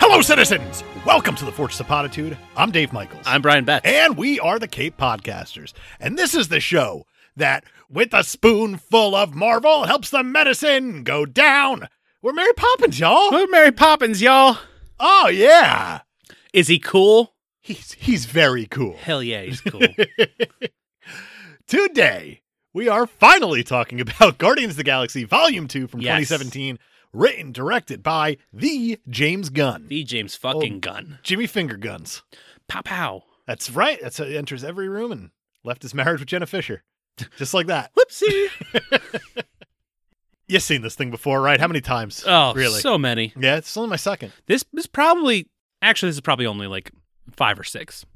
Hello, citizens! Welcome to the Fortress of Potitude. I'm Dave Michaels. I'm Brian Betts. and we are the Cape Podcasters. And this is the show that, with a spoonful of Marvel, helps the medicine go down. We're Mary Poppins, y'all. Oh, Mary Poppins, y'all. Oh, yeah. Is he cool? He's, he's very cool. Hell yeah, he's cool. Today, we are finally talking about Guardians of the Galaxy Volume 2 from Yes. 2017, written, directed by the James Gunn. the James fucking gun. Jimmy Finger Guns. Pow pow. That's right. That's how he enters every room and left his marriage with Jenna Fisher. Just like that. Whoopsie. You've seen this thing before, right? How many times? Oh, really? so many. yeah, it's only my second. This is probably, actually, this is probably only like five or six.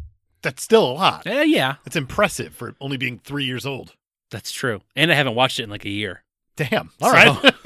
That's still a lot. Eh, yeah, It's impressive for only being three years old. that's true. And I haven't watched it in like a year. Damn. All So- right.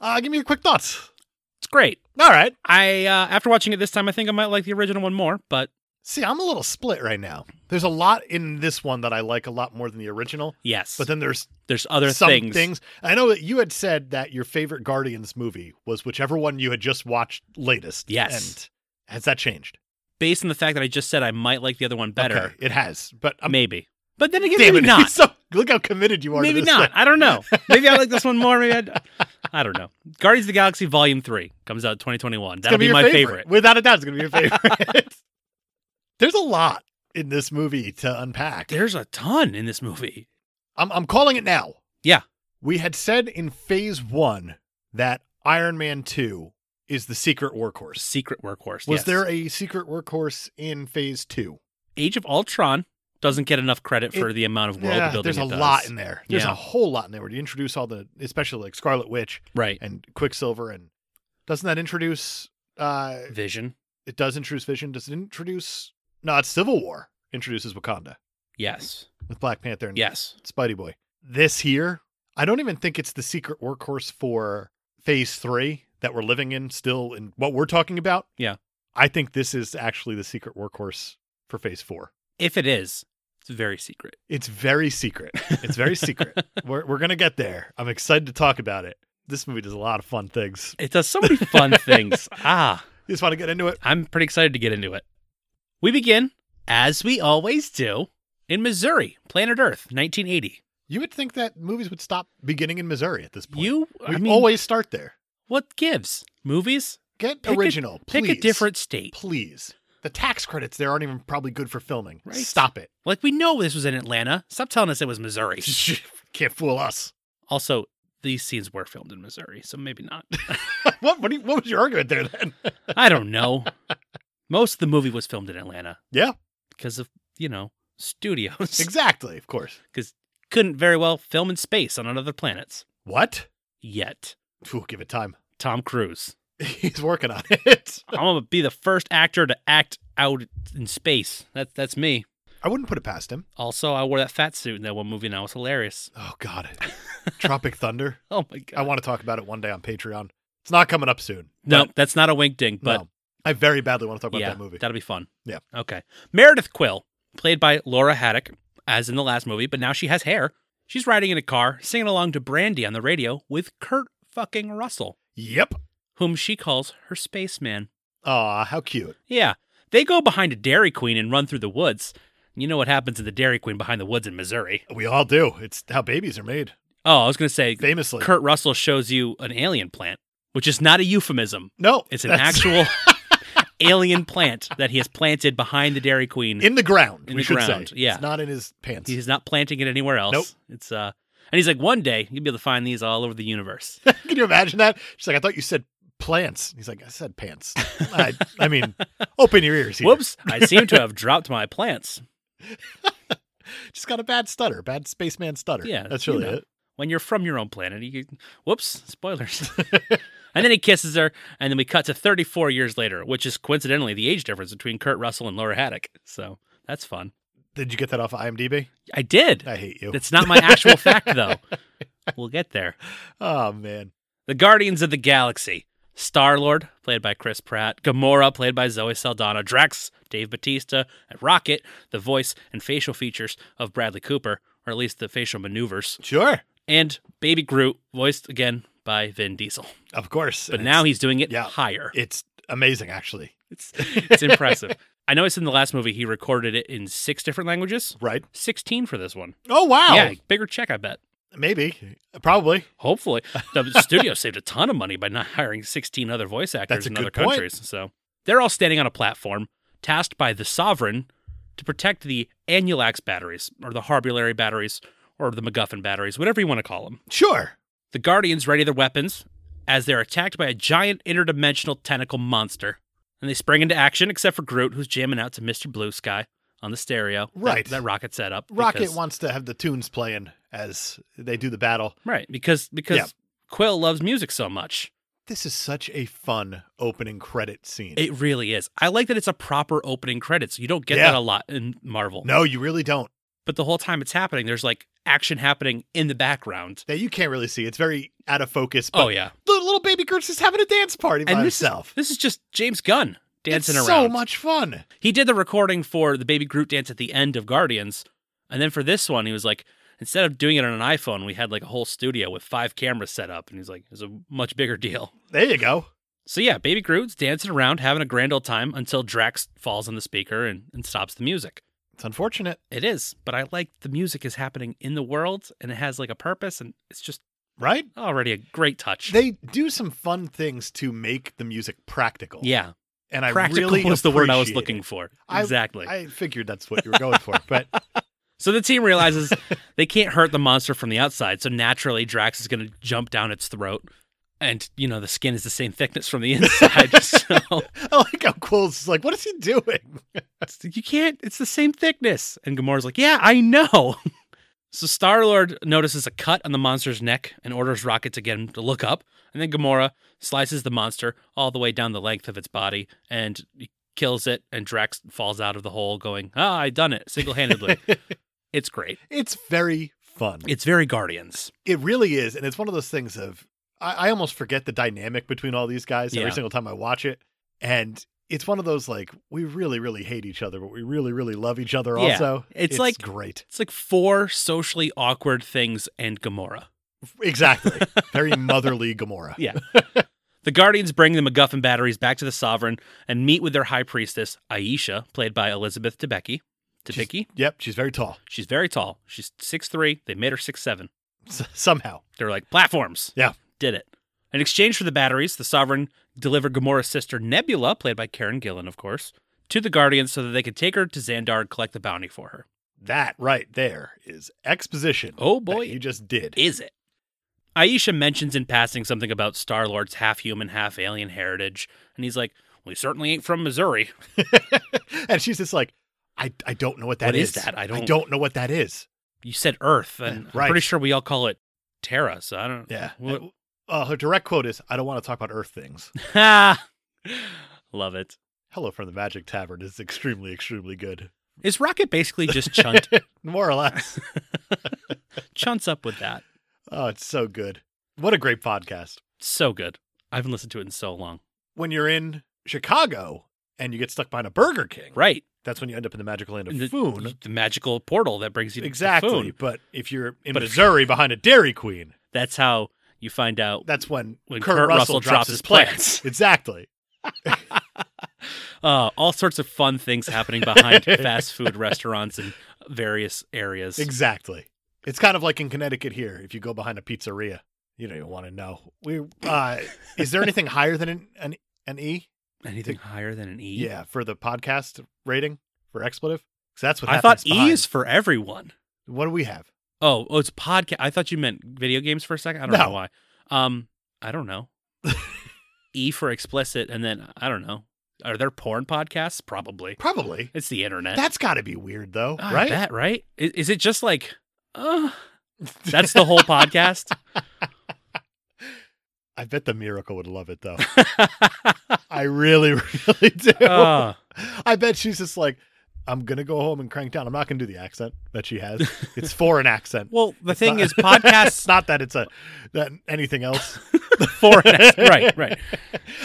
Uh, give me your quick thoughts. it's great. All right. I, uh, after watching it this time, I think I might like the original one more, but See, I'm a little split right now. There's a lot in this one that I like a lot more than the original, yes. but then there's there's other some things. I know that you had said that your favorite Guardians movie was whichever one you had just watched latest. Yes. And has that changed? based on the fact that I just said I might like the other one better. Okay, it has. But I'm maybe. But then again, damn maybe it. not. So look how committed you are. to Maybe this not. thing. I don't know. Maybe I like this one more. Maybe I, I don't know. Guardians of the Galaxy Volume 3 comes out 2021. That'll gonna be, your my favorite. Without a doubt, it's going to be your favorite. There's a lot in this movie to unpack. There's a ton in this movie. I'm, I'm calling it now. Yeah. We had said in phase one that Iron Man 2 is the secret workhorse. Secret workhorse. Was yes. there a secret workhorse in phase two? Age of Ultron doesn't get enough credit for the amount of world building there's a it does. lot in there. There's Yeah. a whole lot in there where you introduce all the, especially like Scarlet Witch Right. and Quicksilver, and doesn't that introduce? uh Vision. It does introduce Vision. Does it introduce? No, it's Civil War introduces Wakanda Yes. with Black Panther and Yes. Spidey Boy. This here, I don't even think it's the secret workhorse for phase three that we're living in still in what we're talking about. Yeah. I think this is actually the secret workhorse for phase four. If it is, it's very secret. It's very secret. It's very secret. We're, we're going to get there. I'm excited to talk about it. This movie does a lot of fun things. It does so many fun things. Ah. You just want to get into it? I'm pretty excited to get into it. We begin, as we always do, in Missouri, planet Earth, 1980. You would think that movies would stop beginning in Missouri at this point. You, we I mean, always start there. what gives? Movies? Get Pick a- original, please. Pick a different state. Please. The tax credits there aren't even probably good for filming. Right. Stop it. Like, we know this was in Atlanta. Stop telling us it was Missouri. Can't fool us. also, these scenes were filmed in Missouri, so maybe not. what, what, do you- what was your argument there then? I don't know. Most of the movie was filmed in Atlanta. Yeah. Because of, you know, studios. exactly, of course. Couldn't very well film in space on other planets. What? Yet, Ooh, give it time. Tom Cruise. He's working on it. I'm gonna be the first actor to act out in space. That's that's me. I wouldn't put it past him. Also, I wore that fat suit in that one movie, and I was hilarious. Oh, God. Tropic Thunder. Oh my I god! want to talk about it one day on Patreon. It's not coming up soon. No, but- that's not a wink dink, but no. I very badly want to talk about yeah, that movie. that'll be fun. Yeah. Okay. Meredith Quill, played by Laura Haddock, as in the last movie, but now she has hair. She's riding in a car, singing along to Brandy on the radio with Kurt fucking Russell, Yep. whom she calls her spaceman. Aw, how cute. Yeah. They go behind a Dairy Queen and run through the woods. You know what happens to the Dairy Queen behind the woods in Missouri? We all do. It's how babies are made, Oh, I was gonna say famously. Kurt Russell shows you an alien plant, which is not a euphemism. no. It's an that's- actual alien plant that he has planted behind the Dairy Queen. In the ground, In we the should ground, say. yeah. It's not in his pants. He's not planting it anywhere else. Nope. It's uh and he's like, one day you'll be able to find these all over the universe. Can you imagine that? She's like, I thought you said plants. He's like, I said pants. I, I mean, open your ears here. Whoops, I seem to have dropped my plants. Just got a bad stutter, bad spaceman stutter. Yeah, that's you really know. it. When you're from your own planet, you, whoops, spoilers. and then he kisses her, and then we cut to 34 years later, which is coincidentally the age difference between Kurt Russell and Laura Haddock. So that's fun. Did you get that off of IMDb? I did. I hate you. That's not my actual fact, though. We'll get there. Oh man, The Guardians of the Galaxy. Star Lord, played by Chris Pratt, Gamora, played by Zoe Saldana, Drax, Dave Batista, and Rocket, the voice and facial features of Bradley Cooper, or at least the facial maneuvers, sure, and Baby Groot, voiced again by Vin Diesel. of course. But And now he's doing it yeah. higher. it's, it's amazing, actually. It's, it's impressive. I noticed in the last movie he recorded it in six different languages, Right? 16 for this one. Oh wow. Yeah, bigger check, I bet. Maybe, probably. Hopefully, the studio saved a ton of money by not hiring 16 other voice actors That's a in good other point. countries. So they're all standing on a platform tasked by the Sovereign to protect the Anulax batteries, or the Harbulary batteries, or the MacGuffin batteries, whatever you want to call them. Sure. The Guardians ready their weapons as they're attacked by a giant interdimensional tentacle monster. And they spring into action, except for Groot, who's jamming out to Mr. Blue Sky on the stereo. that- Right. That, Rocket set up. Rocket because- wants to have the tunes playing as they do the battle. Right. Because, because Yeah. Quill loves music so much. This is such a fun opening credit scene. It really is. I like that it's a proper opening credits. You don't get Yeah. that a lot in Marvel. no, you really don't. But the whole time it's happening, there's like action happening in the background. That you can't really see. It's very out of focus. But oh yeah. the little baby Gertz is having a dance party by And this is- himself. This is just James Gunn dancing it's around. So much fun. He did the recording for the Baby Groot dance at the end of Guardians. And then for this one, he was like, instead of doing it on an iPhone, we had like a whole studio with five cameras set up. And he's like, it's a much bigger deal. There you go. So yeah, Baby Groot's dancing around, having a grand old time until Drax falls on the speaker and, and stops the music. It's unfortunate, It is, but I like the music is happening in the world and it has like a purpose and it's just right? already a great touch. They do some fun things to make the music practical. yeah. and I Practical really was the word I was appreciate looking it. for. I- exactly. I figured that's what you were going for, but So the team realizes they can't hurt the monster from the outside, so naturally Drax is going to jump down its throat. And, you know, the skin is the same thickness from the inside. so I like how Quill's like, "What is he doing?" it's- you can't, it's the same thickness. And Gamora's like, yeah, I know. So Star Lord notices a cut on the monster's neck and orders Rocket to get him to look up. And then Gamora slices the monster all the way down the length of its body and kills it. And Drax falls out of the hole, going, "Ah, I done it single handedly. it's great. It's very fun. It, It's very Guardians. really is, and it's one of those things of I, I almost forget the dynamic between all these guys every Yeah. single time I watch it, and it's one of those like we really, really hate each other, but we really, really love each other. Yeah. Also, It's like- great, It's like four socially awkward things and Gamora. exactly. Very motherly Gamora. Yeah. The Guardians bring the MacGuffin batteries back to the Sovereign and meet with their High Priestess, Aisha, played by Elizabeth Debicki. Debicki? Yep, she's very tall She's very tall. She's 6'3. They made her 6'7. S- somehow. They're like, platforms. Yeah. Did it. In exchange for the batteries, the Sovereign delivered Gamora's sister, Nebula, played by Karen Gillan, of course, to the Guardians so that they could take her to Xandar and collect the bounty for her. That right there is exposition. Oh, that boy. you just did. is it? Aisha mentions in passing something about Star Lord's half human, half alien heritage, and he's like, "We certainly ain't from Missouri." and she's just like, I, I don't know what that What is is. that? I I don't- don't know what that is. You said Earth, and Right. I'm pretty sure we all call it Terra. So I don't. Yeah. What- Uh, her direct quote is, "I don't want to talk about Earth things." Ha! Love it. Hello from the Magic Tavern is extremely, extremely good. Is Rocket basically just chunt More or less. chunts up with that? Oh, it's so good. What a great podcast. So good. I haven't listened to it in so long. When you're in Chicago and you get stuck behind a Burger King, Right. that's when you end up in the magical land of The- Foon. The magical portal that brings you to Exactly. Foon. But if you're in But if- Missouri behind a Dairy Queen, That's how you find out that's when, when Kurt, Russell, drops his plants. exactly. Uh, all sorts of fun things happening behind fast food restaurants in various areas. Exactly. It's kind of like in Connecticut here. If you go behind a pizzeria, you don't even want to know. We uh, is there anything higher than an, an an E? Anything higher than an E? Yeah, for the podcast rating for expletive. 'Cause that's what I thought happens E behind- is for everyone. What do we have? Oh, oh, it's podcast. I thought you meant video games for a second. I don't No. know why. Um, I don't know. E for explicit, and then I don't know. Are there porn podcasts? Probably. Probably. It's the internet. That's got to be weird, though, I right? bet, right? I- Is, it just like, uh, that's the whole podcast? I bet the miracle would love it, though. I really, really do. Uh, I bet she's just like, I'm going to go home and crank down. I'm not going to do the accent that she has. It's foreign accent. well, the It's thing not- is, podcasts. It's not that it's a that anything else. foreign accent. Right, right.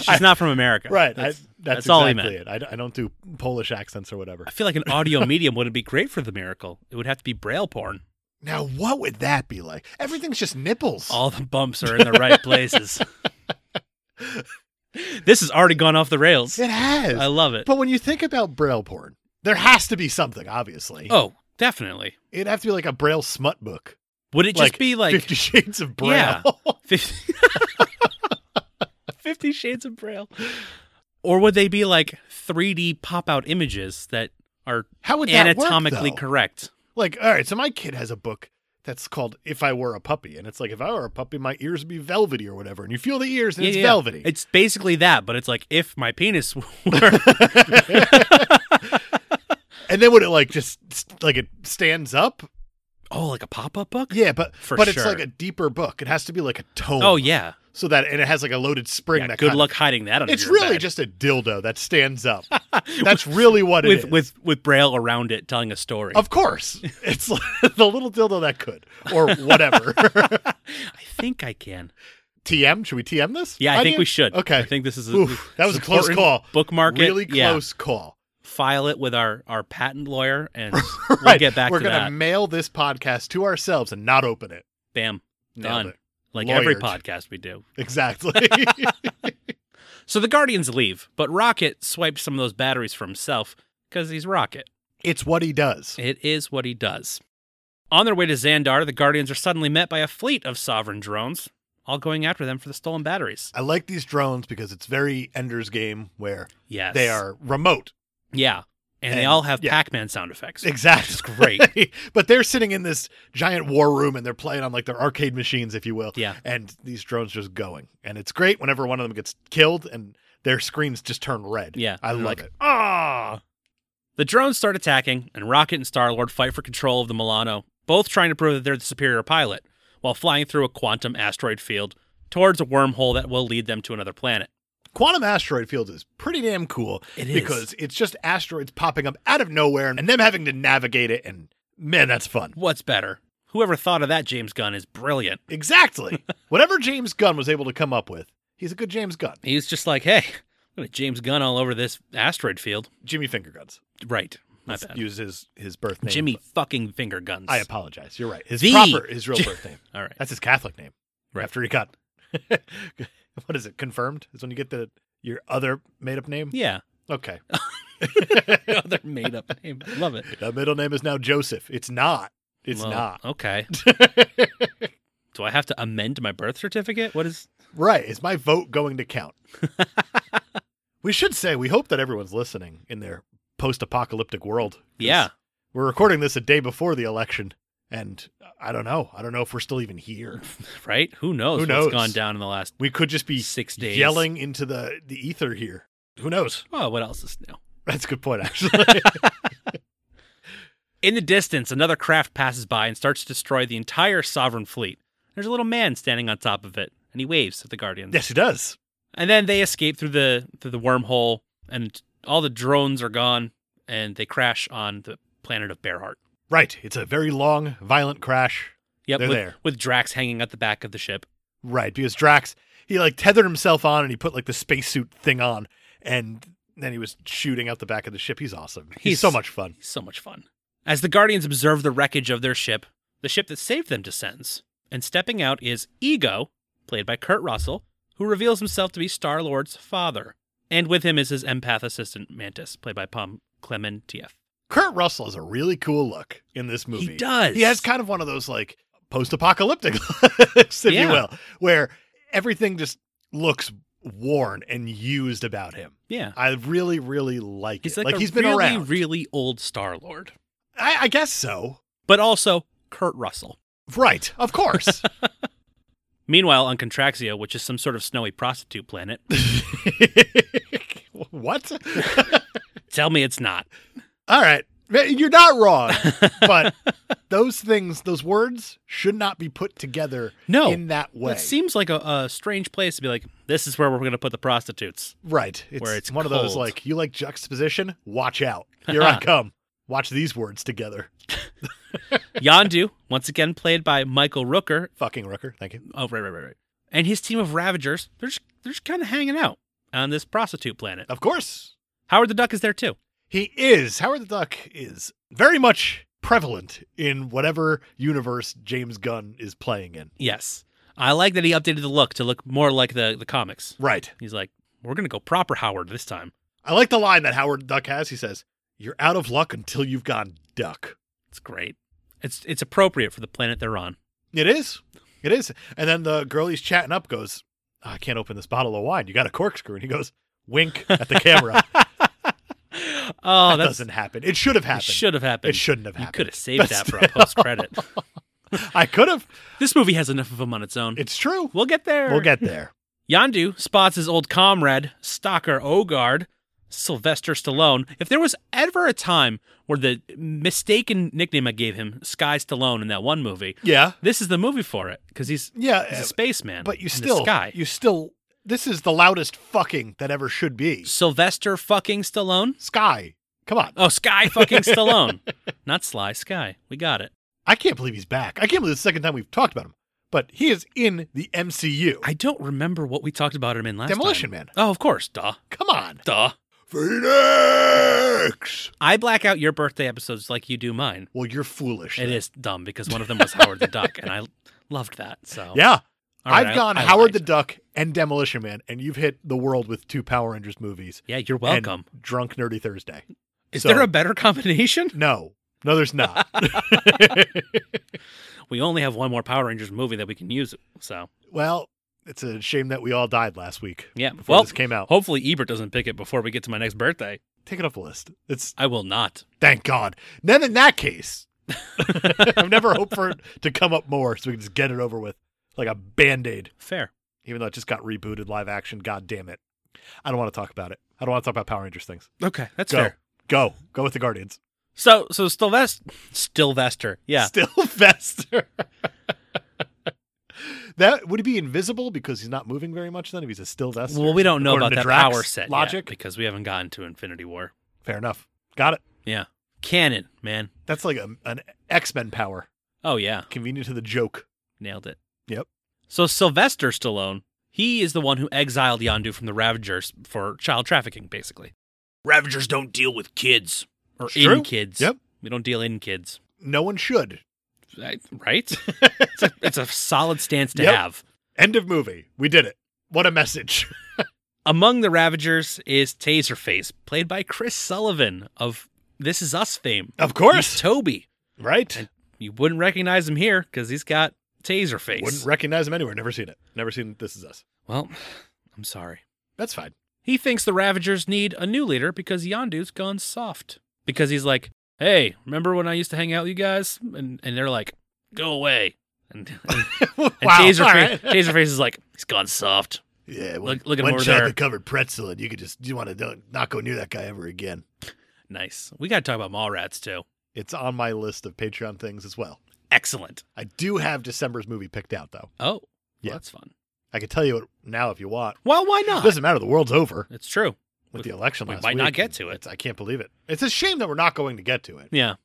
She's not from America. Right. That's- I, that's that's all I exactly it. I, d- I don't do Polish accents or whatever. I feel like an audio medium wouldn't be great for the miracle. It would have to be braille porn. Now, what would that be like? Everything's just nipples. All the bumps are in the right places. this has already gone off the rails. it has. I love it. but when you think about braille porn, there has to be something, obviously. Oh, definitely. It'd have to be like a braille smut book. Would it just Like, be like Fifty Shades of Braille. Yeah. 50, Fifty Shades of Braille? Or would they be like 3D pop out images that are How would that anatomically work, though? correct? Like, all right, so my kid has a book that's called If I Were a Puppy. And it's like, if I were a puppy, my ears would be velvety or whatever. And you feel the ears and Yeah, it's yeah. velvety. It's basically that, but it's like if my penis were and then would it like just like it stands up? Oh, like a pop up book? Yeah, but For but it's sure. like a deeper book. It has to be like a tome. Oh yeah. So that and it has like a loaded spring Yeah, that good kind luck hiding that Of, under it's your really bed. just a dildo that stands up. That's really what it is. with with with braille around it telling a story. Of course. It's like the little dildo that could or whatever. I think I can. TM, should we TM this? Yeah, I, think mean- we should. Okay. I think this is a, Oof, that was a close important. call. Bookmark it. Really Yeah. close call. File it with our our patent lawyer, and Right. we'll get back We're to gonna that. mail this podcast to ourselves and not open it. Bam, Nailed Done. it. like every Lawyered. podcast we do. Exactly. So the Guardians leave, but Rocket swipes some of those batteries for himself because he's Rocket. it's what he does. It is what he does. On their way to Xandar, the Guardians are suddenly met by a fleet of sovereign drones, all going after them for the stolen batteries. I like these drones because it's very Ender's game where Yes. they are remote. Yeah. And, they And- all have yeah. Pac-Man sound effects. Exactly. It's great. but they're sitting in this giant war room and they're playing on like their arcade machines, if you will. Yeah. And these drones just going. And it's great whenever one of them gets killed and their screens just turn red. Yeah. I They're love like, it. Ah. The drones start attacking, and Rocket and Star Lord fight for control of the Milano, both trying to prove that they're the superior pilot, while flying through a quantum asteroid field towards a wormhole that will lead them to another planet. Quantum asteroid field is pretty damn cool It is. because it's just asteroids popping up out of nowhere and them having to navigate it. And man, that's fun. What's better? Whoever thought of that James Gunn is brilliant. Exactly. Whatever James Gunn was able to come up with, he's a good James Gunn. He's just like, hey, I'm gonna James Gunn all over this asteroid field. Jimmy Finger Guns. Right. My Let's bad. Use his, his birth name. Jimmy fucking finger guns. I apologize. You're right. His The- proper, his real birth name. all right. That's his Catholic name. Right. After he got, what is it? Confirmed is when you get the your other made up name. Yeah. Okay. Other made up name. Love it. the middle name is now Joseph. It's not. It's Well, not. Okay. Do I have to amend my birth certificate? What is right. Is my vote going to count? we should say we hope that everyone's listening in their post apocalyptic world. 'cause Yeah. We're recording this a day before the election, and I don't know. I don't know if we're still even here. right? Who knows Who knows? what's gone down in the last We could just be six days? yelling into the the ether here. Who knows? Oh, what else is new? That's a good point, actually. In the distance, another craft passes by and starts to destroy the entire Sovereign fleet. There's a little man standing on top of it, and he waves at the Guardians. yes, he does. And then they escape through the through the wormhole, and all the drones are gone, and they crash on the planet of Bearheart. Right. It's a very long, violent crash. Yep, They're with, there. with Drax hanging at the back of the ship. Right, because Drax he like tethered himself on and he put like the spacesuit thing on and then he was shooting out the back of the ship. He's awesome. He's, He's- so much fun. So much fun. As the Guardians observe the wreckage of their ship, the ship that saved them descends, and stepping out is Ego, played by Kurt Russell, who reveals himself to be Star Lord's father. And with him is his empath assistant Mantis, played by Pom Clementieff. Kurt Russell has a really cool look in this movie. He does. He has kind of one of those like post-apocalyptic looks, if you Yeah. will, where everything just looks worn and used about him. Yeah. I really, really like He's it. like, Like, a he's been really, around. really old Star Lord. I, I guess so. But also Kurt Russell. Right, of course. Meanwhile, on Contraxia, which is some sort of snowy prostitute planet, what? tell me it's not. All right. You're not wrong, but those things, those words should not be put together No. in that way. That seems like a, a strange place to be like, this is where we're going to put the prostitutes. right. It's, where it's one of those cold. like, you like juxtaposition? Watch out. Here I come. Watch these words together. Yondu, once again played by Michael Rooker. Fucking Rooker. Thank you. Oh, right, right, right, right. And his team of Ravagers, they're just, they're just kind of hanging out on this prostitute planet. Of course. Howard the Duck is there too. He is. Howard the Duck is very much prevalent in whatever universe James Gunn is playing in. Yes. I like that he updated the look to look more like the, the comics. Right. He's like, we're going to go proper Howard this time. I like the line that Howard Duck has. He says, You're out of luck until you've gone duck. It's great. It's it's appropriate for the planet they're on. It is. It is. And then the girl he's chatting up goes, "Oh, I can't open this bottle of wine. You got a corkscrew. And he goes, Wink at the camera. Oh, that that doesn't happen. It should have happened. Oh, should have happened. It shouldn't have You happened. could have saved That's- that for a post credit. I could have. this movie has enough of them on its own. It's true. we'll get there. We'll get there. Yandu spots his old comrade, Stalker Ogard, Sylvester Stallone. If there was ever a time where the mistaken nickname I gave him, Sky Stallone, in that one movie, Yeah. this is the movie for it because he's, he's Yeah. a spaceman. But you in the still, sky. you still, this is the loudest fucking that ever should be. Sylvester fucking Stallone? Sky. Come on. Oh, Sky fucking Stallone. Not Sly, Sky. We got it. I can't believe he's back. I can't believe it's the second time we've talked about him. But he is in the MCU. I don't remember what we talked about him in last Demolition time. Man. Oh, of course. Duh. Come on. Duh. Phoenix. I black out your birthday episodes like you do mine. Well, you're foolish. It then. is dumb because one of them was Howard the Duck, and I loved that. So Yeah. All right, I've I- gone I Howard lied. the Duck and Demolition Man, and you've hit the world with two Power Rangers movies. Yeah, you're and welcome. Drunk Nerdy Thursday. Is so- there a better combination? No. No, there's not. We only have one more Power Rangers movie that we can use. So well, it's a shame that we all died last week yeah. before Well, this came out. hopefully Ebert doesn't pick it before we get to my next birthday. Take it off the list. It's I will not. thank God. Then in that case, I've never hoped for it to come up more so we can just get it over with like a band aid. Fair. even though it just got rebooted live action. God damn it. I don't want to talk about it. I don't want to talk about Power Rangers things. Okay, that's go. fair. Go. Go with the Guardians. So so Sylvester, Sylvester. Yeah. Still Fester. that would he be invisible because he's not moving very much then if he's a still Vester? Well, we don't know According about to that Drax power set yet Logic. because we haven't gotten to Infinity War. Fair enough. Got it. Yeah. Cannon, man. That's like a, an X Men power. Oh yeah. Convenient to the joke. Nailed it. Yep. So Sylvester Stallone, he is the one who exiled Yondu from the Ravagers for child trafficking, basically. Ravagers don't deal with kids or It's in true. kids. Yep. We don't deal in kids. No one should. I- Right? it's, a, it's a solid stance to Yep. have. End of movie. We did it. What a message. Among the Ravagers is Taserface, played by Chris Sullivan of This Is Us fame. Of He's Toby. Right? You wouldn't recognize him here because he's got Taserface. Wouldn't recognize him anywhere. Never seen it. Never seen This Is Us. well, I'm sorry. That's fine. He thinks the Ravagers need a new leader because Yondu's gone soft. Because he's like, hey, remember when I used to hang out with you guys? And and they're like, go away. And, and, wow. and Taserface, all right. Taserface is like, he's gone soft. Yeah, Look- look at him over there. covered pretzel, and you could just you want to don't, not go near that guy ever again. Nice. We got to talk about Mallrats too. It's on my list of Patreon things as well. Excellent. I do have December's movie picked out though. Oh, well, Yeah. that's fun. I can tell you it now if you want. Well, why not? doesn't matter. The world's over it's true. with We- the election. we last might not week, get and to it. it's- I can't believe it. It's a shame that we're not going to get to it. Yeah.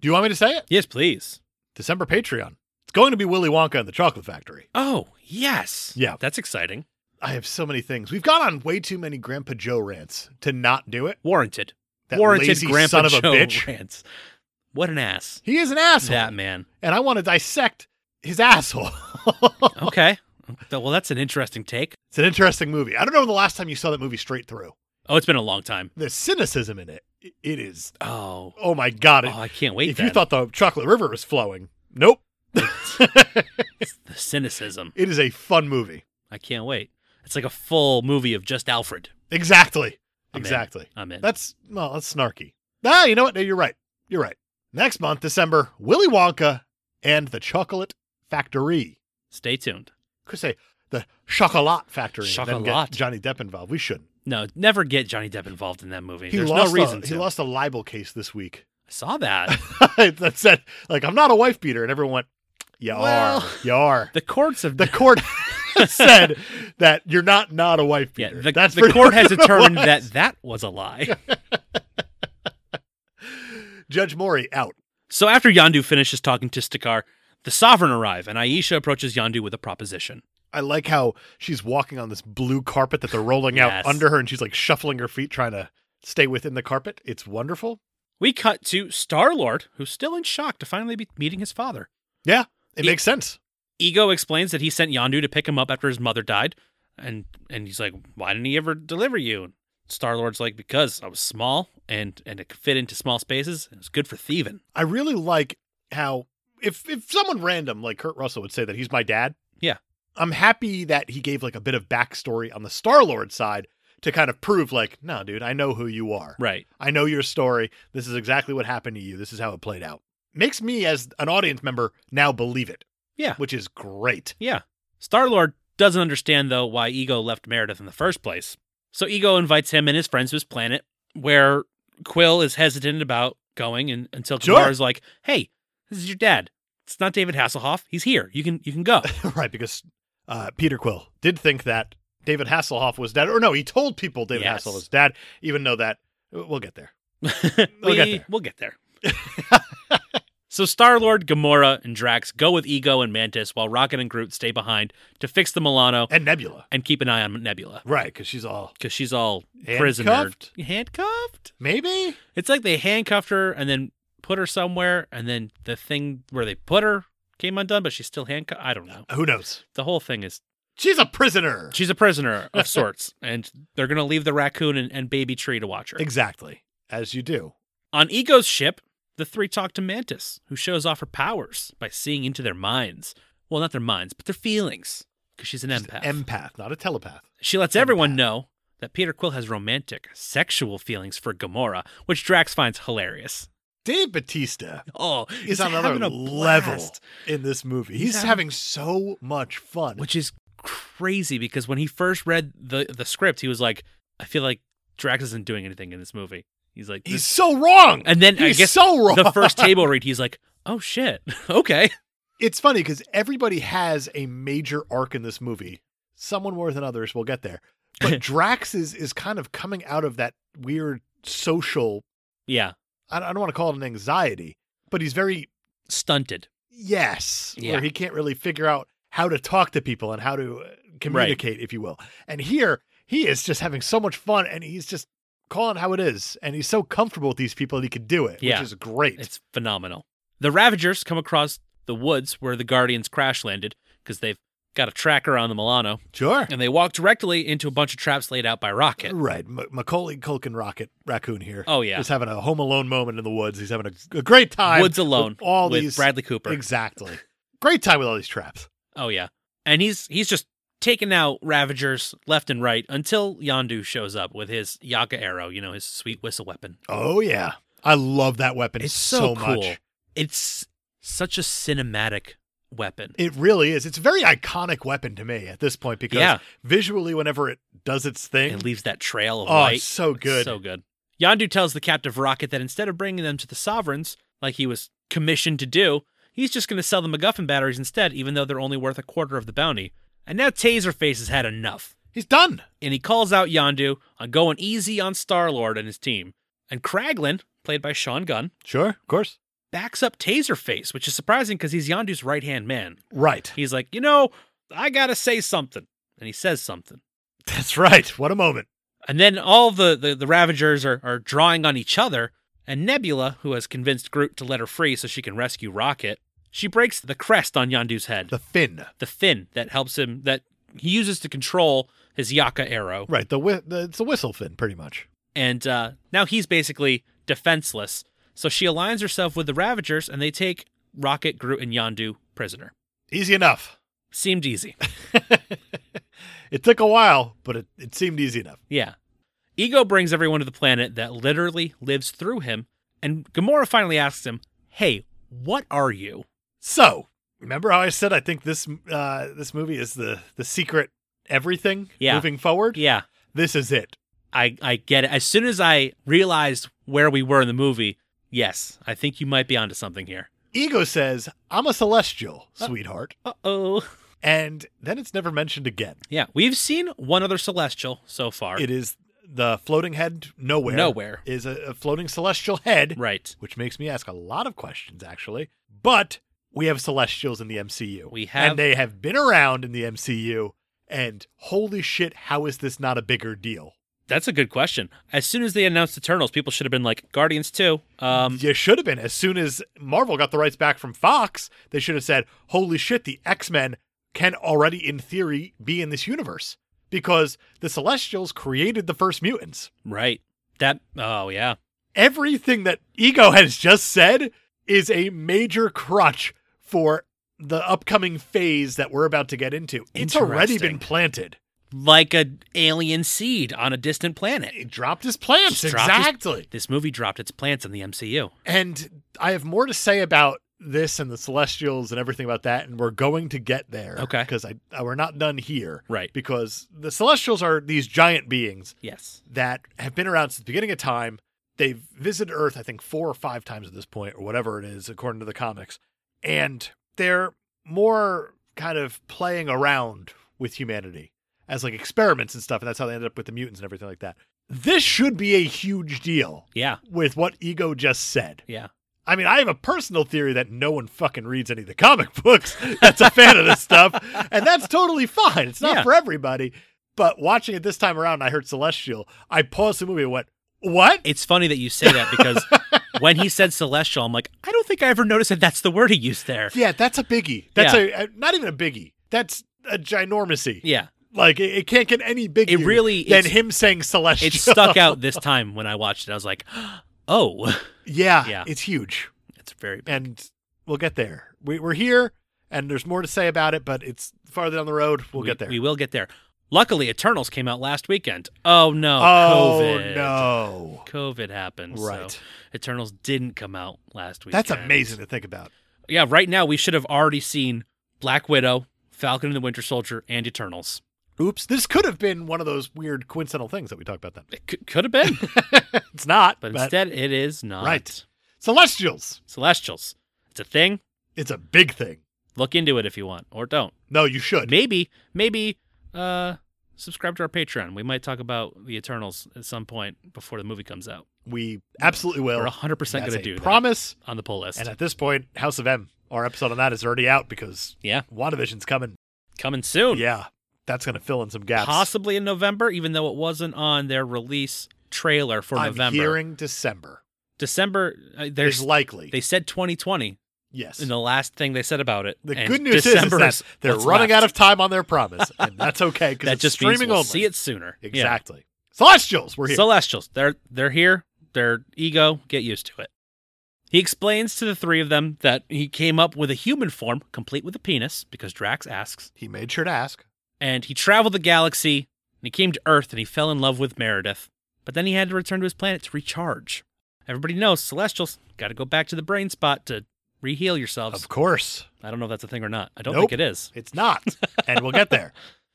Do you want me to say it? Yes, please. December Patreon. It's going to be Willy Wonka and the Chocolate Factory. Oh, yes. Yeah. That's exciting. I have so many things. We've gone on way too many Grandpa Joe rants to not do it. Warranted. That Warranted lazy Grandpa son of a Joe bitch. rants. What an ass. He is an asshole, That man. and I want to dissect his asshole. Okay. well, that's an interesting take. It's an interesting movie. I don't know the last time you saw that movie straight through. Oh, it's been a long time. The cynicism in it, i- it is. Oh, Oh my god! It, oh I can't wait. if then. you thought the Chocolate River was flowing, nope. it the cynicism, is a fun movie. I can't wait. It's like a full movie of just Alfred. Exactly. I'm in. Exactly. I'm in. That's well, that's snarky. Ah, you know what? No, you're right. You're right. Next month, December, Willy Wonka and the Chocolate Factory. Stay tuned. could say the Chocolat Factory. and then get Chocolat. Johnny Depp involved. We shouldn't. No, never get Johnny Depp involved in that movie. He There's no lost. reason a, to. He lost a libel case this week. I saw that. that said, like I'm not a wife beater, and everyone went, "You Well- are. You are." The courts have The court said that you're not not a wife yeah. beater. The, That's the for- court has determined that that was a lie. Judge Mori out. So after Yandu finishes talking to Stakar, the Sovereign arrive, and Aisha approaches Yandu with a proposition. I like how she's walking on this blue carpet that they're rolling Yes. out under her, and she's like shuffling her feet, trying to stay within the carpet. It's wonderful. We cut to Star Lord, who's still in shock to finally be meeting his father. It He- makes sense. Ego explains that he sent Yandu to pick him up after his mother died, and and he's like, "Why didn't he ever deliver you?" Star Lord's like, "Because I was small and and it could fit into small spaces. It was good for thieving." I really like how if if someone random like Kurt Russell would say that he's my dad. Yeah. I'm happy that he gave like a bit of backstory on the Star Lord side to kind of prove like, no, dude, I know who you are. Right. I know your story. This is exactly what happened to you. This is how it played out. Makes me as an audience member now believe it. Yeah. Which is great. Yeah. Star Lord doesn't understand, though, why Ego left Meredith in the first place. So Ego invites him and his friends to his planet, where Quill is hesitant about going and, until Sure. Kamara's like, hey, this is your dad. It's not David Hasselhoff. He's here. You can you can go. right, because uh, Peter Quill did think that David Hasselhoff was dead. Or no, he told people David Yes. Hasselhoff was dead, even though that we'll get there. we, get there. We'll get there. so Star Lord, Gamora, and Drax go with Ego and Mantis while Rocket and Groot stay behind to fix the Milano And Nebula. and keep an eye on Nebula. Right, because she's all Because she's all prisoner. Handcuffed? Handcuffed? Maybe? It's like they handcuffed her and then put her somewhere, and then the thing where they put her came undone, but she's still handcuffed. I don't know. Who knows? The whole thing is She's a prisoner. she's a prisoner of sorts, and they're gonna leave the raccoon and, and baby tree to watch her. Exactly. As you do. On Ego's ship, the three talk to Mantis, who shows off her powers by seeing into their minds. Well, not their minds, but their feelings, because she's an She's empath. empath, not a telepath. She lets everyone Empath. know that Peter Quill has romantic, sexual feelings for Gamora, which Drax finds hilarious. Dave Batista Oh, is he's on having another a level blast. in this movie. He's He's, having- having so much fun. which is crazy because when he first read the the script, he was like, "I feel like Drax isn't doing anything in this movie." He's like, he's this- so wrong. and then I he's guess so wrong. the first table read, he's like, "Oh shit, okay." it's funny because everybody has a major arc in this movie. Someone more than others. We'll get there. But Drax is, is kind of coming out of that weird social. Yeah, I I don't want to call it an anxiety, but he's very stunted. Yes, Yeah. where he can't really figure out how to talk to people and how to uh, communicate, if you will. And here he is just having so much fun, and he's just calling how it is, and he's so comfortable with these people that he could do it, Yeah. which is great. It's phenomenal. The Ravagers come across the woods where the Guardians crash landed because they've got a tracker on the Milano, sure, and they walk directly into a bunch of traps laid out by Rocket. right? M- Macaulay Culkin Rocket Raccoon here. Oh yeah, Just having a home alone moment in the woods. He's having a, a great time. woods alone. With all with these Bradley Cooper. exactly. Great time with all these traps. Oh yeah, and he's he's just taking out Ravagers left and right until Yandu shows up with his Yaka arrow, you know, his sweet whistle weapon. Oh yeah, I love that weapon It's so so, cool. much. It's such a cinematic weapon. It really is. It's a very iconic weapon to me at this point because Yeah. visually, whenever it does its thing, It leaves that trail of oh, light. it's so good. So good. Yandu tells the captive Rocket that instead of bringing them to the Sovereigns, like he was commissioned to do, he's just going to sell the MacGuffin batteries instead, even though they're only worth a quarter of the bounty. And now Taserface has had enough. He's done. and he calls out Yondu on going easy on Star Lord and his team. And Kraglin, played by Sean Gunn, Sure, of course. backs up Taserface, which is surprising because he's Yondu's right hand man. Right. He's like, you know, I gotta say something, and he says something. That's right. What a moment. And then all the the, the Ravagers are are drawing on each other, and Nebula, who has convinced Groot to let her free so she can rescue Rocket, she breaks the crest on Yondu's head, the, The fin. fin that helps him that he uses to control his Yaka arrow. Right. The, whi- the it's a whistle fin, pretty much. and uh, now he's basically defenseless. So she aligns herself with the Ravagers, and they take Rocket, Groot, and Yondu prisoner. Easy enough. Seemed easy. it took a while, but it, it seemed easy enough. Yeah. Ego brings everyone to the planet that literally lives through him, and Gamora finally asks him, "Hey, what are you?" So Remember how I said I think this uh, this movie is the the secret everything Yeah. moving forward? Yeah, This is it. I I get it. As soon as I realized where we were in the movie, yes, I think you might be onto something here. Ego says, "I'm a celestial, sweetheart," Uh oh. and then it's never mentioned again. Yeah, we've seen one other celestial so far. It is the floating head nowhere. Nowhere. is a, a floating celestial head, Right. which makes me ask a lot of questions actually. But we have celestials in the MCU. We have- and they have been around in the MCU. And holy shit, how is this not a bigger deal? That's a good question. As soon as they announced Eternals, people should have been like Guardians too. Um, you should have been. As soon as Marvel got the rights back from Fox, they should have said, holy shit, the X Men can already, in theory, be in this universe because the Celestials created the first mutants. right. That. Oh yeah. Everything that Ego has just said is a major crutch for the upcoming phase that we're about to get into. It's already Interesting. been planted. Like a alien seed on a distant planet. It dropped his plants. Just dropped his- exactly. This movie dropped its plants in the MCU. And I have more to say about this and the Celestials and everything about that, and we're going to get there. Okay. Because I, I we're not done here Right. because the Celestials are these giant beings Yes. that have been around since the beginning of time. They've visited Earth, I think, four or five times at this point, or whatever it is, according to the comics. And they're more kind of playing around with humanity as like experiments and stuff. And that's how they ended up with the mutants and everything like that. This should be a huge deal Yeah. with what Ego just said. Yeah. I mean, I have a personal theory that no one fucking reads any of the comic books that's a fan of this stuff, and that's totally fine. It's not Yeah. for everybody. But watching it this time around, I heard Celestial. I paused the movie and went, What? It's funny that you say that because when he said celestial, I'm like, I don't think I ever noticed that that's the word he used there. Yeah, that's a biggie. That's a, a not even a biggie. That's a ginormity. Yeah. Like it, it can't get any bigger It really- than it's- him saying Celestial. It stuck out this time when I watched it. I was like, oh, Yeah, Yeah. it's huge. it's very bad. And we'll get there. We, we're here, and there's more to say about it, but it's farther down the road. We'll we, get there. We will get there. Luckily, Eternals came out last weekend. Oh no, oh COVID. no. COVID happened. so Right. Eternals didn't come out last weekend. That's amazing to think about. Yeah, right now we should have already seen Black Widow, Falcon and the Winter Soldier, and Eternals. Oops. This could have been one of those weird coincidental things that we talked about then. It c- could have been, It's not, but but, instead it is not. Right. Celestials. Celestials. It's a thing. It's a big thing. Look into it if you want, or don't. No, you should. Maybe, maybe, uh, subscribe to our Patreon. We might talk about the Eternals at some point before the movie comes out. We absolutely will. We're 100% going That's to a do that promise. on the poll list. And at this point, House of M, our episode on that is already out because yeah, WandaVision's coming. coming soon. Yeah. That's going to fill in some gaps. Possibly in November, even though it wasn't on their release trailer for I'm November. hearing December. December, uh, There's there's likely. they said 2020 yes. in the last thing they said about it. the and good news is, is December that they're what's running left. out of time on their promise, and that's okay because That it's just streaming means we'll only. see it sooner. Yeah. Exactly. Celestials, we're here. Celestials, they're they're here. Their ego, get used to it. He explains to the three of them that he came up with a human form, complete with a penis, because Drax asks, he made sure to ask. and he traveled the galaxy. And he came to Earth, and he fell in love with Meredith. But then he had to return to his planet to recharge. Everybody knows Celestials got to go back to the brain spot to reheal yourselves. Of course, I don't know if that's a thing or not. I don't Nope. think it is. it's not, and we'll get there.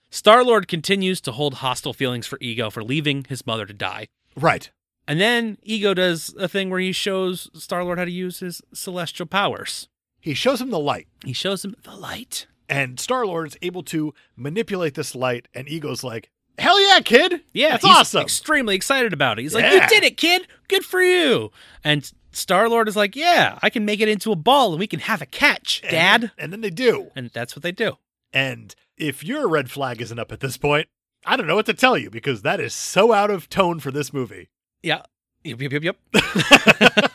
Star Lord continues to hold hostile feelings for Ego for leaving his mother to die. Right. And then Ego does a thing where he shows Star Lord how to use his celestial powers. He shows him the light, He shows him the light. and Star Lord is able to manipulate this light, and Ego's like, "Hell yeah, kid! Yeah, that's he's awesome." Extremely excited about it. He's like, Yeah. "You did it, kid! Good for you!" And Star Lord is like, "Yeah, I can make it into a ball, and we can have a catch, And- Dad." And then they do. And that's what they do. And if your red flag isn't up at this point, I don't know what to tell you because that is so out of tone for this movie. Yeah. Yep, yep, yep, yep.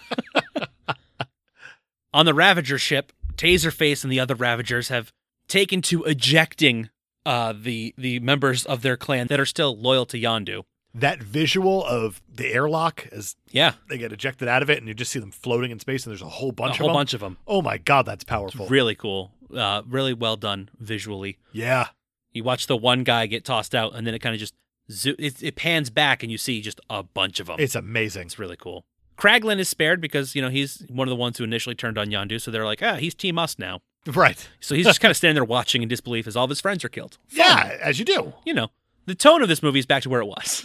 On the Ravager ship, Taserface and the other Ravagers have taken to ejecting uh, the the members of their clan that are still loyal to Yondu. That visual of the airlock as Yeah, they get ejected out of it, and you just see them floating in space, and there's a whole bunch a whole of them. bunch of them. Oh my god, that's powerful. Really cool. Uh, really well done visually. yeah. You watch the one guy get tossed out, and then it kind of just zo- it, it pans back, and you see just a bunch of them. It's amazing. It's really cool. Kraglin is spared because you know he's one of the ones who initially turned on Yondu, so they're like, ah, he's Team Us now. Right. So he's just kind of standing there watching in disbelief as all of his friends are killed. Yeah, as you do. You know, the tone of this movie is back to where it was.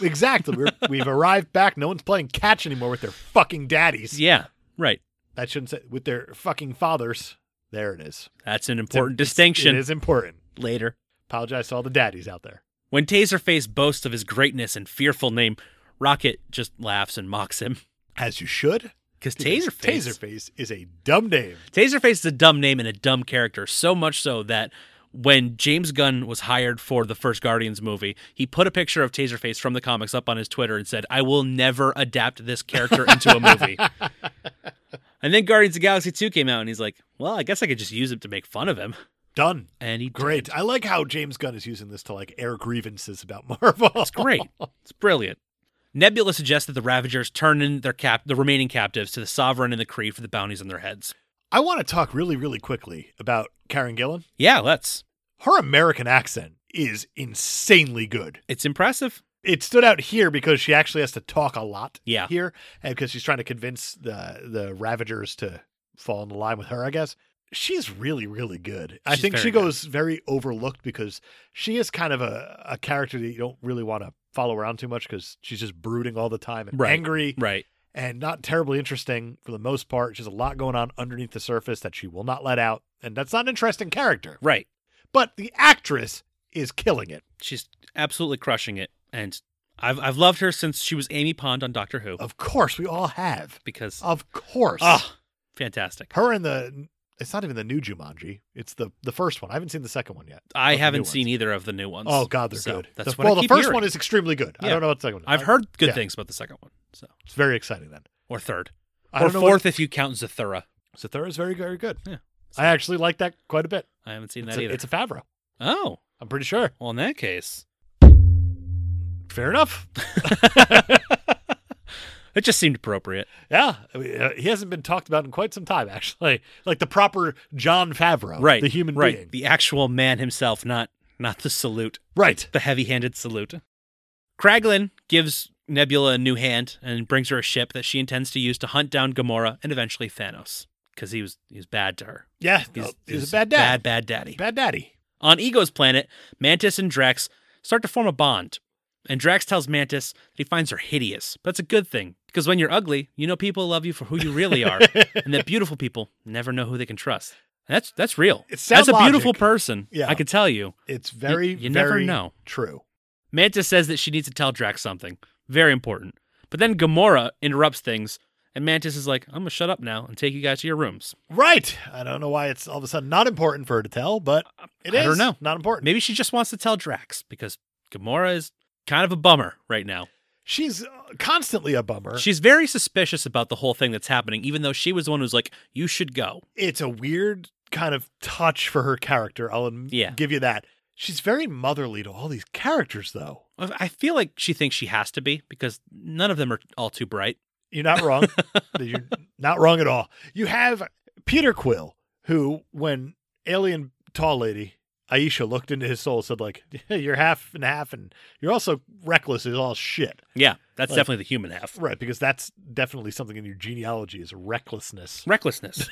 Exactly. We're, we've arrived back. No one's playing catch anymore with their fucking daddies. Yeah, right. That shouldn't say with their fucking fathers. There it is. That's an It's a- important it's- distinction. It is important. Later. Apologize to all the daddies out there. When Taserface boasts of his greatness and fearful name, Rocket just laughs and mocks him. As you should. Because because Taserface. Taserface is a dumb name. Taserface is a dumb name and a dumb character, so much so that when James Gunn was hired for the first Guardians movie, he put a picture of Taserface from the comics up on his Twitter and said, I will never adapt this character into a movie. and then Guardians of the Galaxy 2 came out, and he's like, Well, I guess I could just use him to make fun of him. Done. And he Great. I like how James Gunn is using this to like air grievances about Marvel. It's great. It's brilliant. Nebula suggests that the Ravagers turn in their cap the remaining captives to the Sovereign and the Kree for the bounties on their heads. I want to talk really, really quickly about Karen Gillan. Yeah, let's. Her American accent is insanely good. It's impressive. It stood out here because she actually has to talk a lot Yeah. here, and because she's trying to convince the the Ravagers to fall in line with her. I guess she's really, really good. I She's think she very good. goes very overlooked because she is kind of a, a character that you don't really want to follow around too much because she's just brooding all the time and Right. angry Right. and not terribly interesting for the most part. She has a lot going on underneath the surface that she will not let out, and that's not an interesting character. Right. But the actress is killing it, She's absolutely crushing it. And I've I've loved her since she was Amy Pond on Doctor Who. of course. We all have, Because of course. ah, fantastic. Her and the it's not even the new Jumanji. It's the the first one. I haven't seen the second one yet. I Of the new haven't ones. seen either of the new ones. Oh god, they're So good. That's the, what well, I the keep first hearing. one is extremely good. I Yeah. don't know what the second one. is. I've heard good yeah. things about the second one. So it's very exciting. Then or third I or don't know what- fourth if you count Zathura. Zathura is very very good. Yeah. I actually like that quite a bit. I haven't seen It's that a, either. it's a Favreau. oh, I'm pretty sure. well, in that case, Fair enough. it just seemed appropriate. Yeah, I mean, uh, he hasn't been talked about in quite some time, actually. Like the proper John Favreau, right Oh, The human right being, the actual man himself not not the salute right? the heavy-handed salute kraglin gives nebula a new hand and brings her a ship that she intends to use to hunt down gamora and eventually thanos because he was he was bad to her Yeah, he's, he's, he's Oh, a bad dad, bad bad daddy bad daddy. on ego's planet mantis and drax start to form a bond and drax tells mantis that he finds her hideous but it's a good thing because when you're ugly you know people love you for who you really are and that beautiful people never know who they can trust that's that's real It's sound that's a beautiful logic. person Yeah. i could tell you It's very, you never very know. true. Mantis says that she needs to tell Drax something very important. But then Gamora interrupts things, and Mantis is like, I'm going to shut up now and take you guys to your rooms. Right. I don't know why it's all of a sudden not important for her to tell, but it is. Uh, I don't know. Not important. Maybe she just wants to tell Drax because Gamora is kind of a bummer right now. She's uh, constantly a bummer. She's very suspicious about the whole thing that's happening, even though she was the one who's like, You should go. it's a weird kind of touch for her character. I'll adm- Yeah. give you that. She's very motherly to all these characters, though. I I feel like she thinks she has to be because none of them are all too bright. You're not wrong. You're not wrong at all. You have Peter Quill, who, when alien tall lady Aisha looked into his soul, said like, "You're half and half, and you're also reckless as all shit." Yeah, that's Like- definitely the human half. Right, because that's definitely something in your genealogy is recklessness. Recklessness.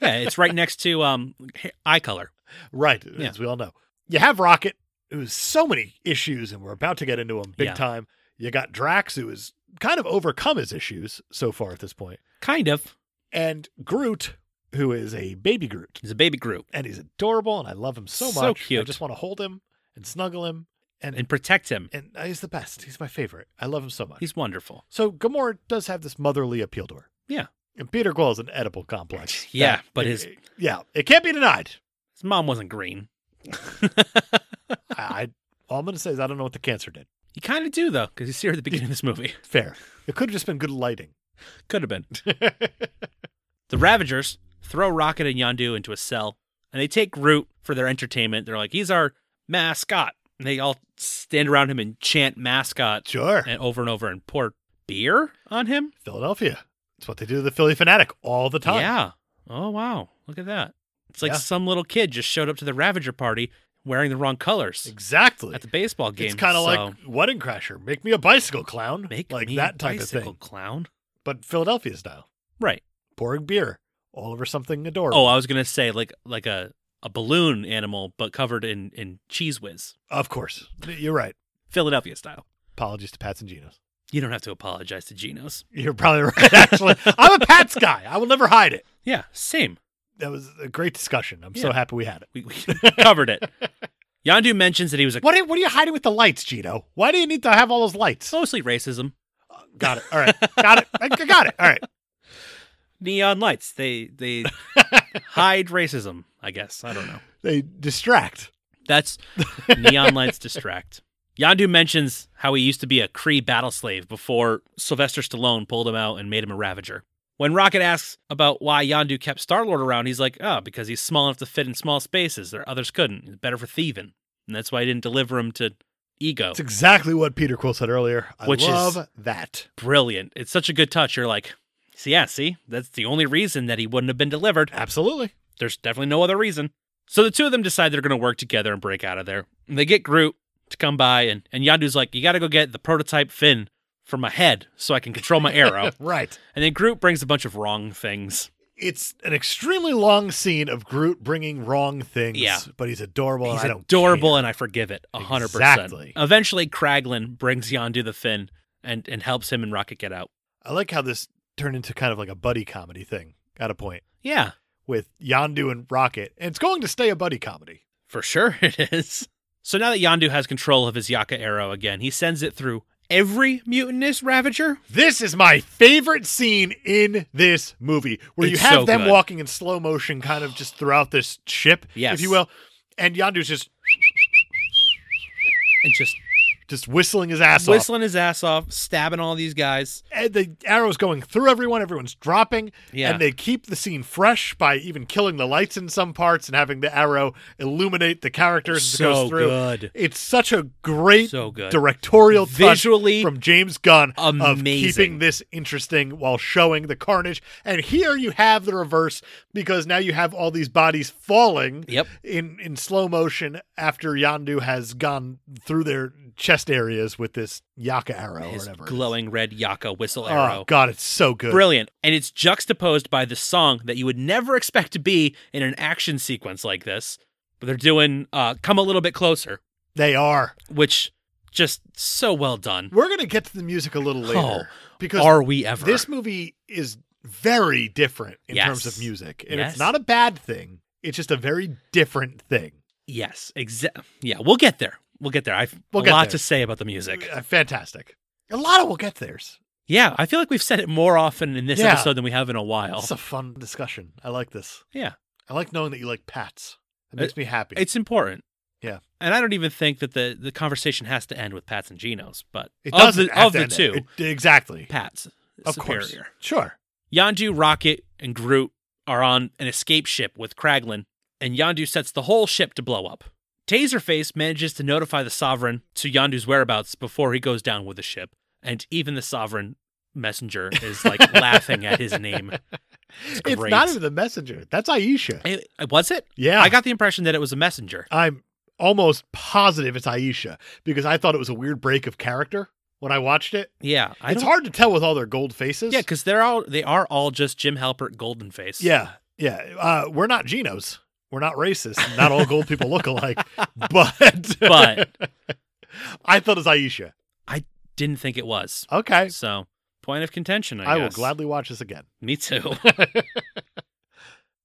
yeah, it's right next to um, ha- eye color. Right, Yeah. as we all know. You have Rocket, who's so many issues, and we're about to get into them big Yeah. time. You got Drax, who has kind of overcome his issues so far at this point, Kind of. and Groot, who is a baby Groot. He's a baby Groot. and he's adorable and I love him so much. So I cute. just want to hold him and snuggle him and And and, protect him. uh, he's the best. He's my favorite. I love him so much. He's wonderful. so Gamora does have this motherly appeal to her. Yeah. And Peter Quill is an edible complex. Yeah, That- but it- his- it- yeah, it can't be denied. His mom wasn't green. I, I all I'm gonna say is I don't know what the cancer did. you kind of do though, because you see her at the beginning of this movie. Fair. It could have just been good lighting. Could have been. The Ravagers throw Rocket and Yondu into a cell, and they take Groot for their entertainment. They're like, "He's our mascot," and they all stand around him and chant "mascot" sure. and over and over and pour beer on him. Philadelphia. That's what they do to the Philly fanatic all the time. Yeah. Oh wow! Look at that. It's like Yeah. some little kid just showed up to the Ravager party wearing the wrong colors Exactly. at the baseball game. it's kind of so like Wedding Crasher. Make me a bicycle clown. make like me that a type bicycle of thing. clown. But Philadelphia style. Right. pouring beer all over something adorable. Oh, I was gonna say like like a a balloon animal, but covered in in cheese whiz, Of course. You're right. Philadelphia style. Apologies to Pats and Genos. You don't have to apologize to Geno's. You're probably right, actually. I'm a Pats guy. I will never hide it. Yeah, same. That was a great discussion. I'm so Yeah. happy we had it. We, we covered it. Yandu mentions that he was a, What are, what are you hiding with the lights, Gino? Why do you need to have all those lights? mostly racism. Got it. All right. Got it. I got it. All right. Neon lights. They they hide racism. I guess I don't know. They distract. That's neon lights distract. Yandu mentions how he used to be a Cree battle slave before Sylvester Stallone pulled him out and made him a Ravager. When Rocket asks about why Yandu kept Star Lord around, he's like, "Oh, because he's small enough to fit in small spaces. There others couldn't. It's better for thieving, and that's why he didn't deliver him to Ego." It's exactly what Peter Quill said earlier. I Which is- love that. brilliant. It's such a good touch. You're like, see, yeah, see, that's the only reason that he wouldn't have been delivered. Absolutely. There's definitely no other reason. So the two of them decide they're going to work together and break out of there. And they get Groot to come by, and, and Yandu's like, you got to go get the prototype Finn for my head so I can control my arrow. Right. and then Groot brings a bunch of wrong things. It's an extremely long scene of Groot bringing wrong things. Yeah. But he's adorable. He's and I don't adorable, and I forgive it 100%. Exactly. Eventually, Kraglin brings Yandu the Finn and, and helps him and Rocket get out. Care. I like how this turned into kind of like a buddy comedy thing. Got a point Yeah, with Yandu and Rocket, and it's going to stay a buddy comedy. For sure it is. So now that Yandu has control of his Yaka arrow again, he sends it through every mutinous Ravager. This is my favorite scene in this movie, where It's you have so them good. walking in slow motion, kind of just throughout this ship, Yes. if you will, and Yandu's just And just just whistling his ass off. whistling his ass off, stabbing all these guys. and the arrows going through everyone. Everyone's dropping, Yeah. and they keep the scene fresh by even killing the lights in some parts and having the arrow illuminate the characters as it so goes through. good. It's such a great So good. directorial touch Visually from James Gunn of E amazing. keeping this interesting while showing the carnage. And here you have the reverse because now you have all these bodies falling Yep. in in slow motion after Yandu has gone through their chest areas with this Yaka arrow His or whatever. it is. glowing red Yaka whistle Oh arrow. god, it's so good. Brilliant. And it's juxtaposed by the song that you would never expect to be in an action sequence like this. But they're doing uh, Come a Little Bit Closer, They are. which just so well done. We're gonna get to the music a little later Oh, because Are we ever? this movie is very different in Yes. terms of music, and Yes. it's not a bad thing. It's just a very different thing. Yes, exactly. Yeah, we'll get there. We'll get there. I've We'll a get lot there. to say about the music. Uh, fantastic. A lot of will get theirs. Yeah, I feel like we've said it more often in this Yeah. episode than we have in a while. It's a fun discussion. I like this. Yeah. I like knowing that you like Pats. It Uh, makes me happy. It's important. Yeah. and I don't even think that the the conversation has to end with Pats and Genos, but it of doesn't the have of to the end two, there. It- exactly. Pats Of superior. course. Sure. Yandu, Rocket, and Groot are on an escape ship with Kraglin, and Yandu sets the whole ship to blow up. Taserface manages to notify the Sovereign to Yandu's whereabouts before he goes down with the ship, and even the Sovereign messenger is like laughing at his name. It's, great. not even the messenger. That's Aisha. It- was it? yeah. I got the impression that it was a messenger. I'm almost positive it's Aisha because I thought it was a weird break of character when I watched it. Yeah, I it's don't- hard to tell with all their gold faces. Yeah, because they're all they are all just Jim Halpert golden face. yeah, yeah. Uh, we're not Genos. We're not racist. Not all gold people look alike. But But- I thought it was Aisha. didn't think it was. Okay, So point of contention. I, I, will guess. gladly watch this again. Me too.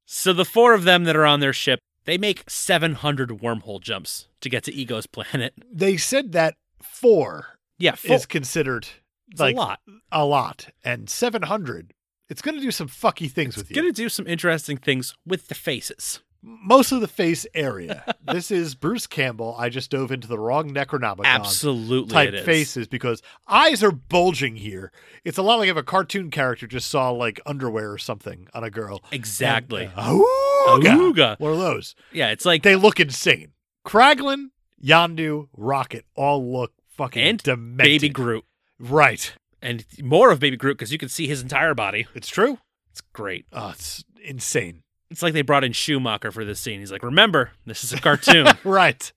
so the four of them that are on their ship, they make 700 wormhole jumps to get to Ego's planet. They said that four Yeah, four, is considered it's like a lot. a lot, and seven hundred. It's going to do some fucky things with It's you. going to do some interesting things with the faces. mostly the face area. this is Bruce Campbell. I just dove into the wrong Necronomicon Absolutely, Oh type it is. faces because eyes are bulging here. It's a lot like if a cartoon character just saw like underwear or something on a girl. Exactly. And, uh, Ooga. Ooga. What are those? Yeah, it's like They look insane. Kraglin, Yandu, Rocket all look fucking And demented. Baby Groot. Right. And more of Baby Groot because you can see his entire body. It's true. It's great. Oh, it's insane. It's like they brought in Schumacher for this scene. He's like, remember, this is a cartoon. Right.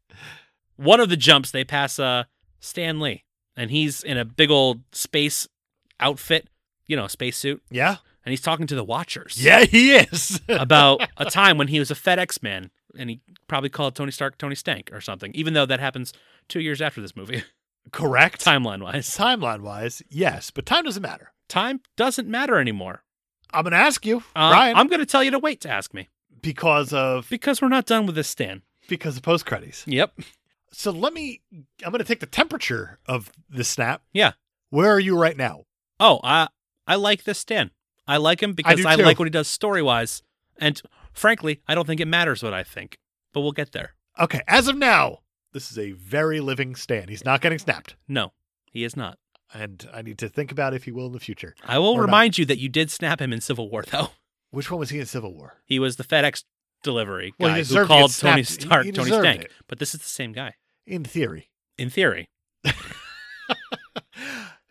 One of the jumps, they pass uh, Stan Lee, and he's in a big old space outfit, you know, spacesuit. Yeah. and he's talking to the Watchers. Yeah, he is. about a time when he was a FedEx man, and he probably called Tony Stark Tony Stank or something. Even though that happens two years after this movie, Correct. timeline wise, Timeline wise, yes, but time doesn't matter. time doesn't matter anymore. I'm going to ask you, Um, Brian, I'm going to tell you to wait to ask me because of because we're not done with this, Stan. because of post credits. Yep. So let me. I'm going to take the temperature of the snap. Yeah. Where are you right now? Oh, I I like this Stan. I like him because do I, too. like what he does story wise, and frankly, I don't think it matters what I think. But we'll get there. Okay, as of now, this is a very living Stan. He's not getting snapped, No, he is not. and I need to think about if he will in the future. I will Or not. remind you that you did snap him in Civil War, though. Which one was he in Civil War? He was the FedEx delivery Well, he guy deserved who to get called Tony snapped. He- Stark he Tony deserved Stank. it. But this is the same guy, In theory, in theory.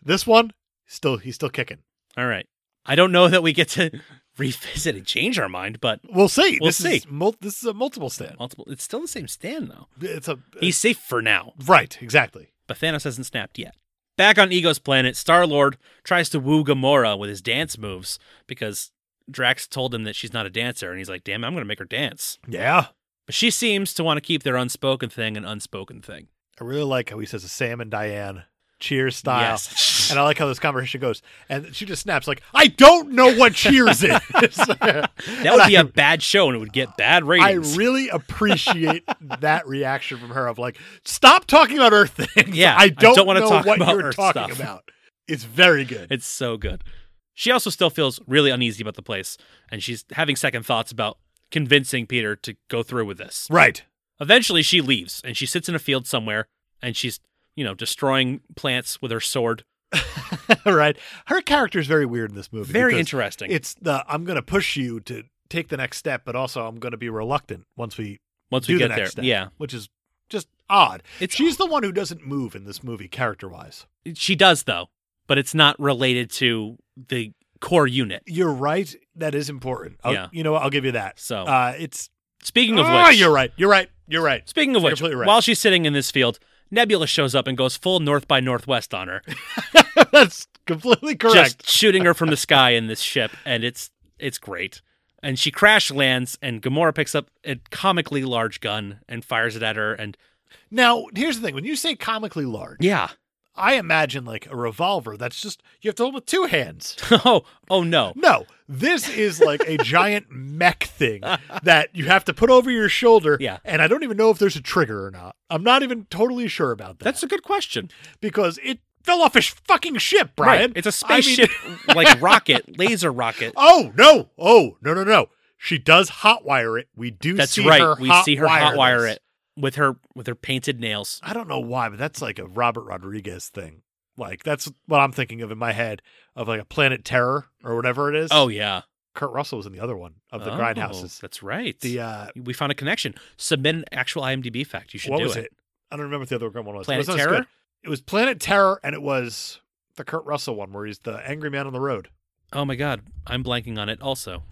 this one still he's still kicking. All right. I don't know that we get to revisit and change our mind, but We'll see. We'll this Is see. mul- this is a multiple Stan. multiple. It's still the same Stan, though. It's a uh, He's safe for now. right, exactly. but Thanos hasn't snapped yet. Back on Ego's planet, Star Lord tries to woo Gamora with his dance moves because Drax told him that she's not a dancer, and he's like, "Damn, it, I'm going to make her dance." Yeah, But she seems to want to keep their unspoken thing an unspoken thing. I really like how he says a Sam and Diane cheers style. Yes. And I like how this conversation goes. And she just snaps like, "I don't know what cheers is." that that would be a bad show, and it would get bad I ratings. really appreciate that reaction from her of like, "Stop talking about Earth things. Yeah, I don't, wanna know talk what about you're Earth talking stuff. about." It's very good. it's so good. She also still feels really uneasy about the place, and she's having second thoughts about convincing Peter to go through with this. right. Eventually, she leaves and she sits in a field somewhere, and she's you know destroying plants with her sword. right. Her character is very weird in this movie. Very because interesting. It's the I'm going to push you to take the next step, but also I'm going to be reluctant once we Once do we get the next there, step. yeah, which is just odd. it's She's the one who doesn't move in this movie, character wise. she does though, but it's not related to the core unit. You're right. That is important. I'll- Yeah. You know what? I'll give you that. So Uh, it's. speaking of Ah, which, you're right. You're right. You're right. speaking of You're which, completely right. while she's sitting in this field, Nebula shows up and goes full north by northwest on her, That's completely correct. just shooting her from the sky in this ship, and it's it's great. And she crash lands, and Gamora picks up a comically large gun and fires it at her, and Now, here's the thing. When you say comically large, yeah, I imagine like a revolver that's just, you have to hold with two hands. oh oh no, No, this is like a giant mech thing that you have to put over your shoulder. Yeah. And I don't even know if there's a trigger or not. I'm not even totally sure about that. that's a good question. because it fell off a sh- fucking ship, Brian. Right, it's a I mean- spaceship like rocket, laser rocket. Oh no! Oh no! No no! She does hotwire it. We do. That's see right. Her we see her hotwire hotwire this. it with her with her painted nails. I don't know why, but that's like a Robert Rodriguez thing. Like that's what I'm thinking of in my head of like a Planet Terror or whatever it is. Oh yeah, Kurt Russell was in the other one of the Oh, grindhouses. That's right. The uh, we found a connection. Submit an actual IMDb fact. You should what do was it. it? I don't remember what the other one was. but Planet it was not as Terror. good. It was Planet Terror, and it was the Kurt Russell one where he's the angry man on the road. Oh my god, I'm blanking on it. Also,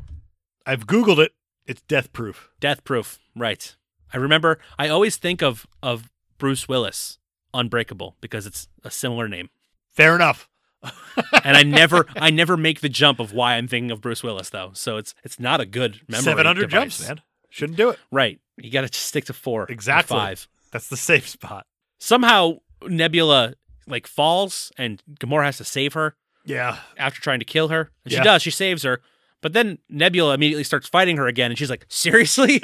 I've googled it. It's death proof. Death Proof. Right. I remember. I always think of of Bruce Willis, Unbreakable, because it's a similar name, Fair enough. and I never I never make the jump of why I'm thinking of Bruce Willis though. So it's it's not a good memory. Seven hundred device. jumps, man. Shouldn't do it. Right. You got to just stick to four. or Exactly. Five. That's the safe spot. somehow Nebula like falls and Gamora has to save her Yeah. after trying to kill her. And she Yeah. does, she saves her. But then Nebula immediately starts fighting her again and she's like, "Seriously?"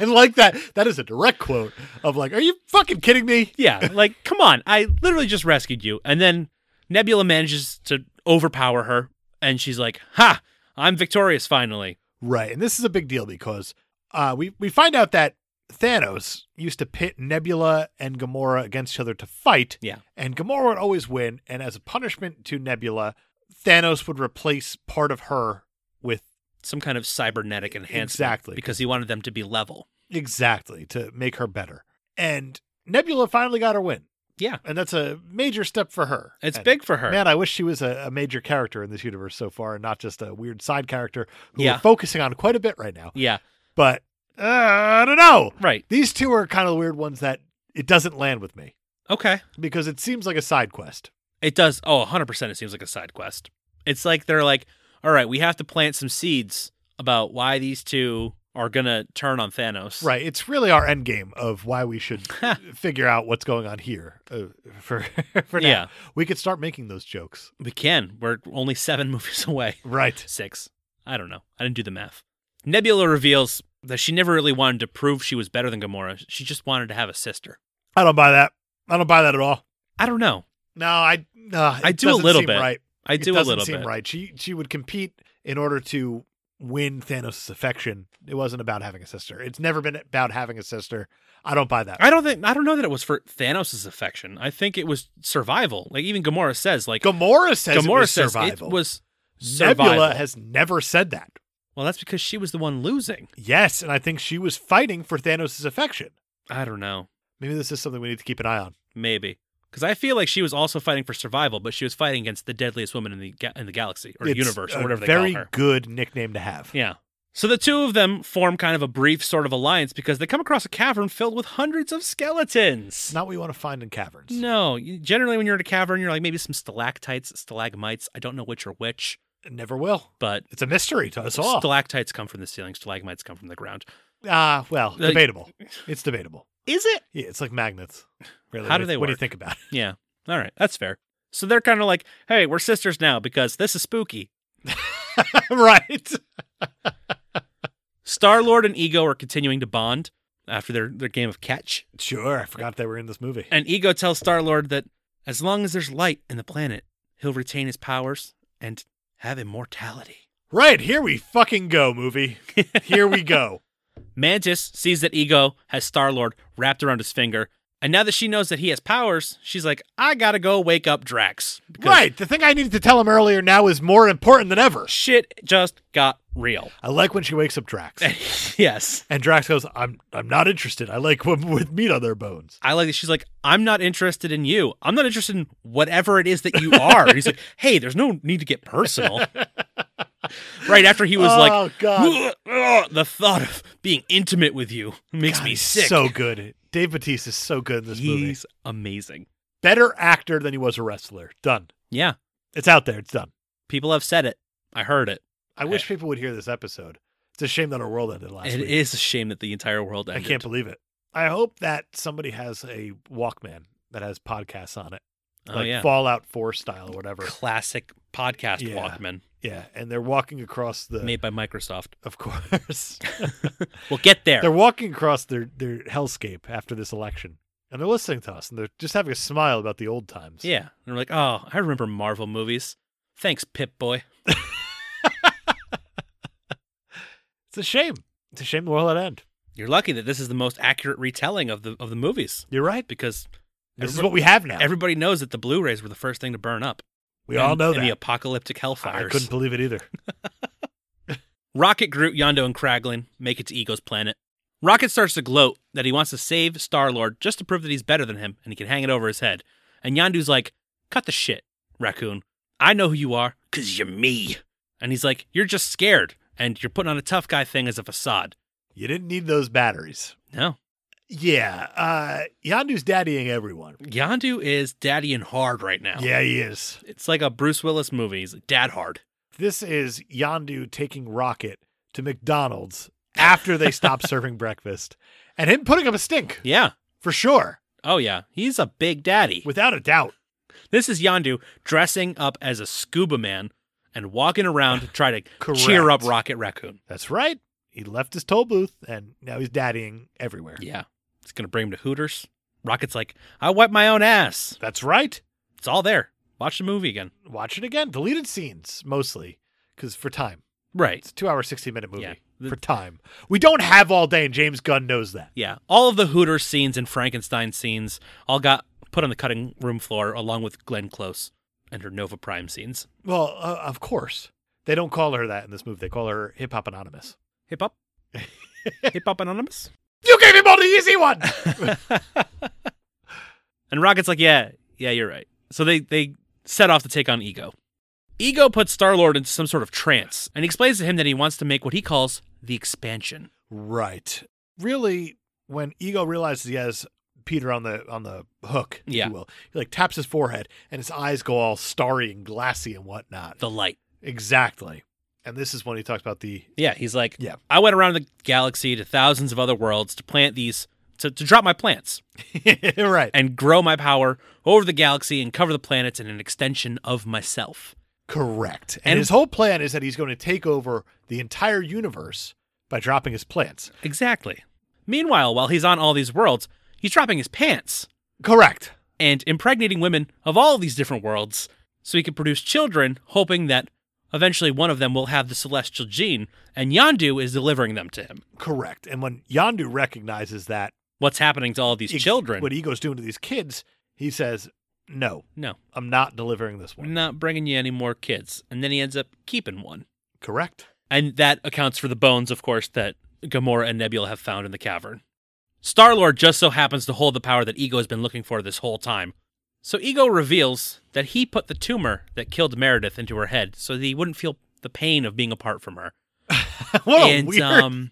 I like that. That is a direct quote of like, are you fucking kidding me? yeah, like, "Come on, I literally just rescued you." And then Nebula manages to overpower her and she's like, "Ha, I'm victorious finally." Right. And this is a big deal because uh, we, we find out that Thanos used to pit Nebula and Gamora against each other to fight. Yeah. And Gamora would always win. And as a punishment to Nebula, Thanos would replace part of her with Some kind of cybernetic enhancement Exactly. because he wanted them to be level. exactly to make her better. And Nebula finally got her win. Yeah. And that's a major step for her. It's And- big for her. Man, I wish she was a, a major character in this universe so far and not just a weird side character who Yeah. we're focusing on quite a bit right now. Yeah, But uh, I don't know. right. These two are kind of the weird ones that it doesn't land with me Okay. because it seems like a side quest. It does. Oh, 100% it seems like a side quest. It's like they're like, all right, we have to plant some seeds about why these two are going to turn on Thanos. Right. It's really our end game of why we should figure out what's going on here. Uh, for for now, Yeah. we could start making those jokes. We can. We're only seven movies away. Right. Six. I don't know. I didn't do the math. Nebula reveals that she never really wanted to prove she was better than Gamora. She just wanted to have a sister. I don't buy that. I don't buy that at all. I don't know. No, I. Uh, I do a little bit. Right. I do it a doesn't little seem bit. right. She she would compete in order to win Thanos' affection. It wasn't about having a sister. It's never been about having a sister. I don't buy that. I don't think I don't know that it was for Thanos' affection. I think it was survival. Like even Gamora says, like Gamora says it Gamora was says survival. it was survival. Nebula has never said that. well, that's because she was the one losing. Yes, and I think she was fighting for Thanos' affection. I don't know. Maybe this is something we need to keep an eye on. Maybe. Because I feel like she was also fighting for survival, but she was fighting against the deadliest woman in the ga- in the galaxy or It's universe a or whatever they very call her. good nickname to have. Yeah. So the two of them form kind of a brief sort of alliance because they come across a cavern filled with hundreds of skeletons. It's not what you want to find in caverns. No, you- generally when you're in a cavern, you're like maybe some stalactites, stalagmites. I don't know which are which, It never will. but It's a mystery to us all. stalactites come from the ceiling, stalagmites come from the ground. Ah, well, Like- debatable. It's debatable. Is it? Yeah, it's like magnets. Really, How when do you- they When you work? think about it. Yeah. All right, that's fair. So they're kind of like, "Hey, we're sisters now because this is spooky." right. Star Lord and Ego are continuing to bond after their their game of catch, Sure. I forgot they were in this movie. and Ego tells Star Lord that as long as there's light in the planet, he'll retain his powers and have immortality. Right. Here we fucking go, movie. Here we go. Mantis sees that Ego has Star Lord wrapped around his finger, and now that she knows that he has powers, she's like, "I gotta go wake up Drax." because right. The thing I needed to tell him earlier now is more important than ever. Shit just got real. I like when she wakes up Drax. yes. And Drax goes, I'm I'm not interested. I like women with meat on their bones. I like that she's like, I'm not interested in you. I'm not interested in whatever it is that you are. And he's like, hey, there's no need to get personal. right after he was like, oh, God. "Ugh, the thought of being intimate with you makes God, me he's sick. So good. Dave Batiste is so good in this he's movie. amazing. Better actor than he was a wrestler. Done. Yeah. It's out there. It's done. People have said it. I heard it. I wish people would hear this episode. It's a shame that our world ended last Eh. It is week. a shame that the entire world I ended. can't believe it. I hope that somebody has a Walkman that has podcasts on it, oh, like yeah. Fallout 4 style or whatever. Classic podcast Yeah. Walkman Yeah, and they're walking across the made by Microsoft. of course. We'll get there. they're walking across their their hellscape after this election. And they're listening to us and they're just having a smile about the old times. Yeah. And we're like, oh, I remember Marvel movies. Thanks, Pip Boy. It's a shame. It's a shame the world had end. You're lucky that this is the most accurate retelling of the of the movies You're right. because This is everybo- what we have now. everybody knows that the Blu-rays were the first thing to burn up. we all And- know and the that. apocalyptic I hellfires. couldn't believe it either. Rocket, Groot, Yondo, and Kraglin make it to Ego's planet. Rocket starts to gloat that he wants to save Star Lord just to prove that he's better than him and he can hang it over his head. And Yondu's like, "Cut the shit, raccoon. I know who you are, cause you're me." And he's like, "You're just scared, and you're putting on a tough guy thing as a facade." You didn't need those batteries. No, Yeah. Uh Yandu's daddying everyone. Yondu is daddy and hard right now. Yeah, he is. It's like a Bruce Willis movie. He's like, dad hard. This is Yandu taking Rocket to McDonald's after they stop serving breakfast and him putting up a stink Yeah. for sure, Oh yeah. He's a big daddy. without a doubt. This is Yandu dressing up as a scuba man and walking around to try to Correct. cheer up Rocket Raccoon. That's right. He left his toll booth and now he's daddying everywhere. Yeah. It's going to bring him to Hooters. Rocket's like, I wipe my own ass. That's right. It's all there. Watch the movie again. Watch it again. Deleted scenes mostly because for time. Right. It's a two hour, 60 minute movie Yeah. The- for time. We don't have all day, and James Gunn knows that. Yeah. All of the Hooters scenes and Frankenstein scenes all got put on the cutting room floor along with Glenn Close and her Nova Prime scenes. Well, uh, of course. They don't call her that in this movie. They call her Hip Hop Anonymous. Hip hop. Hip hop anonymous. You gave him all the easy one. and Rocket's like, yeah, yeah, you're right. So they they set off to take on Ego. Ego puts Star Lord into some sort of trance, and he explains to him that he wants to make what he calls the expansion. right. Really, when Ego realizes he has Peter on the on the hook, Yeah. if you will, he like taps his forehead and his eyes go all starry and glassy and whatnot. The light. Exactly. And this is when he talks about the Yeah, he's like, Yeah. I went around the galaxy to thousands of other worlds to plant these, to, to drop my plants right. and grow my power over the galaxy and cover the planets in an extension of myself. Correct. And, And- his whole plan is that he's going to take over the entire universe by dropping his plants. Exactly. Meanwhile, while he's on all these worlds, he's dropping his pants Correct. and impregnating women of all these different worlds so he can produce children, hoping that eventually one of them will have the celestial gene, and Yandu is delivering them to him. Correct. And when Yandu recognizes that What's happening to all these ex- children? what Ego's doing to these kids, he says, No, no, I'm not delivering this we're one. not bringing you any more kids. And then he ends up keeping one. Correct. And that accounts for the bones, of course, that Gamora and Nebula have found in the cavern. Star Lord just so happens to hold the power that Ego has been looking for this whole time. So Ego reveals that he put the tumor that killed Meredith into her head so that he wouldn't feel the pain of being apart from her. what a and weird, um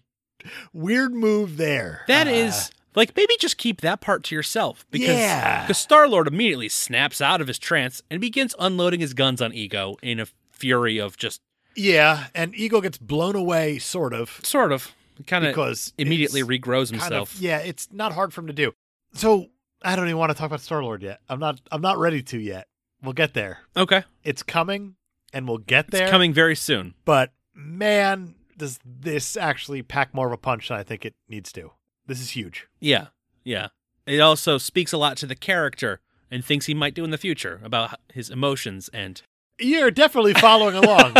weird move there. that Uh, is like maybe just keep that part to yourself because Yeah. Star Lord immediately snaps out of his trance and begins unloading his guns on Ego in a fury of just Yeah. And Ego gets blown away, sort of, sort of kind of because immediately it's regrows himself. kind of- yeah, it's not hard for him to do. So I don't even want to talk about Star Lord yet. I'm not. I'm not ready to yet. We'll get there. okay. It's coming, and we'll get there. It's coming very soon. But man, does this actually pack more of a punch than I think it needs to? This is huge. Yeah. Yeah. It also speaks a lot to the character and things he might do in the future about his emotions and You're definitely following along,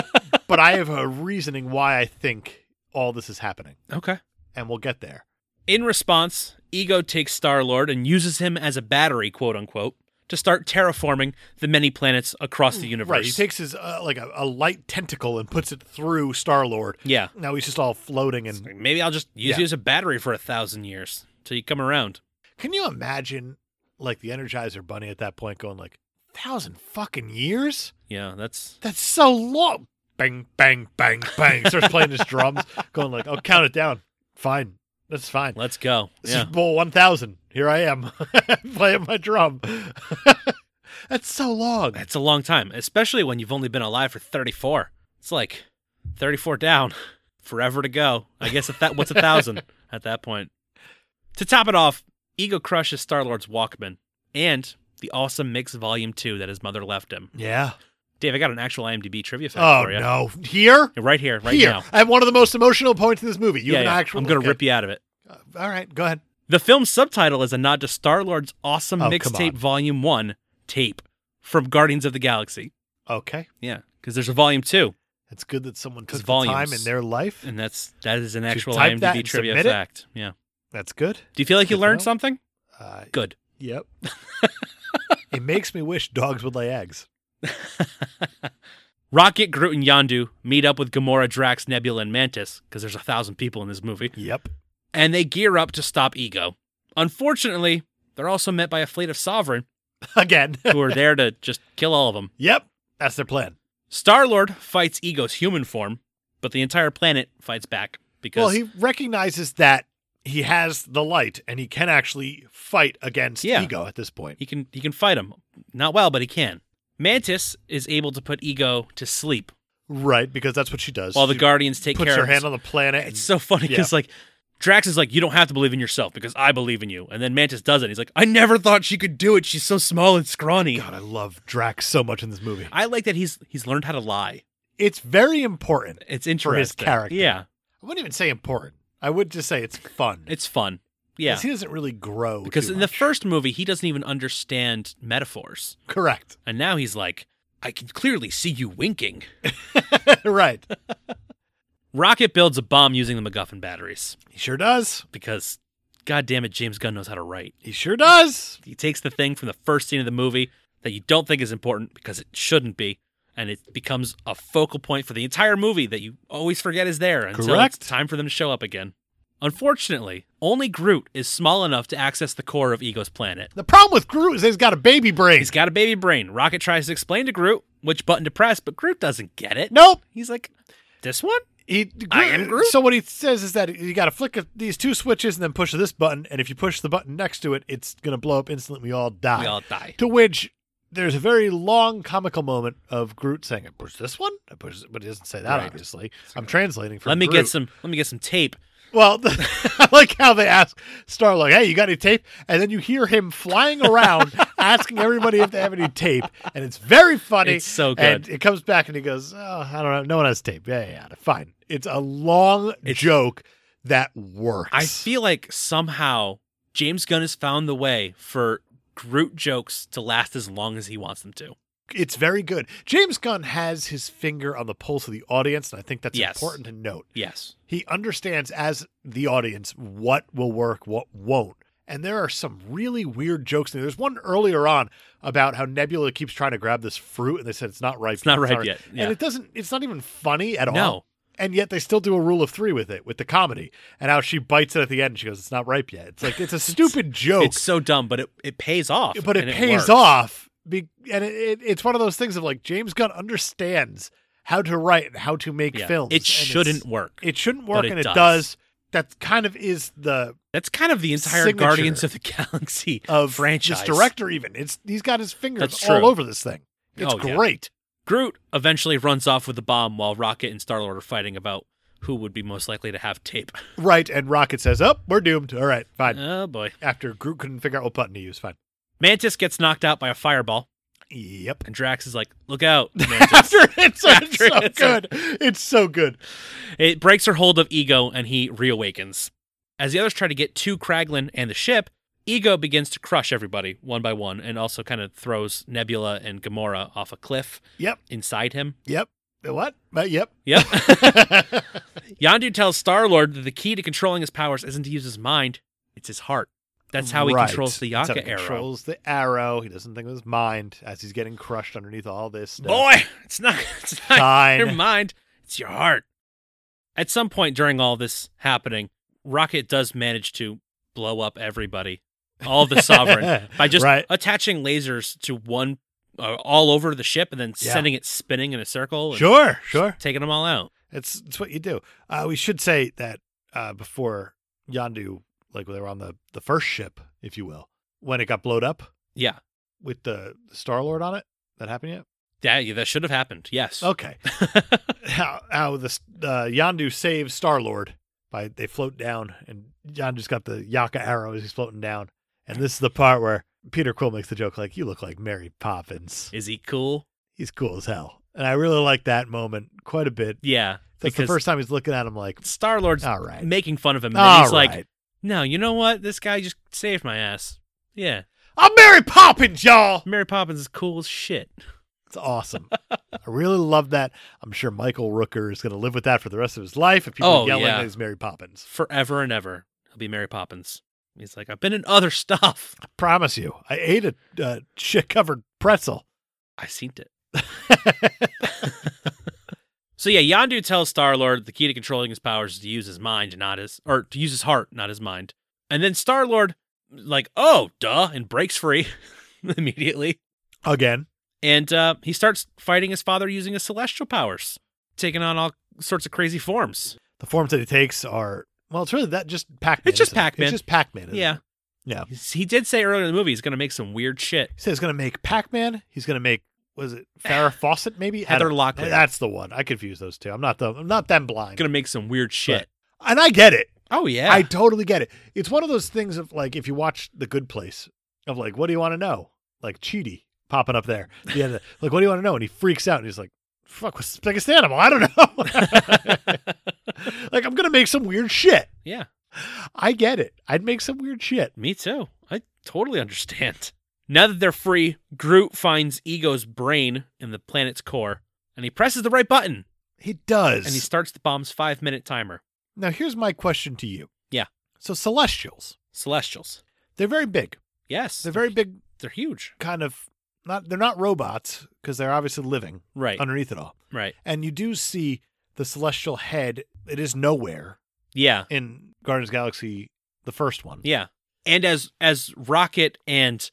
but I have a reasoning why I think all this is happening, Okay. and we'll get there. In response, Ego takes Star-Lord and uses him as a battery, quote unquote, to start terraforming the many planets across the universe. Right? He takes his uh, like a, a light tentacle and puts it through Star Lord. yeah. Now he's just all floating and It's like, Maybe I'll just use Yeah. you as a battery for a thousand years till you come around. Can you imagine like the Energizer Bunny at that point going like thousand fucking years? Yeah, that's That's so long. Bang, bang, bang, bang. Starts playing his drums, going like, "I'll count it down. Fine, that's fine." let's go. Yeah. Super Bowl one thousand. Here I am playing my drum. that's so long. That's a long time, especially when you've only been alive for 34. It's like 34 down, forever to go. I guess at that, what's a thousand at that point? To top it off, Ego crushes Star Lord's Walkman and the awesome Mix Volume 2 that his mother left him. Yeah. Dave, I got an actual IMDb trivia fact Oh for you. no. Here. Right here, right Here. now. At one of the most emotional points in this movie. You Yeah, have an yeah. actual. I'm going to okay. rip you out of it. Uh, All right. Go ahead. The film's subtitle is a nod to Star Lord's awesome Oh, come mixtape on. Volume 1 tape from Guardians of the Galaxy. Okay. Yeah, because there's a Volume 2. It's good that someone took It's the time volumes. in their life. And that's that is an Should actual type that IMDb and trivia submit it? fact. Yeah. That's good. Do you feel like Good you to learned know. something? Uh, Good. Yep. it makes me wish dogs would lay eggs. Rocket, Groot, and Yandu meet up with Gamora, Drax, Nebula, and Mantis because there's a thousand people in this movie, Yep. and they gear up to stop Ego. Unfortunately, they're also met by a fleet of Sovereign Again. who are there to just kill all of them. yep. That's their plan. Star Lord fights Ego's human form, but the entire planet fights back because Well, he recognizes that he has the light and he can actually fight against Yeah. ego at this point. He can he can fight him. Not well, but he can. Mantis is able to put Ego to sleep Right, because that's what she does. while the She Guardians take puts care her of hand on the planet. It's so funny because like Drax is like, you don't have to believe in yourself because I believe in you. And then Mantis does it. He's like, I never thought she could do it. She's so small and scrawny. God, I love Drax so much in this movie. I like that he's he's learned how to lie. It's very important. It's interesting. For his character. Yeah. I wouldn't even say important. I would just say it's fun. It's fun. 'Cause Yeah. he doesn't really grow. Because too in the much. first movie, he doesn't even understand metaphors. correct, And now he's like, I can clearly see you winking. right, Rocket builds a bomb using the MacGuffin batteries he sure does. because, god damn it, James Gunn knows how to write. He sure does. He takes the thing from the first scene of the movie that you don't think is important because it shouldn't be, and it becomes a focal point for the entire movie that you always forget is there until Correct. it's time for them to show up again. Unfortunately, only Groot is small enough to access the core of Ego's planet. The problem with Groot is he's got a baby brain. He's got a baby brain. Rocket tries to explain to Groot which button to press, but Groot doesn't get it. nope. He's like, this one? He, I am Groot. So what he says is that you got to flick a- these two switches and then push this button, and if you push the button next to it, it's gonna blow up instantly. We all die. We all die. to which there's a very long comical moment of Groot saying, "I push this one," I push, this-" but he doesn't say that. Right. Obviously, I'm translating from. Let me Groot. get some. Let me get some tape. Well, I like how they ask Star like, "Hey, you got any tape?" And then you hear him flying around asking everybody if they have any tape, and it's very funny. It's so good. And it comes back and he goes, oh, "I don't know. No one has tape. Yeah, yeah, yeah. fine." It's a long It's- joke that works. I feel like somehow James Gunn has found the way for Groot jokes to last as long as he wants them to. it's very good. James Gunn has his finger on the pulse of the audience, and I think that's Yes. important to note. Yes. he understands as the audience what will work, what won't. And there are some really weird jokes. in there. There's one earlier on about how Nebula keeps trying to grab this fruit, and they said it's not ripe. It's not ripe yet. And Yeah. it doesn't. It's not even funny at all. No. And yet they still do a rule of three with it, with the comedy, and how she bites it at the end. and She goes, "It's not ripe yet." It's like it's a stupid joke, It's so dumb, but it, it pays off. but it and pays works. off. Be- and it, it, it's one of those things of like James Gunn understands how to write and how to make Yeah. films. and It it's- shouldn't work. it shouldn't work it and it does. does. That kind of is the That's kind of the entire Signature Guardians of the Galaxy of franchise. This director even. It's he's got his fingers That's all true. over this thing. It's Oh, yeah. great. Groot eventually runs off with the bomb while Rocket and Star Lord are fighting about who would be most likely to have tape. Right, and Rocket says, Oh, we're doomed. All right, fine. Oh boy. After Groot couldn't figure out what button to use, fine. Mantis gets knocked out by a fireball, Yep. and Drax is like, "Look out!" Mantis. After it's, it's After so it's- good. It's so good. it breaks her hold of Ego, and he reawakens. As the others try to get to Kraglin and the ship, Ego begins to crush everybody one by one, and also kind of throws Nebula and Gamora off a cliff. Yep. Inside him. Yep. What? Uh, yep. Yep. Yandu tells Star Lord that the key to controlling his powers isn't to use his mind; it's his heart. That's how he Right. controls the That's how he Yaka arrow. controls the arrow. He doesn't think of his mind as he's getting crushed underneath all this stuff. Boy, it's not it's not Fine. your mind, it's your heart. At some point during all this happening, Rocket does manage to blow up everybody, all the Sovereign, by just Right. attaching lasers to one uh, all over the ship and then Yeah. sending it spinning in a circle and Sure, sure. taking them all out. It's it's what you do. Uh, we should say that uh, before Yandu, like when they were on the the first ship, if you will, when it got blowed up Yeah. with the Star Lord on it. That happened yet? That, yeah, that should have happened. Yes. Okay. how how the uh, Yandu saves Star Lord by they float down and Yandu's got the Yaka arrow as he's floating down, and this is the part where Peter Quill makes the joke like, "You look like Mary Poppins." Is he cool? He's cool as hell, and I really like that moment quite a bit. Yeah. That's the because- first time he's looking at him like, Star Lord's "All right." making fun of him. And then all he's like, right. no, you know what? This guy just saved my ass. Yeah. I'm Mary Poppins, y'all. Mary Poppins is cool as shit. It's awesome. I really love that. I'm sure Michael Rooker is going to live with that for the rest of his life. If people Oh, yelling yeah. at his Mary Poppins, forever and ever. He'll be Mary Poppins. He's like, I've been in other stuff. promise you, I ate a uh, shit covered pretzel. I seen it. So yeah, Yandu tells Star Lord the key to controlling his powers is to use his mind, not his or to use his heart, not his mind. And then Star Lord, like, oh duh, and breaks free immediately. Again, And uh, he starts fighting his father using his celestial powers, taking on all sorts of crazy forms. the forms that he takes are well, it's really that just Pac-Man. It's just isn't it? Pac-Man. It's just Pac-Man. isn't it? Yeah. Yeah. He's- He did say earlier in the movie he's gonna make some weird shit. He said he's going to make Pac-Man. He's going to make was it Farrah Fawcett? Maybe I Heather don't- Locklear. That's the one. I confuse those two. I'm not the. I'm not them blind. Gonna make some weird shit. And I get it. oh yeah. I totally get it. It's one of those things of like if you watch The Good Place of like, what do you want to know? Like Cheaty popping up there. Yeah, the- like what do you want to know? And he freaks out and he's like, "Fuck, what's the biggest animal? I don't know." like I'm gonna make some weird shit. yeah. I get it. I'd make some weird shit. Me too. I totally understand. Now that they're free, Groot finds Ego's brain in the planet's core, and he presses the right button, He does. and he starts the bomb's five minute timer. now here's my question to you. Yeah. So Celestials, Celestials. they're very big. Yes. They're very big. They're huge. Kind of not. They're not robots because they're obviously living Right. underneath it all. right. and you do see the celestial head. It is nowhere Yeah. in Guardians of the Galaxy, the first one. Yeah. And as as Rocket and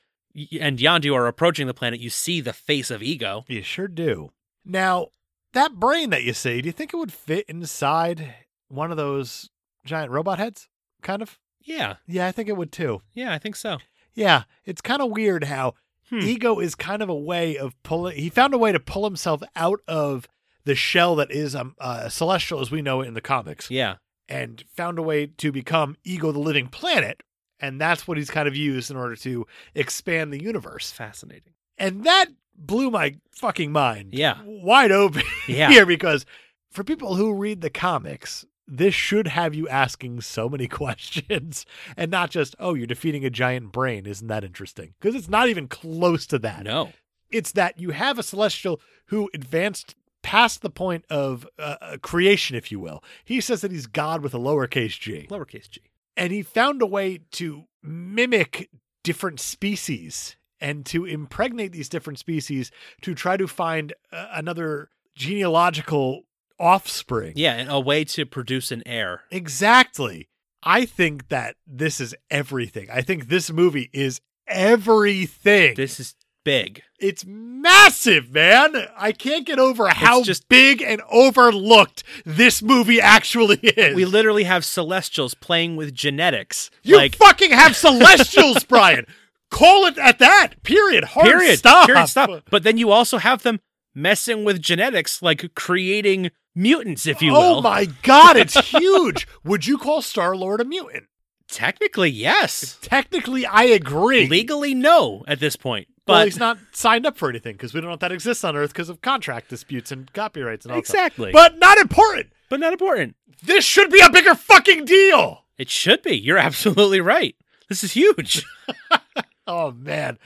and Yandu are approaching the planet, you see the face of Ego. you sure do. Now that brain that you see, do you think it would fit inside one of those giant robot heads? Kind of. Yeah. Yeah, I think it would too. Yeah, I think so. Yeah, it's kind of weird how Hmm. ego is kind of a way of pulling. He found a way to pull himself out of the shell that is um, uh, celestial as we know it in the comics, Yeah. and found a way to become Ego, the living planet. And that's what he's kind of used in order to expand the universe. Fascinating. And that blew my fucking mind Yeah. wide open Yeah. here because for people who read the comics, this should have you asking so many questions and not just, oh, you're defeating a giant brain. Isn't that interesting? Because it's not even close to that. No. It's that you have a celestial who advanced past the point of uh, uh, creation, if you will. He says that he's God with a lowercase g, Lowercase g. and he found a way to mimic different species and to impregnate these different species to try to find uh, another genealogical offspring. Yeah, and a way to produce an heir. Exactly. I think that this is everything. I think this movie is everything. This is big. it's massive, man. I can't get over how just- big and overlooked this movie actually is. We literally have celestials playing with genetics. you like fucking have celestials, Brian. Call it at that. Period. Hard period. stop. Period. Stop. But then you also have them messing with genetics, like creating mutants, if you oh will. my god, it's huge. Would you call Star Lord a mutant? Technically, yes. Technically, I agree. Legally, no. At this point, but well, he's not signed up for anything because we don't know if that exists on Earth because of contract disputes and copyrights and all exactly. that. But not important. but not important. This should be a bigger fucking deal. It should be. You're absolutely right. This is huge. Oh man,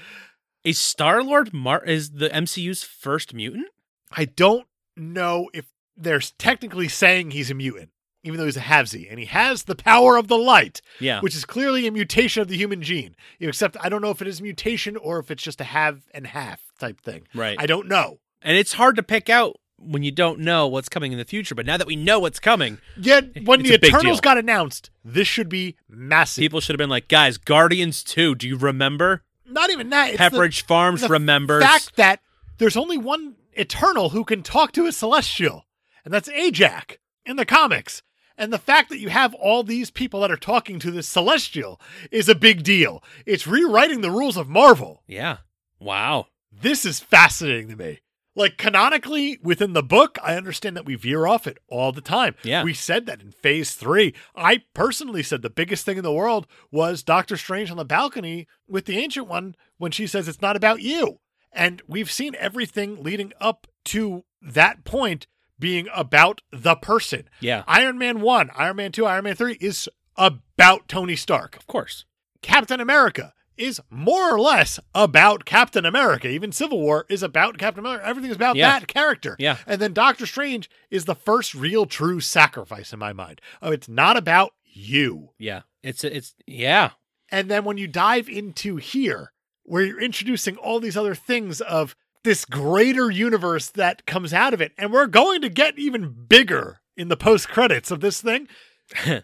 Is Star Lord Mar- is the MCU's first mutant? I don't know if they're technically saying he's a mutant, even though he's a havesy and he has the power of the light, Yeah. which is clearly a mutation of the human gene. Except I don't know if it is mutation or if it's just a have and half type thing. right. I don't know. and it's hard to pick out when you don't know what's coming in the future. But now that we know what's coming, Yet when It's the a big Eternals deal. got announced, this should be massive. people should have been like, guys, Guardians 2, do you remember? not even that. It's the- Pepperidge Farms the remembers. fact that there's only one Eternal who can talk to a Celestial, and that's Ajak in the comics. And the fact that you have all these people that are talking to this Celestial is a big deal. It's rewriting the rules of Marvel. yeah. Wow. This is fascinating to me. Like canonically within the book, I understand that we veer off it all the time. Yeah. We said that in phase three. I personally said the biggest thing in the world was Doctor Strange on the balcony with the ancient one when she says it's not about you. And we've seen everything leading up to that point being about the person. Yeah. Iron Man 1, Iron Man 2, Iron Man 3 is about Tony Stark. Of course. Captain America is more or less about Captain America. Even Civil War is about Captain America. Everything is about Yeah. that character. Yeah. And then Doctor Strange is the first real true sacrifice in my mind. Oh, it's not about you. Yeah. It's it's yeah. And then when you dive into here, where you're introducing all these other things of this greater universe that comes out of it, and we're going to get even bigger in the post credits of this thing.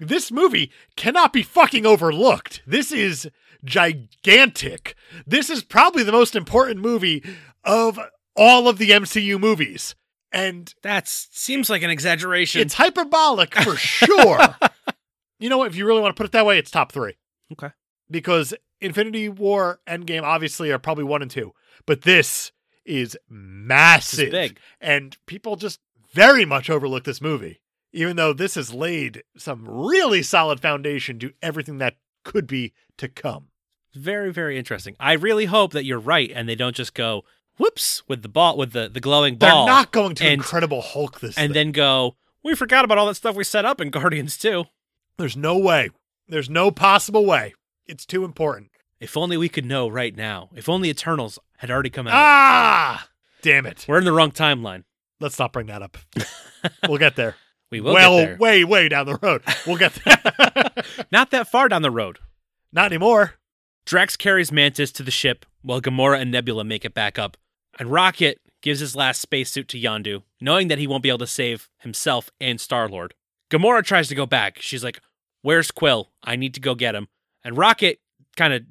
this movie cannot be fucking overlooked. This is gigantic. This is probably the most important movie of all of the MCU movies. And That seems like an exaggeration. it's hyperbolic for sure. you know what? If you really want to put it that way, it's top three. Okay. Because Infinity War, Endgame, obviously, are probably one and two. But this is massive. big. And people just very much overlook this movie, even though this has laid some really solid foundation to everything that could be to come. very very interesting. I really hope that you're right and they don't just go whoops with the ball with the the glowing ball They're not going to and- Incredible Hulk this and thing. then go we forgot about all that stuff we set up in Guardians 2. There's no way. There's no possible way. It's too important. If only we could know right now. If only Eternals had already come out. Ah! Damn it. We're in the wrong timeline. Let's not bring that up. We'll get there. We will well, get there. way, way down the road. We'll get there. Not that far down the road. Not anymore. Drax carries Mantis to the ship while Gamora and Nebula make it back up. And Rocket gives his last spacesuit to Yondu, knowing that he won't be able to save himself and Star Lord. Gamora tries to go back. She's like, Where's Quill? I need to go get him. And Rocket kind of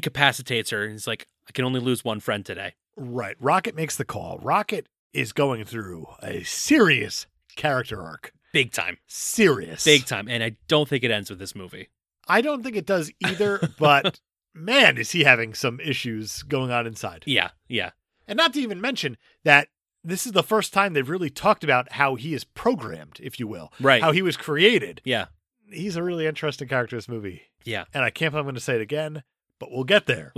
incapacitates her and he's like, I can only lose one friend today. Right. Rocket makes the call. Rocket is going through a serious character arc. Big time. Serious. Big time. And I don't think it ends with this movie. I don't think it does either, but man, is he having some issues going on inside. Yeah, yeah. And not to even mention that this is the first time they've really talked about how he is programmed, if you will, Right. how he was created. yeah. He's a really interesting character in this movie. Yeah. And I can't believe I'm going to say it again, but we'll get there.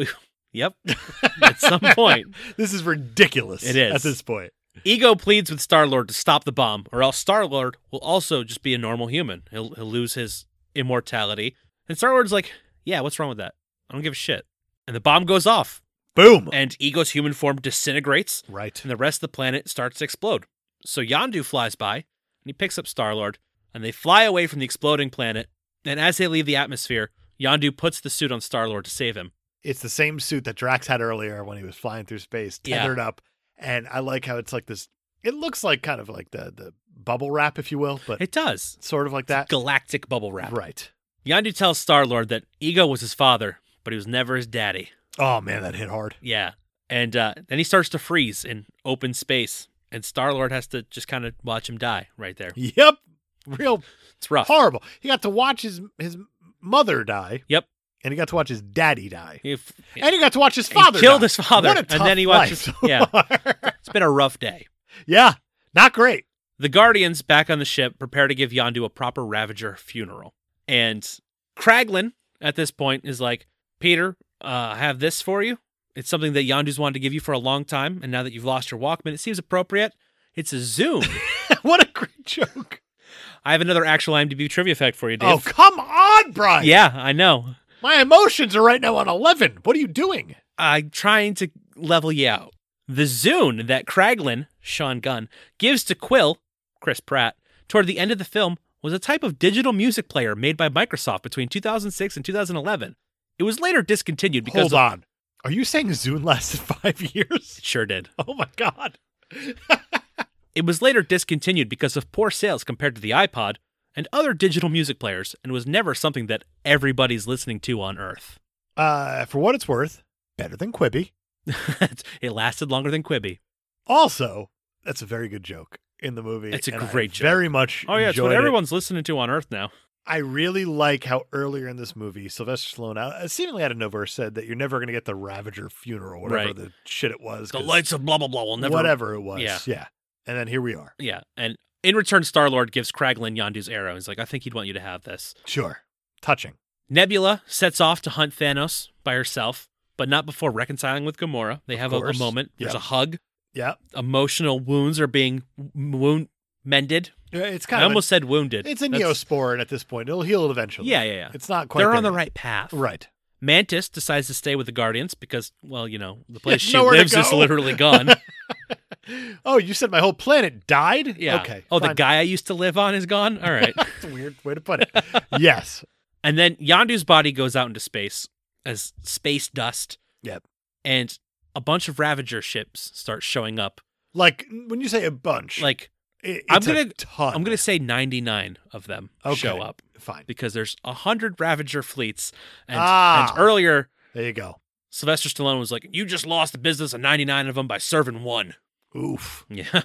Yep. At some point. This is ridiculous. It is. At this point. Ego pleads with Star Lord to stop the bomb, or else Star Lord will also just be a normal human. He'll, he'll lose his immortality. And Star Lord's like, yeah, what's wrong with that? I don't give a shit. And the bomb goes off, Boom. and Ego's human form disintegrates, Right. and the rest of the planet starts to explode. So Yandu flies by, and he picks up Star Lord, and they fly away from the exploding planet. And as they leave the atmosphere, Yandu puts the suit on Star Lord to save him. It's the same suit that Drax had earlier when he was flying through space, Yeah. tethered up. And I like how it's like this. It looks like kind of like the, the bubble wrap, if you will, but It does. sort of like that. Galactic bubble wrap. Right. Yandu tells Star Lord that Ego was his father, but he was never his daddy. Oh, man, that hit hard. Yeah. And uh, then he starts to freeze in open space, and Star Lord has to just kind of watch him die right there. Yep. Real It's rough. horrible. He got to watch his his mother die. Yep. And he got to watch his daddy die. He f- And he got to watch his he father. killed die. his father, What a and tough then he life watches- so yeah. far. it's been a rough day. yeah. Not great. The Guardians back on the ship prepare to give Yandu a proper Ravager funeral. And Kraglin at this point is like, Peter, uh, I have this for you. It's something that Yandu's wanted to give you for a long time. And now that you've lost your Walkman, it seems appropriate. It's a Zoom. what a great joke. I have another actual IMDb trivia fact for you, Oh, Dave. come on, Brian. yeah, I know. My emotions are right now on 11. What are you doing? I'm uh, trying to level you out. The Zune that Kraglin, Sean Gunn, gives to Quill, Chris Pratt, toward the end of the film was a type of digital music player made by Microsoft between 2006 and 2011. It was later discontinued because Hold of- on. Are you saying Zune lasted five years? it sure did. Oh, my God. It was later discontinued because of poor sales compared to the iPod and other digital music players and was never something that everybody's listening to on earth. Uh, for what it's worth, better than Quibi. it lasted longer than Quibi. Also, that's a very good joke in the movie. It's a and I great joke. Very much. Oh yeah, it's enjoyed what it. everyone's listening to on earth now. I really like how earlier in this movie, Sylvester Stallone, uh, seemingly out of nowhere, said that you're never going to get the Ravager funeral, whatever Right. the shit it was. The 'cause lights of blah blah blah will never whatever it was. Yeah. And then here we are. Yeah, and in return, Star Lord gives Kraglin Yandu's arrow. He's like, I think he'd want you to have this. Sure. Touching. Nebula sets off to hunt Thanos by herself, but not before reconciling with Gamora. They have a, a course. moment. There's Yep. a hug. Yeah. Emotional wounds are being wound mended. Yeah, It's kind I of. a- almost said wounded. it's a That's- neosporin at this point. It'll heal eventually. Yeah, yeah, yeah. It's not quite. They're on there the right path. yet. Right. Mantis decides to stay with the Guardians because, well, you know, the place she nowhere to lives is go. literally gone. oh, you said my whole planet died? yeah. Okay. Oh, the fine. guy I used to live on is gone. All right. That's a weird way to put it. yes. And then Yandu's body goes out into space as space dust. Yep. And a bunch of Ravager ships start showing up. Like when you say a bunch, like Like it, it's I'm a gonna- ton. I'm gonna say 99 of them Okay. show up fine. because there's a hundred Ravager fleets. And, Ah. and earlier, There you go. Sylvester Stallone was like, "You just lost the business of 99 of them by serving one." Oof. Yeah,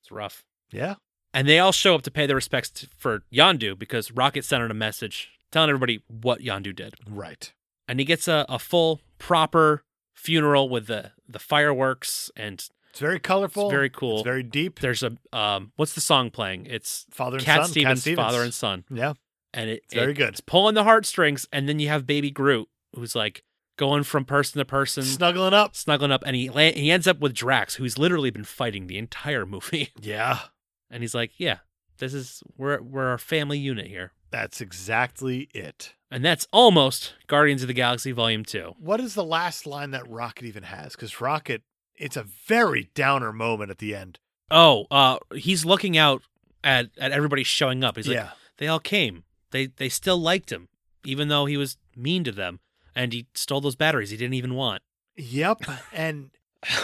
it's rough. Yeah. And they all show up to pay their respects to, for Yandu because Rocket sent out a message telling everybody what Yandu did. Right. and he gets a, a full proper funeral with the the fireworks and It's very colorful. it's very cool It's very deep. there's a um what's the song playing it's Father and cat son. stevens, Cat Stevens. father and son yeah. and it, It's very it- good. it's pulling the heartstrings and then you have baby groot who's like going from person to person Snuggling up. snuggling up and he la- he ends up with drax who's literally been fighting the entire movie Yeah. and he's like yeah this is we're we're our family unit here That's exactly it. and that's almost guardians of the galaxy volume 2 What is the last line that Rocket even has? Because Rocket, it's a very downer moment at the end. Oh, uh, he's looking out at at everybody showing up. He's like, yeah. they all came. They they still liked him, even though he was mean to them, and he stole those batteries he didn't even want. Yep. And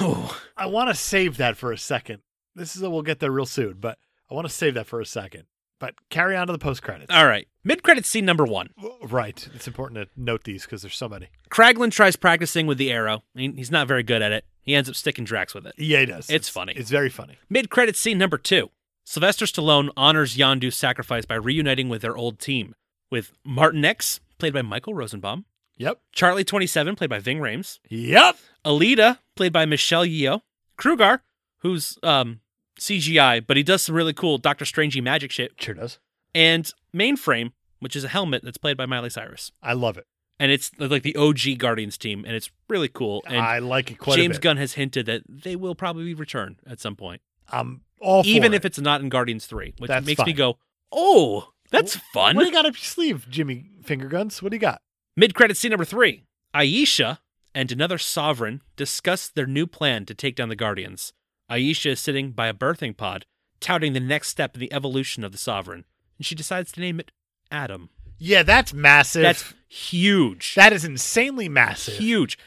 Oh, I want to save that for a second. This is a, we'll get there real soon, but I want to save that for a second. But carry on to the post credits. all right. Mid credit scene number one. Right. It's important to note these because there's so many. Kraglin tries practicing with the arrow. He- He's not very good at it. He ends up sticking Drax with it. Yeah, it does. It's funny. It's very funny. Mid credit scene number two. Sylvester Stallone honors Yandu's sacrifice by reuniting with their old team, with Martin X, played by Michael Rosenbaum, Yep. Charlie 27, played by Ving Rhames. Yep. Alita, played by Michelle Yeoh. Krugar, who's um, CGI, but he does some really cool Doctor Strangey magic shit. Sure does. And Mainframe, which is a helmet that's played by Miley Cyrus. I love it. And it's like the OG Guardians team, and it's really cool. And I like it Ah, quite James a bit. Gunn has hinted that they will probably return at some point, I'm all for even it. if it's not in Guardians 3, which That's makes me fine. go, oh, that's fun. What do you got up your sleeve, Jimmy Finger Guns? What do you got? Mid credit scene number three Aisha and another sovereign discuss their new plan to take down the Guardians. Aisha is sitting by a birthing pod, touting the next step in the evolution of the sovereign, and she decides to name it Adam. Yeah, that's massive. That's huge. that is insanely massive. huge.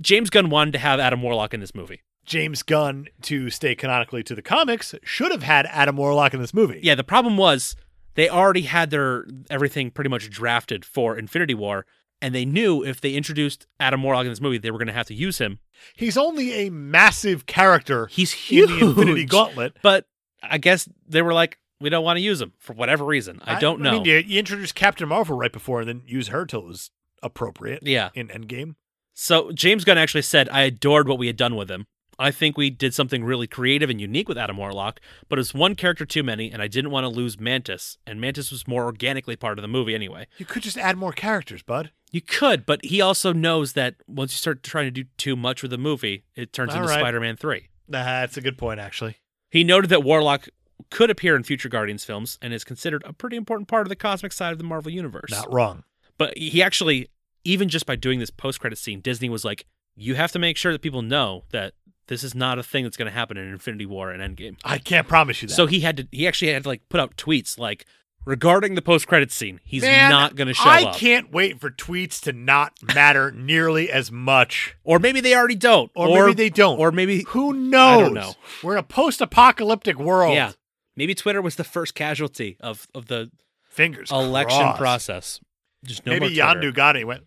James Gunn wanted to have Adam Warlock in this movie. James Gunn, to stay canonically to the comics, should have had Adam Warlock in this movie. Yeah, the problem was they already had their everything pretty much drafted for Infinity War, and they knew if they introduced Adam Warlock in this movie, they were going to have to use him. He's only a massive character He's huge. in the Infinity Gauntlet. But I guess they were like, we don't want to use him for whatever reason. I don't know. I mean, you, you introduced Captain Marvel right before and then use her till it was appropriate yeah. in Endgame. So James Gunn actually said, I adored what we had done with him. I think we did something really creative and unique with Adam Warlock, but it's one character too many, and I didn't want to lose Mantis, and Mantis was more organically part of the movie anyway. You could just add more characters, bud. You could, but he also knows that once you start trying to do too much with a movie, it turns All into right. Spider Man 3. That's a good point, actually. He noted that Warlock could appear in future Guardians films and is considered a pretty important part of the cosmic side of the Marvel Universe. Not wrong. But he actually, even just by doing this post credit scene, Disney was like, you have to make sure that people know that this is not a thing that's going to happen in Infinity War and Endgame. I can't promise you that. So he had to, he actually had to like put out tweets like, regarding the post credit scene, he's Man, not going to show I up. can't wait for tweets to not matter nearly as much. Or maybe they already don't. Or, maybe they don't. Or maybe, Who I knows? don't know. We're in a post apocalyptic world. yeah. Maybe Twitter was the first casualty of, of the Fingers election crossed. process. Just no Maybe more Yandu Twitter. got it. He went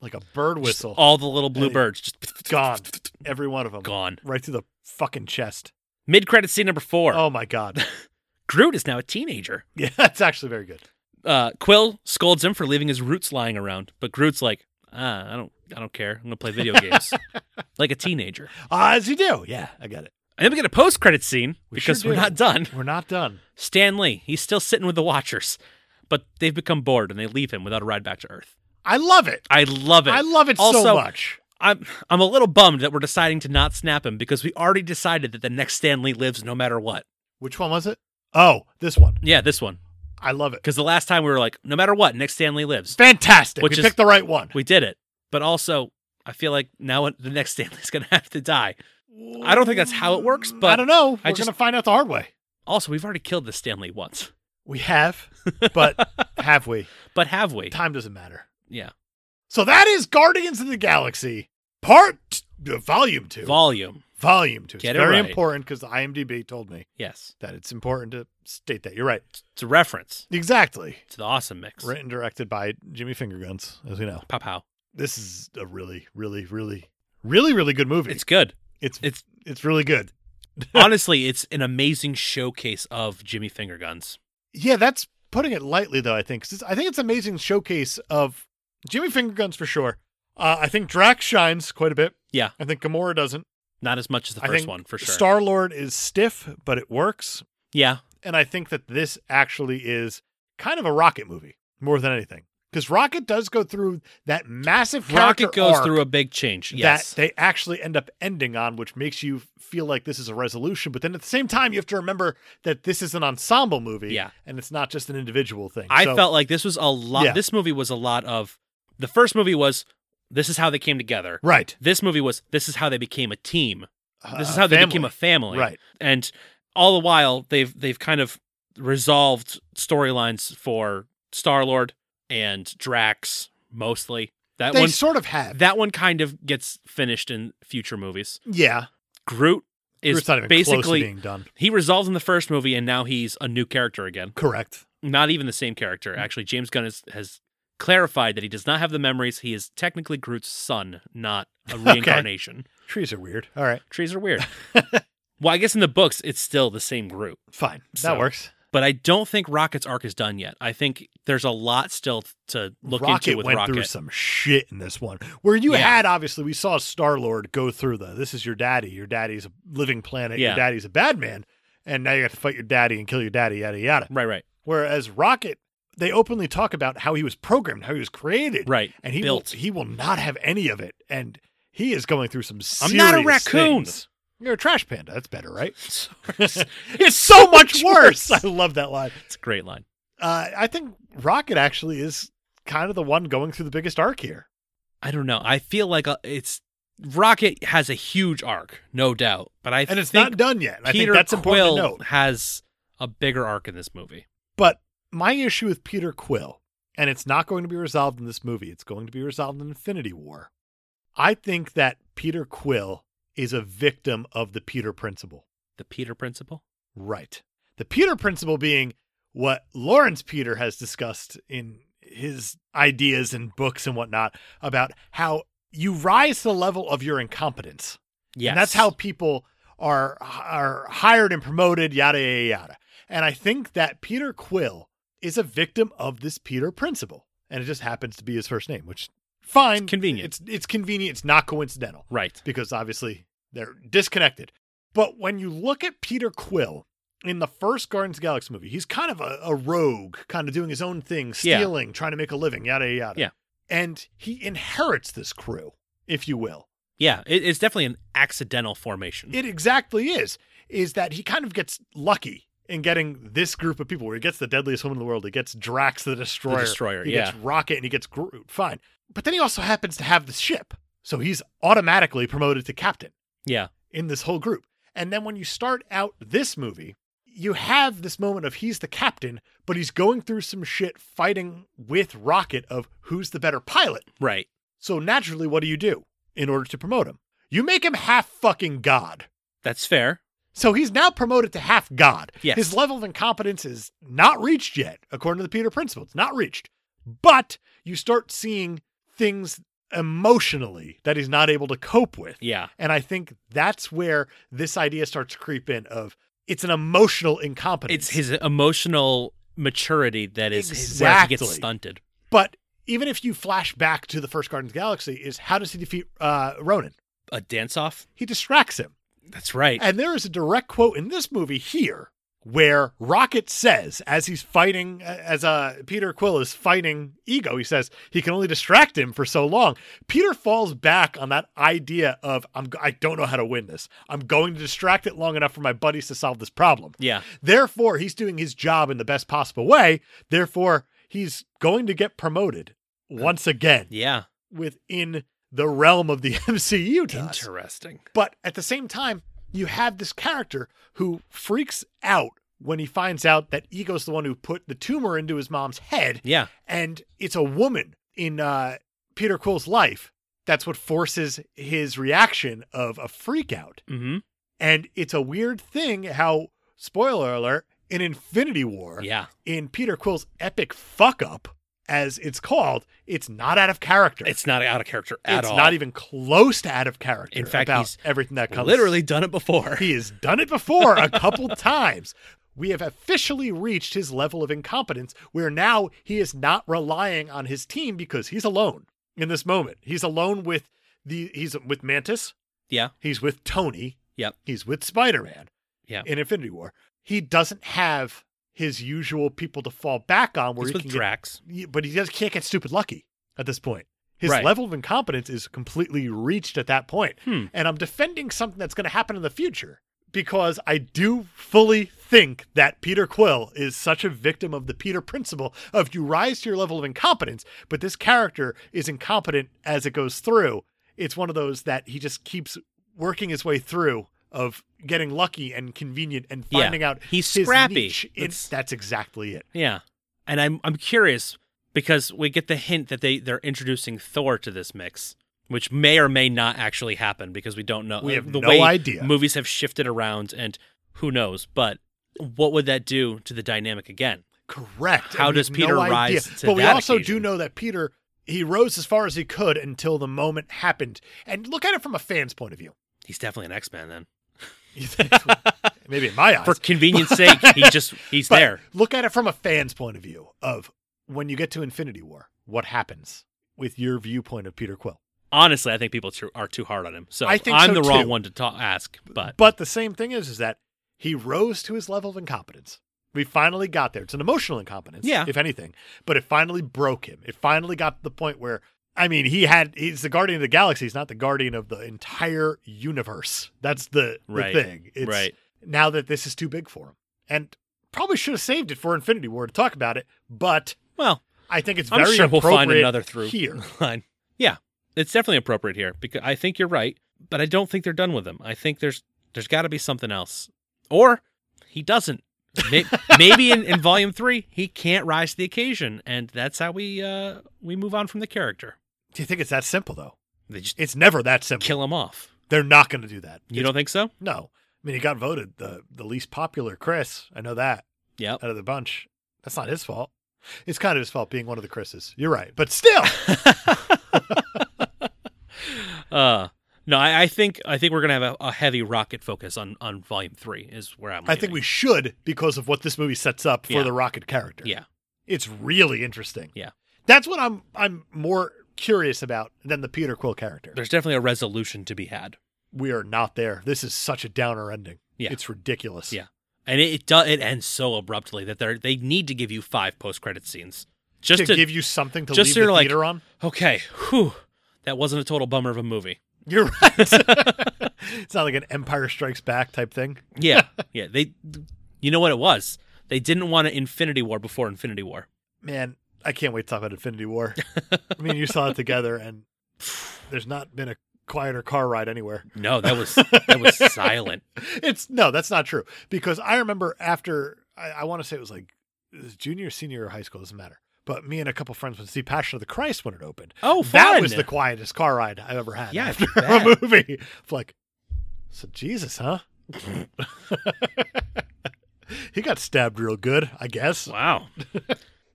like a bird Just whistle. all the little And blue it- birds just gone. Every one of them. gone. Right through the fucking chest. Mid credit scene number four. Oh my God. Groot is now a teenager. Yeah, that's actually very good. uh, Quill scolds him for leaving his roots lying around, but Groot's like, ah, I don't, I don't care. I'm gonna play video games like a teenager. Uh, as you do. Yeah, I got it. And then we get a post-credit scene We because sure we're do. not done. We're not done. Stan Lee, he's still sitting with the Watchers, but they've become bored and they leave him without a ride back to Earth. I love it. I love it. I love it so Also- much. I'm, I'm a little bummed that we're deciding to not snap him because we already decided that the next Stan Lee lives no matter what. Which one was it? Oh, this one. Yeah, this one. I love it. Because the last time we were like, no matter what, next Stan Lee lives. Fantastic. Which we is- picked the right one. We did it. But also, I feel like now the next Stanley's going to have to die. I don't think that's how it works, but I don't know. We're I just- gonna find out the hard way. Also, we've already killed the Stanley once. We have, but have we? But have we? Time doesn't matter. Yeah. So that is Guardians of the Galaxy Part uh, Volume Two. Volume. volume Two. It's Get it very right. important because the IMDb told me Yes. that it's important to state that. You're right. It's a reference Exactly. to the awesome mix. Written and directed by Jimmy Fingerguns, as we know. Pow pow. This is a really, really, really, really, really good movie. It's good. it's it's, it's- it's really good. Honestly, it's an amazing showcase of Jimmy Finger Guns. Yeah, that's putting it lightly, though. I think 'cause it's, I think it's an amazing showcase of Jimmy Finger Guns for sure. Uh, I think Drax shines quite a bit. Yeah. I think Gamora doesn't. Not as much as the I first think one, for sure. Star Lord is stiff, but it works. yeah. And I think that this actually is kind of a Rocket movie more than anything, because Rocket does go through that massive Rocket character goes arc through a big change. Yes. that they actually end up ending on, which makes you feel like this is a resolution. But then at the same time, you have to remember that this is an ensemble movie, Yeah. and it's not just an individual thing. I So- felt like this was a lot. Yeah. This movie was a lot of. The first movie was this is how they came together. right. This movie was this is how they became a team. This is uh, how they family. became a family. right. And all the while they've they've kind of resolved storylines for Star Lord and Drax mostly. That they one sort of have that one kind of gets finished in future movies. Yeah, Groot is it's not even close to basically being done. he resolves in the first movie and now he's a new character again. Correct. Not even the same character. Mm. Actually, James Gunn has, has clarified that he does not have the memories. He is technically Groot's son, not a reincarnation. Trees are weird. All right, Trees are weird. well, I guess in the books it's still the same Groot. fine. So- that works. but I don't think Rocket's arc is done yet. I think there's a lot still to look Rocket into with went Rocket. through some shit in this one. Where you Yeah. had obviously we saw Star Lord go through the this is your daddy, your daddy's a living planet, Yeah. your daddy's a bad man, and now you have to fight your daddy and kill your daddy, yada yada. right, right, Whereas Rocket, they openly talk about how he was programmed, how he was created, right. and he built. will he will not have any of it, and he is going through some. Serious I'm not a raccoon. things. You're a trash panda. That's better, right? it's It's so much worse. I love that line. a great line. Uh, I think Rocket actually is kind of the one going through the biggest arc here. I don't know. I feel like uh, it's Rocket has a huge arc, no doubt, but I and it's think not done yet. And I Peter think that's Quill important to note. has a bigger arc in this movie. But my issue with Peter Quill, and it's not going to be resolved in this movie, it's going to be resolved in Infinity War. I think that Peter Quill is a victim of the Peter principle. The Peter principle. Right. The Peter principle being what Lawrence Peter has discussed in his ideas and books and whatnot about how you rise to the level of your incompetence. Yes. And that's how people are are hired and promoted, yada yada yada. And I think that Peter Quill is a victim of this Peter principle, and it just happens to be his first name, which fine, It's convenient. It's it's convenient. It's not coincidental Right. because obviously they're disconnected. But when you look at Peter Quill in the first Guardians of the Galaxy movie, he's kind of a, a rogue, kind of doing his own thing, Yeah. stealing, trying to make a living, yada yada yada. Yeah. And he inherits this crew, if you will. Yeah. It, it's definitely an accidental formation. It exactly is. Is that he kind of gets lucky in getting this group of people where he gets the deadliest woman in the world, he gets Drax the Destroyer, the destroyer. he yeah. gets Rocket, and he gets Groot. Fine, but then he also happens to have the ship, so he's automatically promoted to captain Yeah. in this whole group. And then when you start out this movie, you have this moment of he's the captain, but he's going through some shit fighting with Rocket of who's the better pilot. Right. So naturally, what do you do in order to promote him? You make him half fucking god. That's fair. So he's now promoted to half god. Yes. His level of incompetence is not reached yet, according to the Peter Principle. It's not reached. But you start seeing things emotionally that he's not able to cope with. Yeah. And I think that's where this idea starts to creep in of it's an emotional incompetence. It's his emotional maturity that is where he Exactly. gets stunted. but even if you flash back to the first Guardians of the Galaxy, is how does he defeat uh, Ronan? A dance off. He distracts him. That's right. And there is a direct quote in this movie here where Rocket says, as he's fighting, as uh, Peter Quill is fighting Ego, he says he can only distract him for so long. Peter falls back on that idea of, I'm, I don't know how to win this. I'm going to distract it long enough for my buddies to solve this problem. yeah. Therefore, he's doing his job in the best possible way. Therefore, he's going to get promoted once again Yeah. within the realm of the MCU. To us. Interesting. But at the same time, you have this character who freaks out when he finds out that Ego's the one who put the tumor into his mom's head, Yeah. and it's a woman in uh, Peter Quill's life that's what forces his reaction of a freak out. hmm And it's a weird thing how, spoiler alert, in Infinity War, Yeah. in Peter Quill's epic fuck up, as it's called, it's not out of character. It's not out of character at It's all. not even close to out of character. In fact, about he's everything that comes literally done it before. he has done it before a couple times. We have officially reached his level of incompetence where now he is not relying on his team because he's alone in this moment. He's alone with the he's with Mantis, yeah. he's with Tony, Yep. he's with Spider-Man Yeah. in Infinity War. He doesn't have his usual people to fall back on where He's he with can Drax. get, but he just can't get stupid lucky at this point. His Right. level of incompetence is completely reached at that point Hmm. and I'm defending something that's going to happen in the future because I do fully think that Peter Quill is such a victim of the Peter principle of you rise to your level of incompetence, but this character is incompetent as it goes through. It's one of those that he just keeps working his way through of getting lucky and convenient and Yeah. finding out He's his scrappy. niche. It- It's- that's exactly it. Yeah. And I'm I'm curious because we get the hint that they they're introducing Thor to this mix, which may or may not actually happen because we don't know. We have the no way idea. Movies have shifted around, and who knows? But what would that do to the dynamic again? Correct. How And we does have Peter no rise idea. to But we that also do occasion? know that Peter he rose as far as he could until the moment happened. And look at it from a fan's point of view. He's definitely an X Man then. maybe in my eyes. For convenience sake, he just he's But there. Look at it from a fan's point of view of when you get to Infinity War, what happens with your viewpoint of Peter Quill. Honestly, I think people too, are too hard on him. So I think I'm so, the wrong too. one to ta- ask. But But the same thing is, is that he rose to his level of incompetence. We finally got there. It's an emotional incompetence, Yeah. if anything, but it finally broke him. It finally got to the point where, I mean, he had, he's the guardian of the galaxy. He's not the guardian of the entire universe. That's the, the Right. thing. It's right, now that this is too big for him. And probably should have saved it for Infinity War to talk about it, but well, I think it's I'm very sure we'll find appropriate another through here. line. Yeah, it's definitely appropriate here because I think you're right, but I don't think they're done with him. I think there's there's got to be something else, or he doesn't. May- Maybe in, in volume three, he can't rise to the occasion, and that's how we uh, we move on from the character. Do you think it's that simple though? They just It's never that simple. kill him off. They're not going to do that. You don't think so? No. I mean, he got voted the the least popular Chris. I know that Yep. out of the bunch. That's not his fault. It's kind of his fault being one of the Chris's. You're right, but still, uh, no, I, I think I think we're gonna have a, a heavy rocket focus on on volume three is where I'm. I think we leaning. should because of what this movie sets up for Yeah. the Rocket character. Yeah. it's really interesting. Yeah. that's what I'm I'm more curious about than the Peter Quill character. There's definitely a resolution to be had, we are not there. This is such a downer ending. Yeah. it's ridiculous. Yeah. and it it, do, it ends so abruptly that they they need to give you five post credit scenes just to, to, give you something to just leave so the you're like- theater on. okay, whew, that wasn't a total bummer of a movie. You're right. it's not like an Empire Strikes Back type thing. Yeah, yeah. They, you know what it was? They didn't want an Infinity War before Infinity War. Man, I can't wait to talk about Infinity War. I mean, you saw it together, and there's not been a quieter car ride anywhere. No, that was that was silent. It's no, that's not true. Because I remember after I, I want to say it was like it was junior, senior, or high school doesn't matter. But me and a couple friends went to see Passion of the Christ when it opened. Oh, That fun. was the quietest car ride I've ever had Yeah, I after a bet. movie. It's like, so Jesus, huh? he got stabbed real good, I guess. Wow.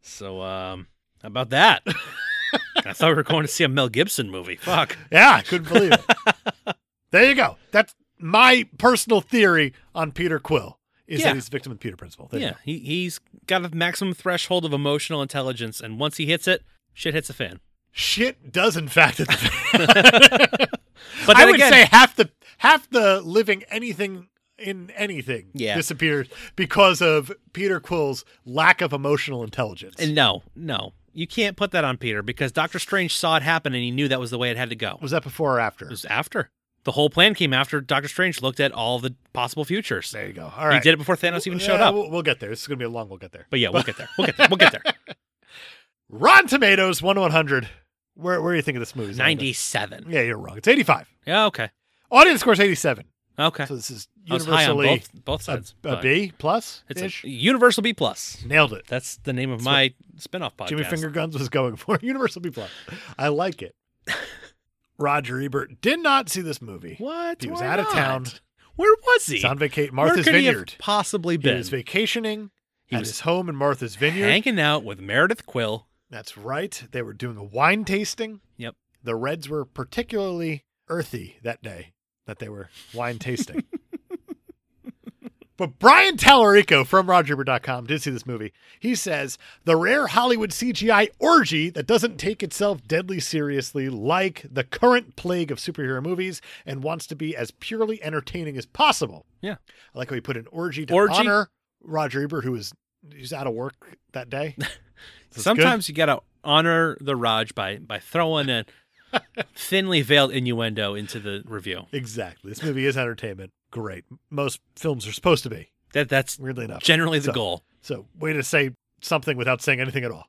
so, um, how about that? I thought we were going to see a Mel Gibson movie. Fuck. Yeah, I couldn't believe it. there you go. That's my personal theory on Peter Quill is Yeah. that he's a victim of the Peter Principle. There you yeah, he, he's got a maximum threshold of emotional intelligence, and once he hits it, shit hits a fan. shit does in fact but But i then would again- say half the half the living anything in anything Yeah. disappears because of peter quill's lack of emotional intelligence And no, no, you can't put that on Peter because Doctor Strange saw it happen and he knew that was the way it had to go. It was that before or after was after. The whole plan came after Doctor Strange looked at all the possible futures. there you go all He right did it before Thanos even showed Yeah, up. we'll, we'll get there this is gonna be a long we'll get there But yeah, we'll get there. We'll get there. We'll get there. rotten tomatoes 1 to 100 where, where do you think of this movie 97. yeah you're wrong it's 85 Yeah, okay. audience scores 87 Okay. so this is I was high on universally both, both a, sides. a but- b plus It's ish a Universal B plus. nailed it That's the name of That's my spinoff podcast. Jimmy Finger Guns was going for. Universal B plus. I like it. Roger Ebert did not see this movie. What? He was Why out of not? town. Where was he? He's on vacation. Where Martha's could he have Vineyard. possibly He been was vacationing He at was his home in Martha's Vineyard. hanging out with Meredith Quill. That's right. They were doing a wine tasting. Yep. The Reds were particularly earthy that day that they were wine tasting. But Brian Tallarico from RogerEbert.com did see this movie. He says the rare Hollywood CGI orgy that doesn't take itself deadly seriously, like the current plague of superhero movies, and wants to be as purely entertaining as possible. Yeah. I like how he put an orgy to Orgy. honor Roger Ebert, who was he's out of work that day. This is good. Sometimes you gotta honor the Raj by by throwing a thinly veiled innuendo into the review. Exactly. This movie is entertainment. Great. Most films are supposed to be, That that's weirdly enough. generally the So- goal. So, way to say something without saying anything at all.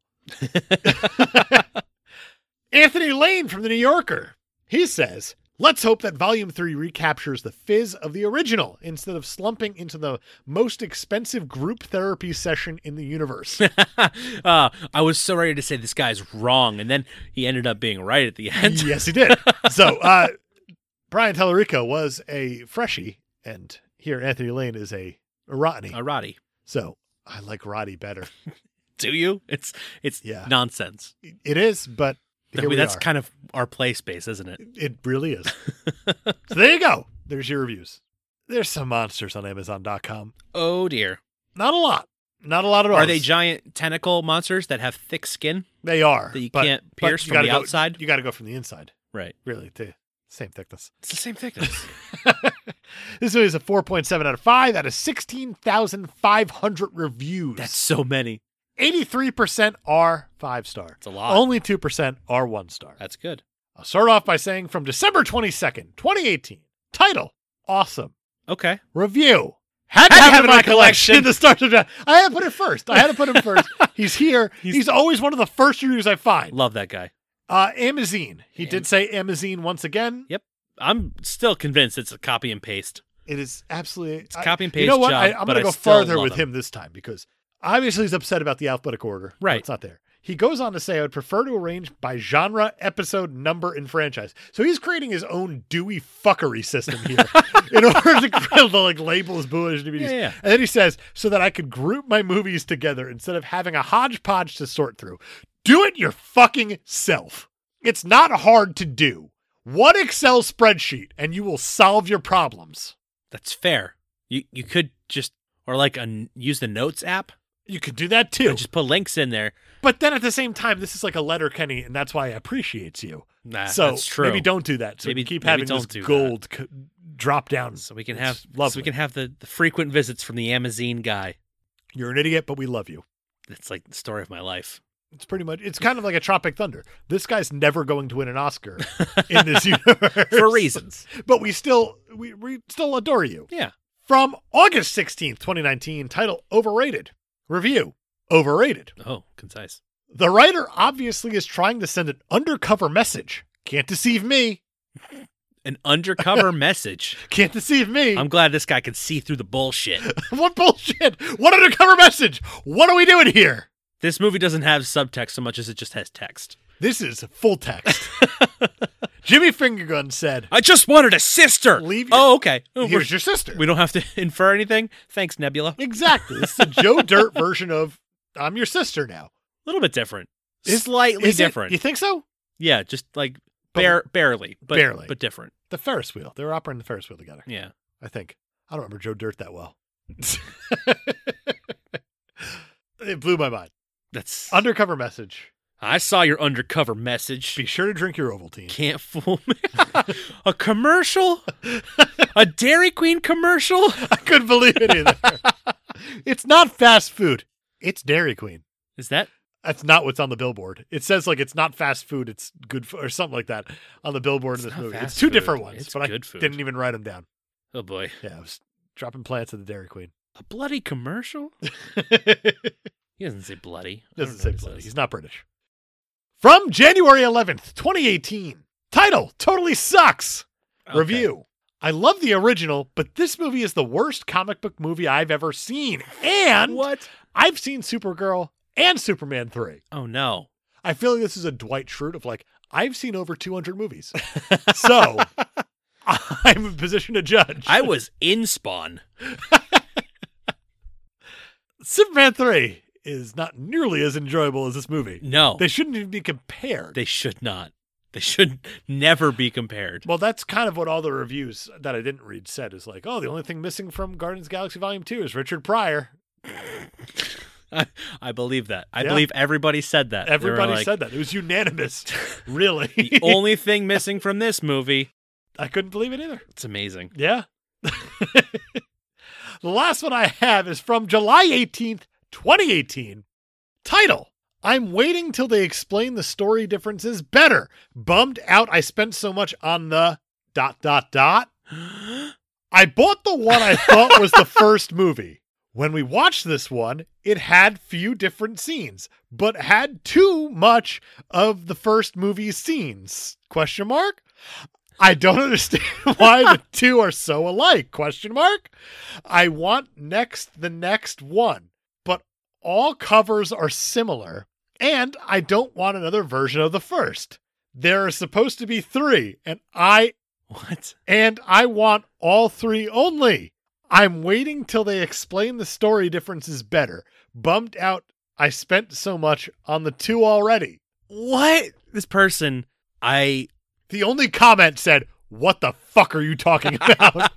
Anthony Lane from The New Yorker. He says, Let's hope that Volume 3 recaptures the fizz of the original instead of slumping into the most expensive group therapy session in the universe. uh, I was so ready to say this guy's wrong, and then he ended up being right at the end. yes, he did. So, uh, Brian Tellerico was a freshie, and here Anthony Lane is a a Rodney. Uh, Roddy, So, I like Roddy better. do you? It's it's Yeah. nonsense. It is, but I here mean, we that's are. kind of our play space, isn't it? It really is. so there you go. There's your reviews. There's some monsters on Amazon.com. Oh dear. Not a lot. Not a lot at all. Are they giant tentacle monsters that have thick skin They are. that you but can't but pierce you from gotta the go- outside? You got to go from the inside, Right. really, to same thickness. It's the same thickness. this movie is a 4.7 out of 5 out of 16,500 reviews. That's so many. 83% are five star. It's a lot. Only 2% are one star. That's good. I'll start off by saying from December 22nd, 2018, title Awesome. Okay. Review. Had to have it in my collection. the start of that. I had to put it first. I had to put him first. He's here. He's- He's, always one of the first reviews I find. Love that guy. Uh, Amazon. He Am- did say Amazon once again. Yep. I'm still convinced it's a copy and paste. It is absolutely It's a copy and paste You know what? job. I, I'm but going to I go still farther love with him. this time because obviously he's upset about the alphabetic order. but Right. It's not there. He goes on to say, I would prefer to arrange by genre, episode, number, and franchise. So he's creating his own Dewey fuckery system here in order to, to like label his bullish DVDs. Yeah, yeah. And then he says, so that I could group my movies together instead of having a hodgepodge to sort through. Do it your fucking self. It's not hard to do. One Excel spreadsheet and you will solve your problems. That's fair. You you could just or like a, use the notes app You could do that too. and just put links in there. But then at the same time, this is like a letter Kenny, and that's why I appreciates you. Nah, so Ah, that's true. maybe don't do that. So Maybe- we keep maybe having don't this do that. gold c- drop down. so we can It's have so lovely. we can have the, the frequent visits from the Amazon guy. You're an idiot, but we love you. That's like the story of my life. It's pretty much. It's kind of like a Tropic Thunder. This guy's never going to win an Oscar in this universe For reasons. but we still we, we still adore you. Yeah. From August 16th, 2019, title Overrated. Review Overrated. Oh, concise. The writer obviously is trying to send an undercover message. Can't deceive me. An undercover message. Can't deceive me. I'm glad this guy can see through the bullshit. what bullshit? What undercover message? What are we doing here? This movie doesn't have subtext so much as it just has text. This is full text. Jimmy Fingergun said, I just wanted a sister. Leave your- oh, okay. Oh, we're- "Here's your sister." we don't have to infer anything. Thanks, Nebula. A exactly. This is a Joe Dirt version of "I'm your sister now." little bit different. Is- Slightly Is it? different. You think so? yeah, just like But- bare, barely, but Barely. but different. The Ferris wheel. They were operating the Ferris wheel together. Yeah. I think. I don't remember Joe Dirt that well. it blew my mind. That's Undercover message. I saw your undercover message. Be sure to drink your Ovaltine. Can't fool me. a commercial? a Dairy Queen commercial? I couldn't believe it either. it's not fast food. It's Dairy Queen. Is that That's not what's on the billboard. It says like it's not fast food. It's good food or something like that on the billboard It's in this not movie. fast It's two food. different ones, It's but good I food. didn't even write them down. Oh boy. Yeah, I was dropping plants at the Dairy Queen. A bloody commercial? Doesn't He doesn't say bloody. I don't know say what he bloody. says. He's not British. From January 11th, 2018. Title Totally Sucks. Okay. Review. I love the original, but this movie is the worst comic book movie I've ever seen. And What? I've seen Supergirl and Superman 3. Oh no. I feel like this is a Dwight Schrute of like, I've seen over 200 movies. so I'm in position to judge. I was in Spawn. Superman 3 is not nearly as enjoyable as this movie. No. They shouldn't even be compared. They should not. They should never be compared. well, that's kind of what all the reviews that I didn't read said is like, oh, the only thing missing from Guardians of the Galaxy Volume 2 is Richard Pryor. I, I believe that. I Yeah. believe everybody said that. They were Everybody like, said that. It was unanimous. really? the only thing missing from this movie. I couldn't believe it either. It's amazing. Yeah. the last one I have is from July 18th, 2018. Title I'm waiting till they explain the story differences better. Bummed out I spent so much on the dot dot dot. I bought the one I thought was the first movie. When we watched this one, it had few different scenes, but had too much of the first movie's scenes. Question mark? I don't understand why the two are so alike. Question mark? I want next the next one, but all covers are similar, and I don't want another version of the first. There are supposed to be 3, and I What? and I want all three only. I'm waiting till they explain the story differences better. Bummed out, I spent so much on the two already. What? This person, I The only comment said, what the fuck are you talking about?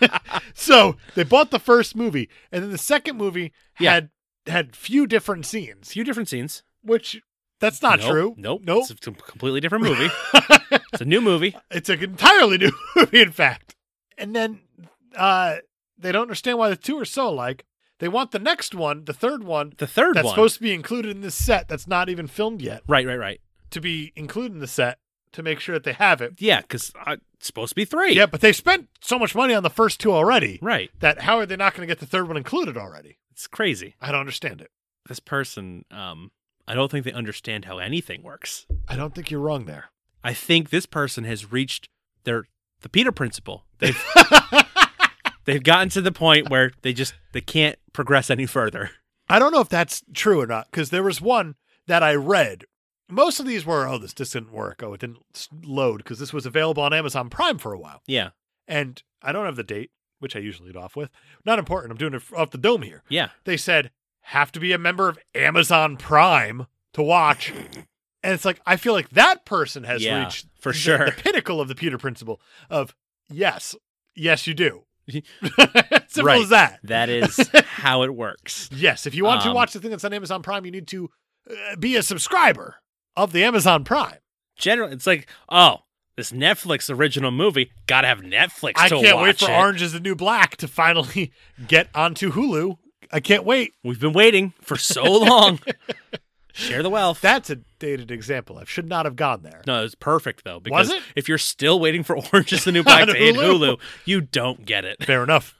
so they bought the first movie, and then the second movie Yeah. had had few different scenes, few different scenes. which that's not Nope, true. Nope. Nope. It's a completely different movie. it's a new movie. It's an entirely new movie, in fact. And then uh, they don't understand why the two are so alike. They want the next one, the third one, The third that's one. supposed to be included in this set that's not even filmed yet, right, right, right. to be included in the set to make sure that they have it. Yeah, because it's supposed to be three. Yeah, but they spent so much money on the first two already Right. that how are they not going to get the third one included already? It's crazy. I don't understand it. This person, um, I don't think they understand how anything works. I don't think you're wrong there. I think this person has reached their the Peter principle. They've they've gotten to the point where they just they can't progress any further. I don't know if that's true or not because there was one that I read. Most of these were, oh, this just didn't work. Oh, it didn't s- load because this was available on Amazon Prime for a while. Yeah. And I don't have the date, which I usually lead off with. Not important. I'm doing it off the dome here. Yeah. They said, have to be a member of Amazon Prime to watch. And it's like, I feel like that person has Yeah, reached for the- sure. the pinnacle of the Peter principle of yes, yes, you do. Simple Right. as that. That is how it works. Yes, if you want to Um, watch the thing that's on Amazon Prime, you need to uh, be a subscriber of the Amazon Prime. Generally, it's like, oh, this Netflix original movie gotta have Netflix I to can't wait watch for it. Orange is the New Black to finally get onto Hulu. I can't wait. We've been waiting for so long. Share the wealth. That's a dated example. I should not have gone there. no, it's perfect though. Because it? if you're still waiting for Orange is the New Black On to hit Hulu. Hulu, you don't get it. Fair enough.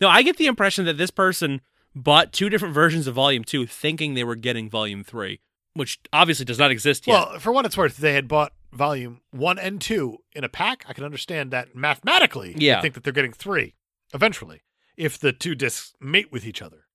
No, I get the impression that this person bought two different versions of Volume 2 thinking they were getting Volume 3, which obviously does not exist yet. Well, for what it's worth, they had bought volume one and two in a pack. I can understand that mathematically. I Yeah. think that they're getting three eventually if the two discs mate with each other,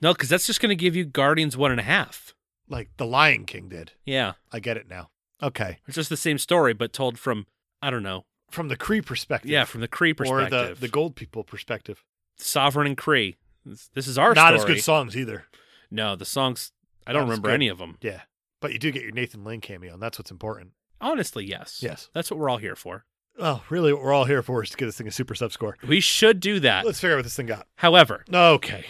no, because that's just going to give you Guardians 1.5. like The Lion King did. Yeah. I get it now. Okay. It's just the same story, but told from, I don't know, From the Cree perspective. yeah, from the Cree perspective. Or the, the gold people perspective. Sovereign and Cree. This, this is our story. Not as good songs either. No, the songs, I don't Not as remember good. any of them. Yeah. But you do get your Nathan Lane cameo, and that's what's important. Honestly, yes. Yes. That's what we're all here for. Oh, really, what we're all here for is to get this thing a super sub score. We should do that. Let's figure out what this thing got. However, Okay.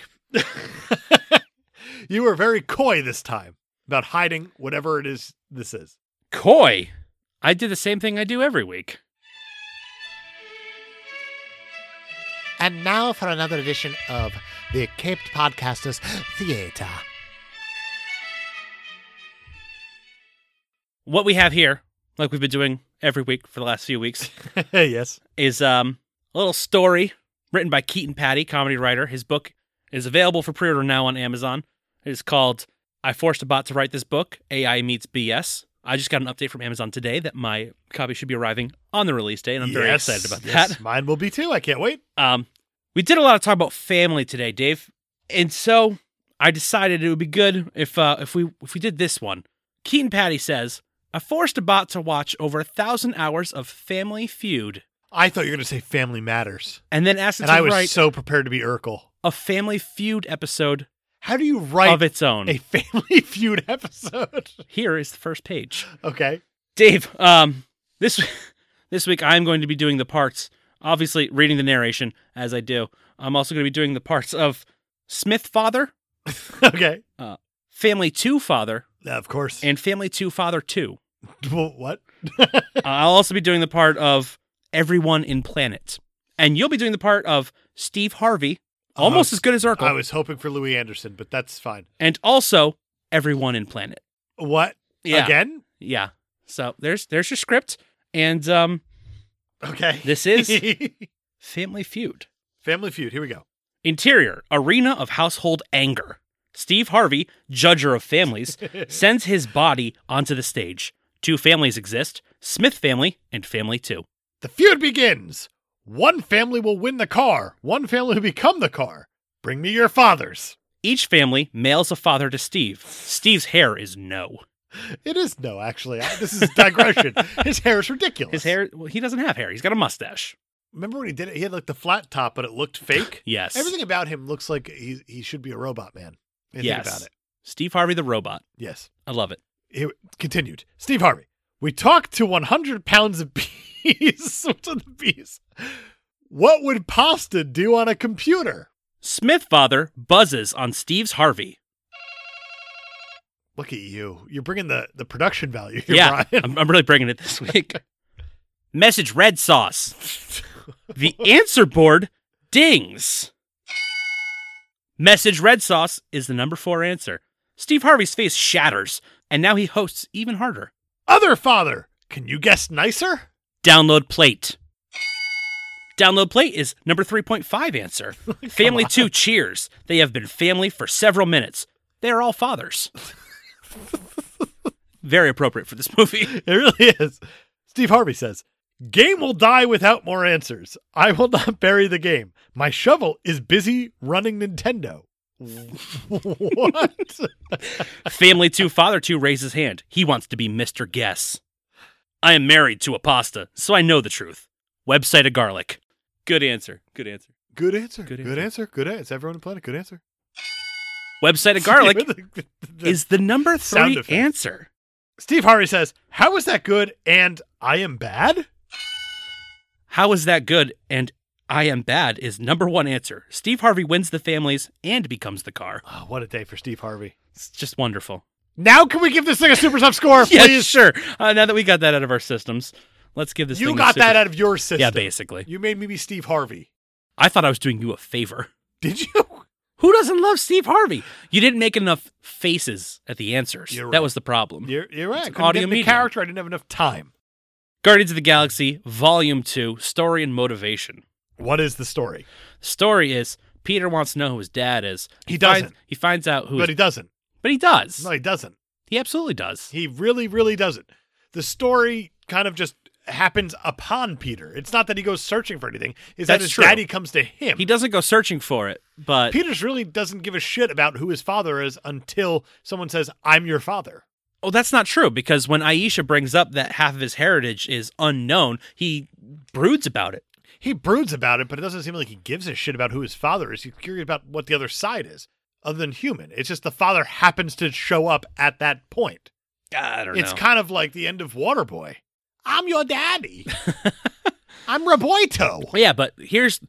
you were very coy this time about hiding whatever it is this is. Coy, I did the same thing I do every week. And now for another edition of the Caped Podcasters Theater. what we have here, like we've been doing every week for the last few weeks, yes. is um, a little story written by Keaton Patty, comedy writer. His book is available for pre-order now on Amazon. It is called "I Forced a Bot to Write This Book: AI Meets BS." I just got an update from Amazon today that my copy should be arriving on the release date, and I'm very Yes, excited about yes. that. Mine will be too. I can't wait. Um, we did a lot of talk about family today, Dave, and so I decided it would be good if uh, if we if we did this one. Keaton Patty says, "I forced a bot to watch over a thousand hours of Family Feud, I thought you were going to say Family Matters, and then asked it and to I was write so prepared to be Urkel. a Family Feud episode How do you write of its own." a Family Feud episode? Here is the first page, okay. Dave. Um, this this week I'm going to be doing the parts, obviously reading the narration as I do. I'm also going to be doing the parts of Smith father, Okay. Family Two father, Of course. and Family Two Father Two. Uh, Well, what? I'll also be doing the part of everyone in Planet, and you'll be doing the part of Steve Harvey, almost as good as Urkel, Uh-huh. I was hoping for Louis Anderson, but that's fine. and also everyone in Planet. What? Yeah, Again? yeah. So there's there's your script, and um, Okay. this is Family Feud. Family Feud. Here we go. Interior arena of household anger. Steve Harvey, judger of families, sends his body onto the stage. Two families exist: Smith family and Family Two. The feud begins. One family will win the car. One family will become the car. Bring me your fathers. Each family mails a father to Steve. Steve's hair is no. It is no, actually. I- this is digression. His hair is ridiculous. His hair, well, he doesn't have hair. He's got a mustache. Remember when he did it? He had like the flat top, but it looked fake. Yes. Everything about him looks like he he should be a robot man. If you yes. Think about it. Steve Harvey the robot. Yes. I love it. He continued. Steve Harvey. We talked to 100 pounds of beef. bees. What's with the bees? What would pasta do on a computer? Smith father buzzes on Steve's Harvey. Look at you. You're bringing the, the production value here, yeah, Brian. I'm, I'm really bringing it this week. Message red sauce. The answer board dings. Message red sauce is the number four answer. Steve Harvey's face shatters, and now he hosts even harder. Other father. Can you guess nicer? Download plate. Download plate is number 3.5 answer. family 2 cheers. They have been family for several minutes. They are all fathers. Very appropriate for this movie. It really is. Steve Harvey says, Game will die without more answers. I will not bury the game. My shovel is busy running Nintendo. what? Family 2 Father 2 raises hand. He wants to be Mr. Guess. I am married to a pasta, so I know the truth. Website of garlic. Good answer. Good answer. Good answer. Good Good, answer. answer. Good answer. It's everyone on the planet. Good answer. Website of garlic The- the- is the number Sound three effect. answer. Steve Harvey says, How is that good? And I am bad? How is that good? And I am bad is number one answer. Steve Harvey wins the families and becomes the car. Oh, what a day for Steve Harvey. It's just wonderful. Now, can we give this thing a super sub score, Yeah, please? sure. Uh, now that we got that out of our systems, let's give this. you thing a got that super- out of your system. Yeah, basically. You made me be Steve Harvey. I thought I was doing you a favor. Did you? Who doesn't love Steve Harvey? You didn't make enough faces at the answers. You're That right. was the problem. You're, you're right. It's I an couldn't audio get the medium. character. I didn't have enough time. Guardians of the Galaxy Volume 2 Story and Motivation. What is the story? Story is Peter wants to know who his dad is. He finds- doesn't. he finds out who But he his- doesn't. but he does. No, he doesn't. he absolutely does. He really, really doesn't. The story kind of just happens upon Peter. It's not that he goes searching for anything. It's that That's his true. daddy comes to him. He doesn't go searching for it, but Peter's really doesn't give a shit about who his father is until someone says, "I'm your father." oh, that's not true because when Aisha brings up that half of his heritage is unknown, he broods about it. He broods about it, but it doesn't seem like he gives a shit about who his father is. He's curious about what the other side is, other than human. It's just the father happens to show up at that point. I don't It's know. kind of like the end of Waterboy. I'm your daddy. I'm Roboito. yeah, but here's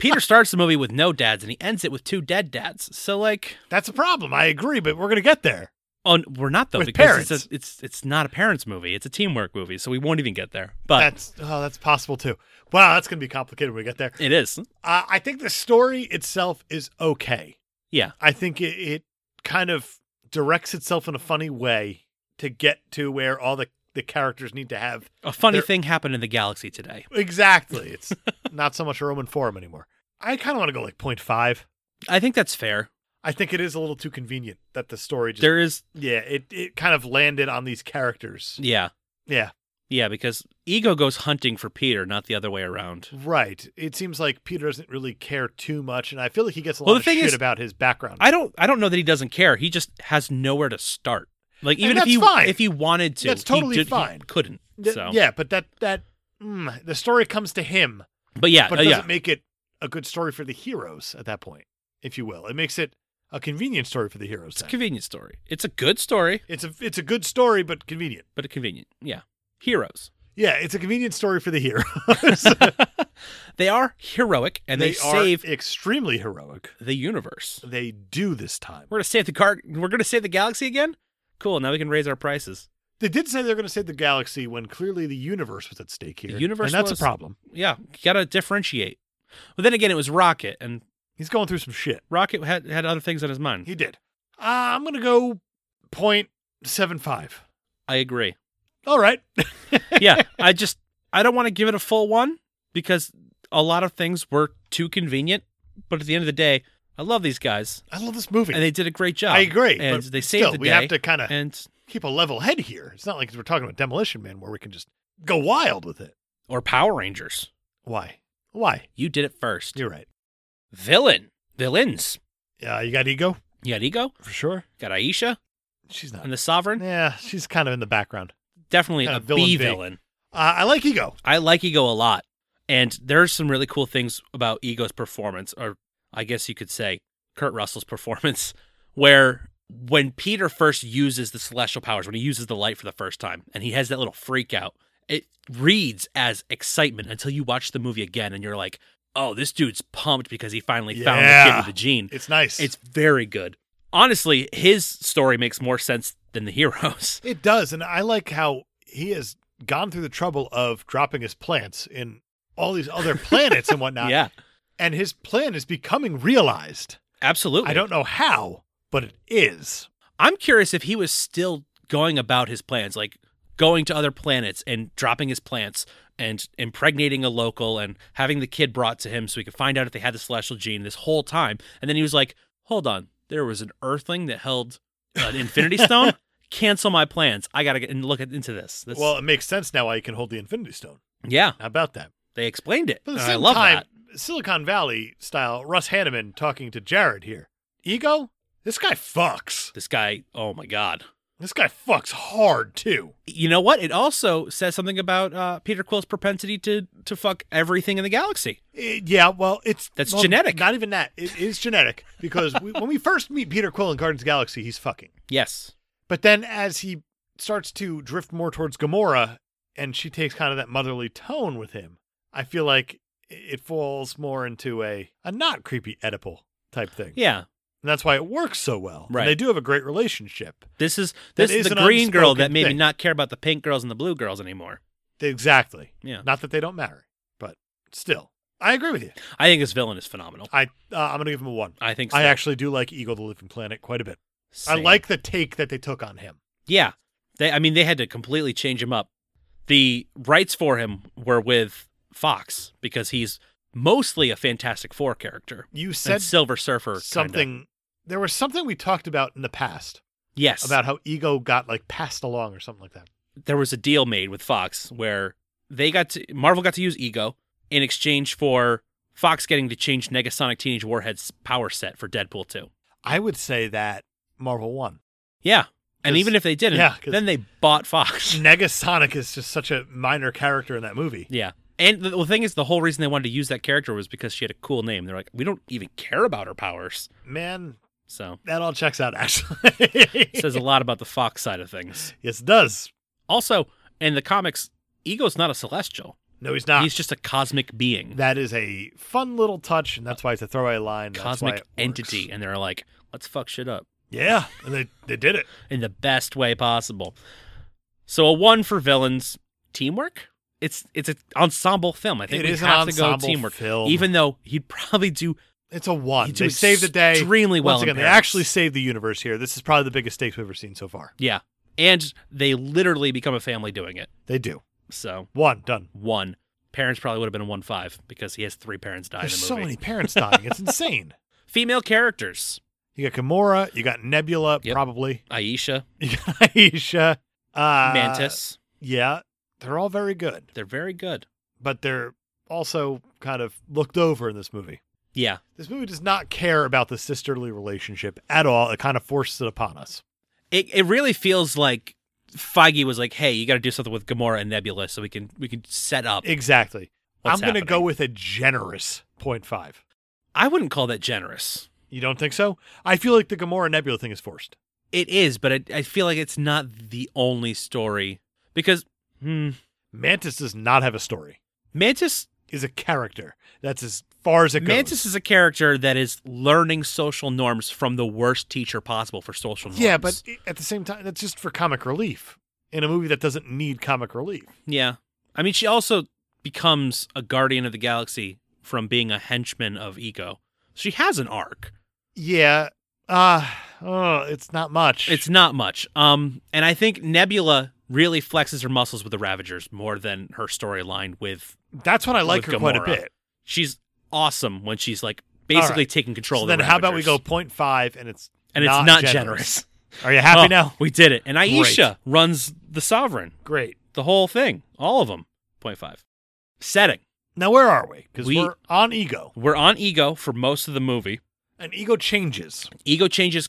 Peter starts the movie with no dads and he ends it with two dead dads. So like, That's a problem. I agree, but we're gonna get there. oh, n- we're not though With because it's parents. a, it's it's not a parents movie. It's a teamwork movie, so we won't even get there. But that's oh, that's possible too. Wow, that's gonna be complicated when we get there. It is. Uh, I think the story itself is okay. Yeah. I think it, it kind of directs itself in a funny way to get to where all the, the characters need to have. A funny There- thing happened in the galaxy today. Exactly. It's not so much a Roman forum anymore. I kind of want to go like point five. I think that's fair. I think it is a little too convenient that the story just There is yeah it, it kind of landed on these characters. yeah. Yeah, Yeah, because ego goes hunting for Peter, not the other way around. right. It seems like Peter doesn't really care too much, and I feel like he gets a lot Well, the of thing shit is- about his background. I don't I don't know that he doesn't care. He just has nowhere to start. Like And even if that's he fine. if he wanted to, That's he totally did- he fine. couldn't. Th- so Yeah, but that that mm, the story comes to him, but yeah, but uh, it yeah, doesn't make it a good story for the heroes at that point, if you will. It makes it a convenient story for the heroes. it's a then. convenient story. It's a good story, It's a it's a good story, but convenient. but a convenient. Yeah, heroes. Yeah, it's a convenient story for the heroes. they are heroic and they, save are extremely heroic. the universe. They do this time. We're gonna save the car. We're gonna save the galaxy again. Cool. Now we can raise our prices. They did say they're going to save the galaxy when clearly the universe was at stake here. The universe and that's was- a problem. yeah, you gotta differentiate. But then again, it was Rocket, and He's going through some shit. Rocket had had other things on his mind. He did. Uh, I'm going to go point seven five. I agree. All right. Yeah, I just I don't want to give it a full one because a lot of things were too convenient. But at the end of the day, I love these guys, I love this movie. and they did a great job. I agree. and but they saved still, the we day. have to kind of and keep a level head here. It's not like we're talking about Demolition Man where we can just go wild with it. or Power Rangers, Why? Why? you did it first. You're right. Villain, villains. Uh, you got ego You got Ego, for sure. got Aisha, She's not. and the Sovereign. Yeah, she's kind of in the background. Definitely Kinda a villain B B. villain. Uh, I like ego. I like Ego a lot, and there's some really cool things about Ego's performance, or I guess you could say Kurt Russell's performance, where when Peter first uses the celestial powers, when he uses the light for the first time, and he has that little freak out, it reads as excitement until you watch the movie again and you're like, oh, this dude's pumped because he finally found the kid Yeah. with the gene. It's nice. It's very good. Honestly, his story makes more sense than the heroes. It does, and I like how he has gone through the trouble of dropping his plants in all these other planets and whatnot. yeah, And his plan is becoming realized. absolutely. I don't know how, but it is. I'm curious if he was still going about his plans, like going to other planets and dropping his plants and impregnating a local and having the kid brought to him so he could find out if they had the celestial gene this whole time. And then he was like, hold on, there was an earthling that held an infinity stone. Cancel my plans. I got to get and look at- into this. this. Well, it makes sense now why he can hold the Infinity Stone. yeah, How about that? they explained it. But at and the I same love time, that. Silicon Valley style, Russ Hanneman talking to Jared here. Ego? This guy fucks. This guy, oh my God. This guy fucks hard too. You know what? It also says something about uh, Peter Quill's propensity to, to fuck everything in the galaxy. It- Uh, yeah, well, it's That's well, genetic. Not even that. It is genetic because we, when we first meet Peter Quill in Guardians of the Galaxy, he's fucking. Yes. But then as he starts to drift more towards Gamora, and she takes kind of that motherly tone with him, I feel like i- it falls more into a a not creepy Oedipal type thing, Yeah. and that's why it works so well. Right. And they do have a great relationship. This is That this is is the an green girl that unspoken made me thing. not care about the pink girls and the blue girls anymore. They- exactly. Yeah. Not that they don't matter, but still, I agree with you. I think this villain is phenomenal. I uh, I'm gonna give him a one. I think so. I actually do like Eagle the Living Planet quite a bit. I Same. like the take that they took on him. Yeah. They I mean they had to completely change him up. The rights for him were with Fox because he's mostly a Fantastic Four character. You And said Silver Surfer kinda. something. There was something we talked about in the past Yes. about how ego got like passed along or something like that. there was a deal made with Fox where they got to Marvel got to use Ego in exchange for Fox getting to change Negasonic Teenage Warhead's power set for Deadpool 2. I would say that Marvel won. Yeah. And 'Cause- even if they didn't, yeah, 'cause- then they bought Fox. Negasonic is just such a minor character in that movie. Yeah. And the, the thing is, the whole reason they wanted to use that character was because she had a cool name. They're like, we don't even care about her powers. Man, So that all checks out actually. it says a lot about the Fox side of things. yes, it does. Also, in the comics, Ego's not a celestial. No, he's not. He's just a cosmic being, that is a fun little touch, and that's why it's a throwaway line. That's why it cosmic works. entity. And they're like, let's fuck shit up Yeah, and they, they did it. in the best way possible. So a one for villains, teamwork. It's it's an ensemble film. I think It we is an have to go ensemble teamwork. film. Even though he'd probably do It's a one. You do They saved the day. extremely well Once in again, they Paris. actually saved the universe here. This is probably the biggest stakes we've ever seen so far. Yeah. And they literally become a family doing it. They do. So One, done. one. Parents probably would have been a one five because he has three parents die There's in the so movie. many parents dying. It's insane. Female characters. You got Gamora. You got Nebula, Yep. probably. Aisha, You got Aisha. Uh, Mantis. Yeah. They're all very good, They're very good. but they're also kind of looked over in this movie. Yeah. This movie does not care about the sisterly relationship at all. It kind of forces it upon us. It it really feels like Feige was like, Hey, you gotta do something with Gamora and Nebula so we can we can set up. Exactly. what's I'm going to go happening." with a generous 0.5. I wouldn't call that generous. You don't think so? I feel like the Gamora Nebula thing is forced. It is, but I, I feel like it's not the only story. Because hmm, Mantis does not have a story. Mantis Is a character. That's as far as it goes. Mantis is a character that is learning social norms from the worst teacher possible for social norms. yeah, but i- at the same time, that's just for comic relief in a movie that doesn't need comic relief. yeah, I mean, she also becomes a guardian of the galaxy from being a henchman of Ego. She has an arc. Yeah. Uh, oh, it's not much. It's not much. Um, and I think Nebula really flexes her muscles with the Ravagers more than her storyline with. that's when I like with her quite a Gamora. bit. She's awesome when she's like basically All right. taking control. So of then, the how about we go Ravagers. 0.5 and it's And it's not not generous. generous. Are you happy Oh, now? We did it. And Great. Aisha runs the Sovereign. Great. The whole thing, all of them. 0.5. Setting. Now where are we? Because We- we, are on ego, We're on ego for most of the movie. and ego changes Ego changes.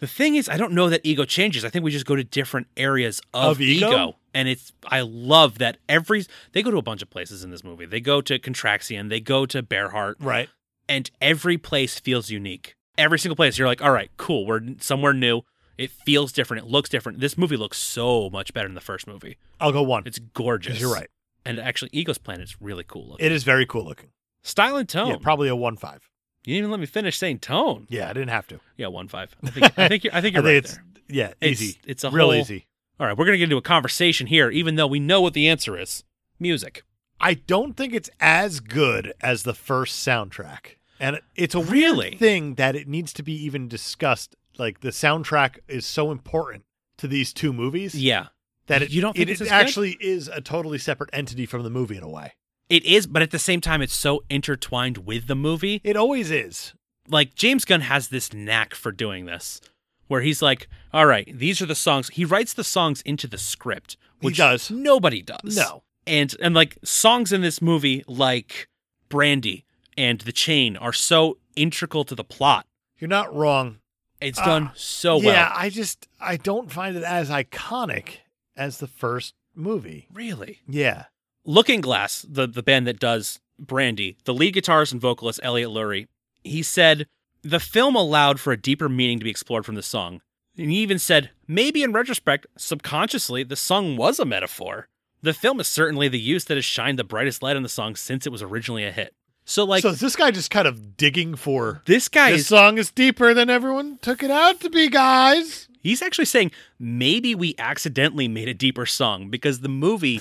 The thing is, I don't know that ego changes. I think we just go to different areas of, Of ego? And it's, I love that every, they go to a bunch of places in this movie. They go to Contraxian, they go to Bearheart, right. and every place feels unique. Every single place, you're like, all right, cool. We're somewhere new. It feels different. It looks different. This movie looks so much better than the first movie. I'll go one. It's gorgeous. You're right. And actually, Ego's Planet is really cool looking. It is very cool looking. Style and tone. Yeah, probably a one five. you didn't even let me finish saying tone. Yeah, I didn't have to. Yeah, one five. I think I think you're, I think I you're right think it's there. yeah, It's- easy. It's a Real whole- easy. All right, we're gonna get into a conversation here, even though we know what the answer is. Music. I don't think it's as good as the first soundtrack. And it's a Really? weird thing that it needs to be even discussed. Like the soundtrack is so important to these two movies Yeah, that it, You don't think it, it's it as good? actually is a totally separate entity from the movie in a way. it is, but at the same time, it's so intertwined with the movie. It always is. Like James Gunn has this knack for doing this, where he's like, "All right, these are the songs." He writes the songs into the script, He which does. nobody does. No. and and like songs in this movie, like Brandy and The Chain, are so integral to the plot. You're not wrong. It's Ah, done so Oh, well. yeah, I just I don't find it as iconic as the first movie. Really? Yeah. Looking Glass, the, the band that does Brandy, the lead guitarist and vocalist Elliot Lurie, he said the film allowed for a deeper meaning to be explored from the song. And he even said, maybe in retrospect, subconsciously, the song was a metaphor. The film is certainly the use that has shined the brightest light on the song since it was originally a hit. So, like, so is this guy just kind of digging for this guy this is, song is deeper than everyone took it out to be, guys. he's actually saying, maybe we accidentally made a deeper song because the movie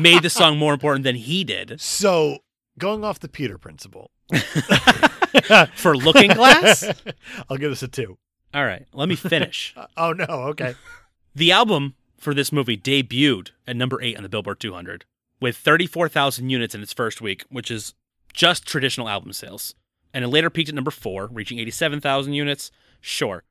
made the song more important than he did. So, going off the Peter principle, For Looking Glass? I'll give this a two. All right, let me finish. Uh, oh no, okay. The album for this movie debuted at number eight on the Billboard 200 with 34,000 units in its first week, which is just traditional album sales. And it later peaked at number four, reaching 87,000 units. Sure.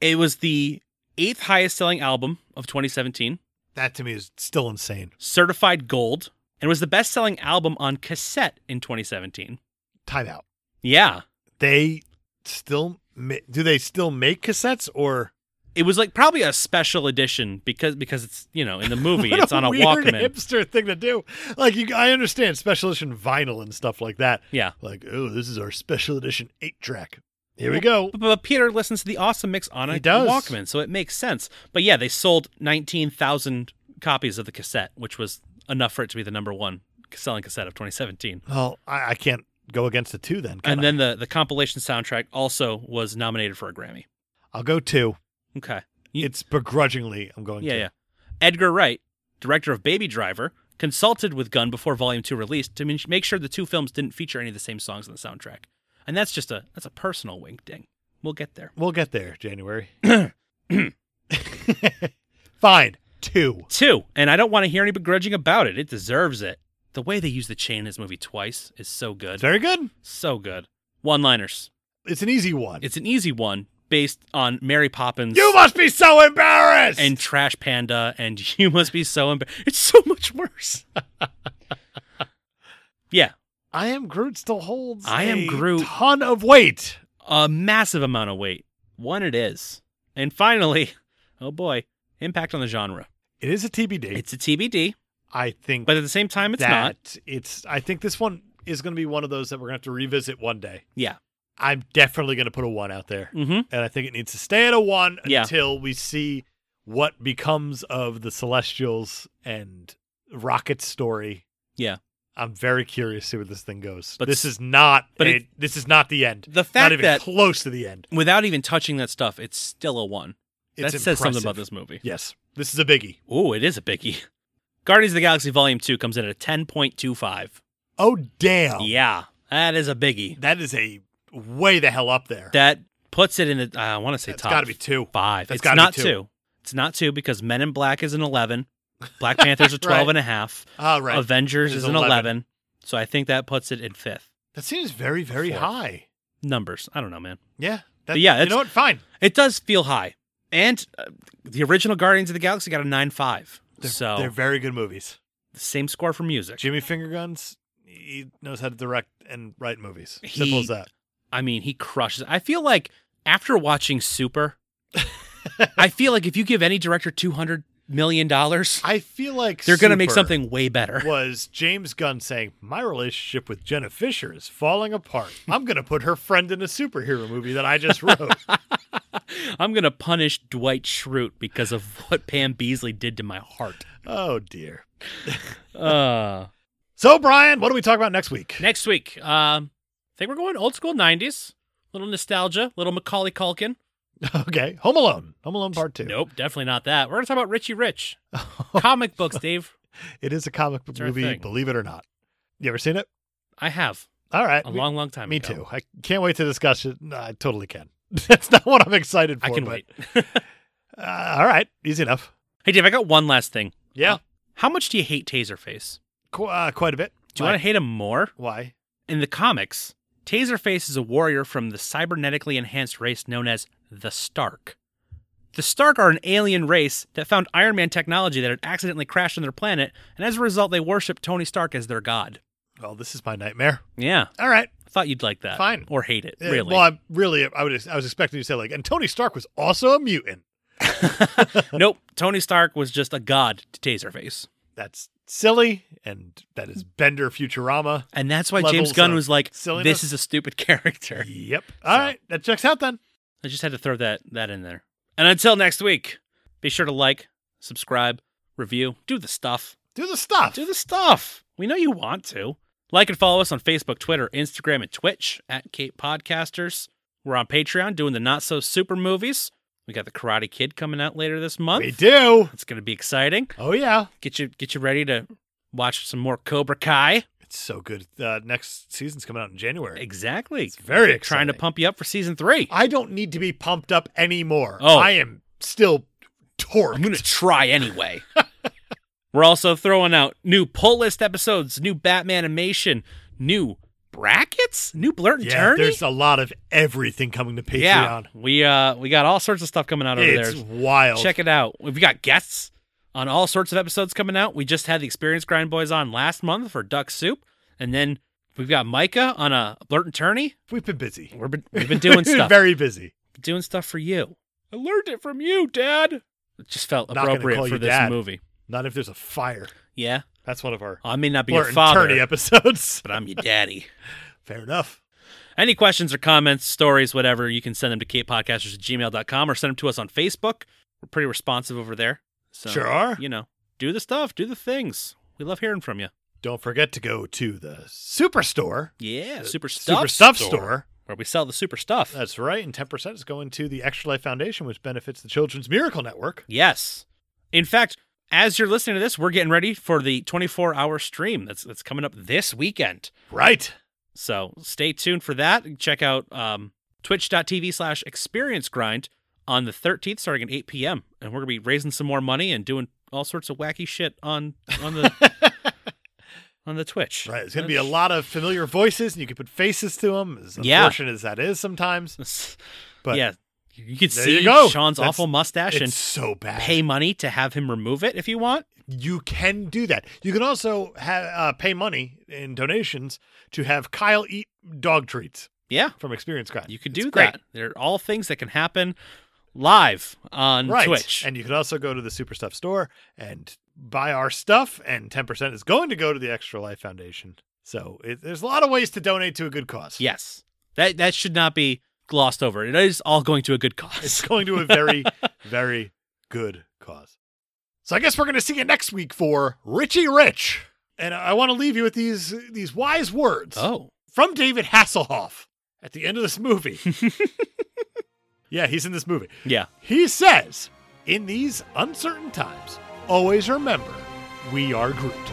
It was the eighth highest selling album of 2017, That to me is still insane. certified gold, and was the best selling album on cassette in 2017. Timeout. Yeah. They still ma- do they still make cassettes or It was like probably a special edition because because it's you know in the movie What it's on a weird Walkman. hipster thing to do? Like you, I understand special edition vinyl and stuff like that. Yeah. Like oh, this is our special edition eight track. Here we go. But, but Peter listens to the awesome mix on a He does. Walkman, so it makes sense. But yeah, they sold 19,000 copies of the cassette, which was enough for it to be the number one selling cassette of 2017. Well, I, I can't go against the two then. Can And I? then the, the compilation soundtrack also was nominated for a Grammy. I'll go two. Okay. You- It's begrudgingly I'm going. Yeah, two. yeah. Edgar Wright, director of Baby Driver, consulted with Gunn before Volume 2 released to min- make sure the two films didn't feature any of the same songs on the soundtrack. And that's just a that's a personal wink ding. We'll get there. We'll get there, January. Fine. Two. Two, and I don't want to hear any begrudging about it. It deserves it. The way they use the chain in this movie twice is so good. It's very good. So good. One liners. It's an easy one. It's an easy one based on Mary Poppins you must be so embarrassed. and Trash Panda, and you must be so embarrassed. It's so much worse. yeah, I am Groot still holds I am a Groot. ton of weight. a massive amount of weight. One, it is. And finally, oh boy, impact on the genre. It is a TBD. It's a TBD, I think but at the same time, it's that not. it's I think this one is gonna be one of those that we're gonna have to revisit one day. Yeah. I'm definitely gonna put a one out there. Mm hmm. And I think it needs to stay at a one Yeah. until we see what becomes of the Celestials and Rocket's story. Yeah. I'm very curious to see where this thing goes. But But this s- is not but but it- this is not the end. The Not fact even that close to the end. without even touching that stuff, it's still a one. It's that says something impressive. about this movie. Yes. This is a biggie. Oh, it is a biggie. Guardians of the Galaxy Volume 2 comes in at a 10.25. Oh damn. Yeah, that is a biggie. That is a way the hell up there. That puts it in the, uh, I want to say has top got to be two. 5 That's it's gotta be not two. It's not two because Men in Black is an 11, Black Panther's a 12 Right. and a half, All right. Avengers It is is an 11. 11. So I think that puts it in fifth. that seems very, very Four. high. Numbers. I don't know, man. Yeah. That, But yeah, You it's- know what? Fine. It does feel high. And uh, the original Guardians of the Galaxy got a 9.5. They're, so they're very good movies. same score for music. Jimmy Fingerguns, he knows how to direct and write movies. He- Simple as that. I mean, he crushes. it. I feel like after watching Super, I feel like if you give any director 200 million dollars, I feel like they're going to make Super something way better. Was James Gunn saying my relationship with Jenna Fisher is falling apart? I'm going to put her friend in a superhero movie that I just wrote. I'm going to punish Dwight Schrute because of what Pam Beasley did to my heart. oh dear. Uh, So Brian, what do we talk about next week? next week, um, I think we're going old school 90s. Little nostalgia, little Macaulay Culkin. okay, Home Alone, Home Alone Part Two. Nope, definitely not that. We're going to talk about Richie Rich. Comic books, Dave. It is a comic book It's our movie, thing. believe it or not. You ever seen it? I have All right. a me- long, long time me ago. too. I can't wait to discuss it. No, I totally can. That's not what I'm excited for. I can but, wait. Uh, all right, easy enough. Hey, Dave, I got one last thing. Yeah, How much do you hate Taserface? Qu- uh, quite a bit. Do you want to hate him more? Why? In the comics, Taserface is a warrior from the cybernetically enhanced race known as the Stark. The Stark are an alien race that found Iron Man technology that had accidentally crashed on their planet, and as a result, they worship Tony Stark as their god. Well, this is my nightmare. Yeah, All right. I thought you'd like that. Fine. Or hate it, Uh, really. Well, I'm really. I would. I was expecting you to say like, and Tony Stark was also a mutant. nope, Tony Stark was just a god to Taserface. That's silly, and that is Bender Futurama. And that's why Levels James Gunn of was like, silliness. this is a stupid character. Yep. All right, So- that checks out then. I just had to throw that that in there. And until next week, be sure to like, subscribe, review, do the stuff. Do the stuff. Do the stuff. We know you want to. Like and follow us on Facebook, Twitter, Instagram, and Twitch at Cape Podcasters. We're on Patreon doing the not so super movies. We got the Karate Kid coming out later this month. we do. It's gonna be exciting. Oh yeah, Get you get you ready to watch some more Cobra Kai. it's so good. Uh, next season's coming out in January. Exactly. It's very Trying exciting. to pump you up for season three. I don't need to be pumped up anymore. Oh. I am still torqued. I'm going to try anyway. We're also throwing out new pull list episodes, new Batman animation, new brackets, new Blurt and yeah, Turn. there's a lot of everything coming to Patreon. yeah, we uh we got all sorts of stuff coming out over It's there. wild. Check it out. We've got guests on all sorts of episodes coming out. We just had the Experience Grind Boys on last month for Duck Soup, and then we've got Micah on a Blurt and Turny. We've been busy. We've been, we've been doing stuff, Very busy. doing stuff for you. I learned it from you, Dad. It just felt Not gonna appropriate call for you this Dad. movie. Not if there's a fire. Yeah. That's one of our I may not be Blurt your and father, Turny episodes. but uh, I'm your daddy. Fair enough. Any questions or comments, stories, whatever, you can send them to katepodcasters at gmail.com or send them to us on Facebook. We're pretty responsive over there. So, Sure are. You know, do the stuff, do the things. We love hearing from you. Don't forget to go to the Superstore. Yeah, the super stuff. Super Stuff store. Where we sell the super stuff. That's right. And 10% is going to the Extra Life Foundation, which benefits the Children's Miracle Network. yes. In fact, as you're listening to this, we're getting ready for the 24 hour stream that's that's coming up this weekend. Right. So stay tuned for that. Check out um, twitch.tv slash experience grind on the 13th starting at 8 p.m. And we're going to be raising some more money and doing all sorts of wacky shit on on the on the Twitch. Right. It's going to be a lot of familiar voices, and you can put faces to them, as Yeah. unfortunate as that is sometimes. But But yeah, you can there see you go. Sean's That's- awful mustache It's and so bad. pay money to have him remove it if you want. you can do that. You can also have uh, pay money in donations to have Kyle eat dog treats Yeah, from Experience Grind. you could It's do great. that. They're all things that can happen live on right. Twitch. And you can also go to the Super Stuff store and buy our stuff. And ten percent is going to go to the Extra Life Foundation. So it, there's a lot of ways to donate to a good cause. yes. That that should not be glossed over. It is all going to a good cause. it's going to a very, very good cause. So I guess we're going to see you next week for Richie Rich. And I want to leave you with these these wise words. Oh. from David Hasselhoff at the end of this movie. yeah, he's in this movie. Yeah. He says, In these uncertain times, always remember we are Groot.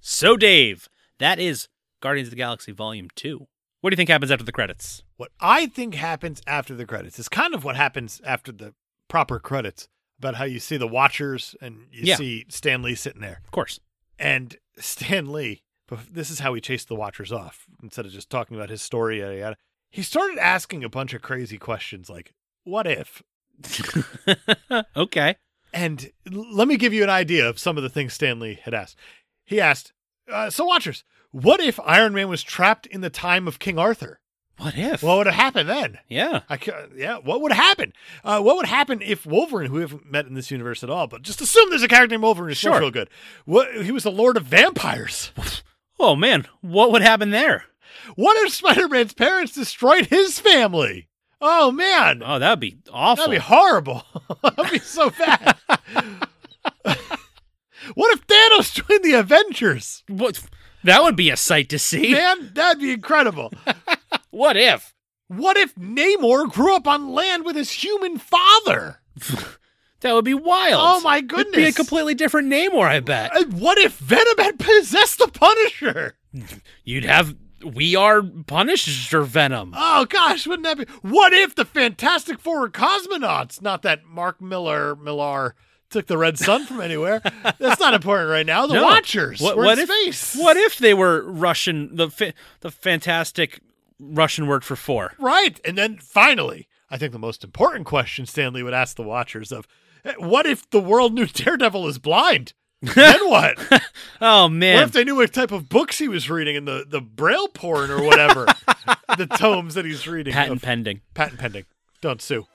So, Dave, that is Guardians of the Galaxy Volume 2. What do you think happens after the credits? What I think happens after the credits is kind of what happens after the proper credits about how you see the Watchers and you Yeah. see Stan Lee sitting there. Of course. And Stan Lee But this is how he chased the Watchers off. Instead of just talking about his story, yada yada. He started asking a bunch of crazy questions like, "What if?" okay. And l- let me give you an idea of some of the things Stanley had asked. He asked, uh, "So Watchers, what if Iron Man was trapped in the time of King Arthur? What if? What would have happened then?" yeah. I ca- yeah, what would happen? Uh, what would happen if Wolverine, who we haven't met in this universe at all, but just assume there's a character named Wolverine, it's Sure. real good. What he was the Lord of Vampires. Oh man, what would happen there? What if Spider-Man's parents destroyed his family? Oh man, Oh, that'd be awful. that'd be horrible. that'd be so bad. what if Thanos joined the Avengers? what? That would be a sight to see. Man, that'd be incredible. What if? What if Namor grew up on land with his human father? That would be wild. Oh my It'd goodness! be a completely different Namor, I bet. And what if Venom had possessed the Punisher? You'd have we are Punisher Venom. Oh gosh, wouldn't that be? What if the Fantastic Four were cosmonauts? Not that Mark Miller Millar took the red sun from anywhere. That's not important right now. The No. Watchers What, were what if? in space. What if they were Russian? The fa- the fantastic Russian word for four. Right, and then finally, I think the most important question Stanley would ask the Watchers of. eh, What if the world knew Daredevil is blind? Then what? Oh What man, if they knew what type of books he was reading and the, the braille porn or whatever? the tomes that he's reading. uh, patent of- pending. patent pending. Don't sue.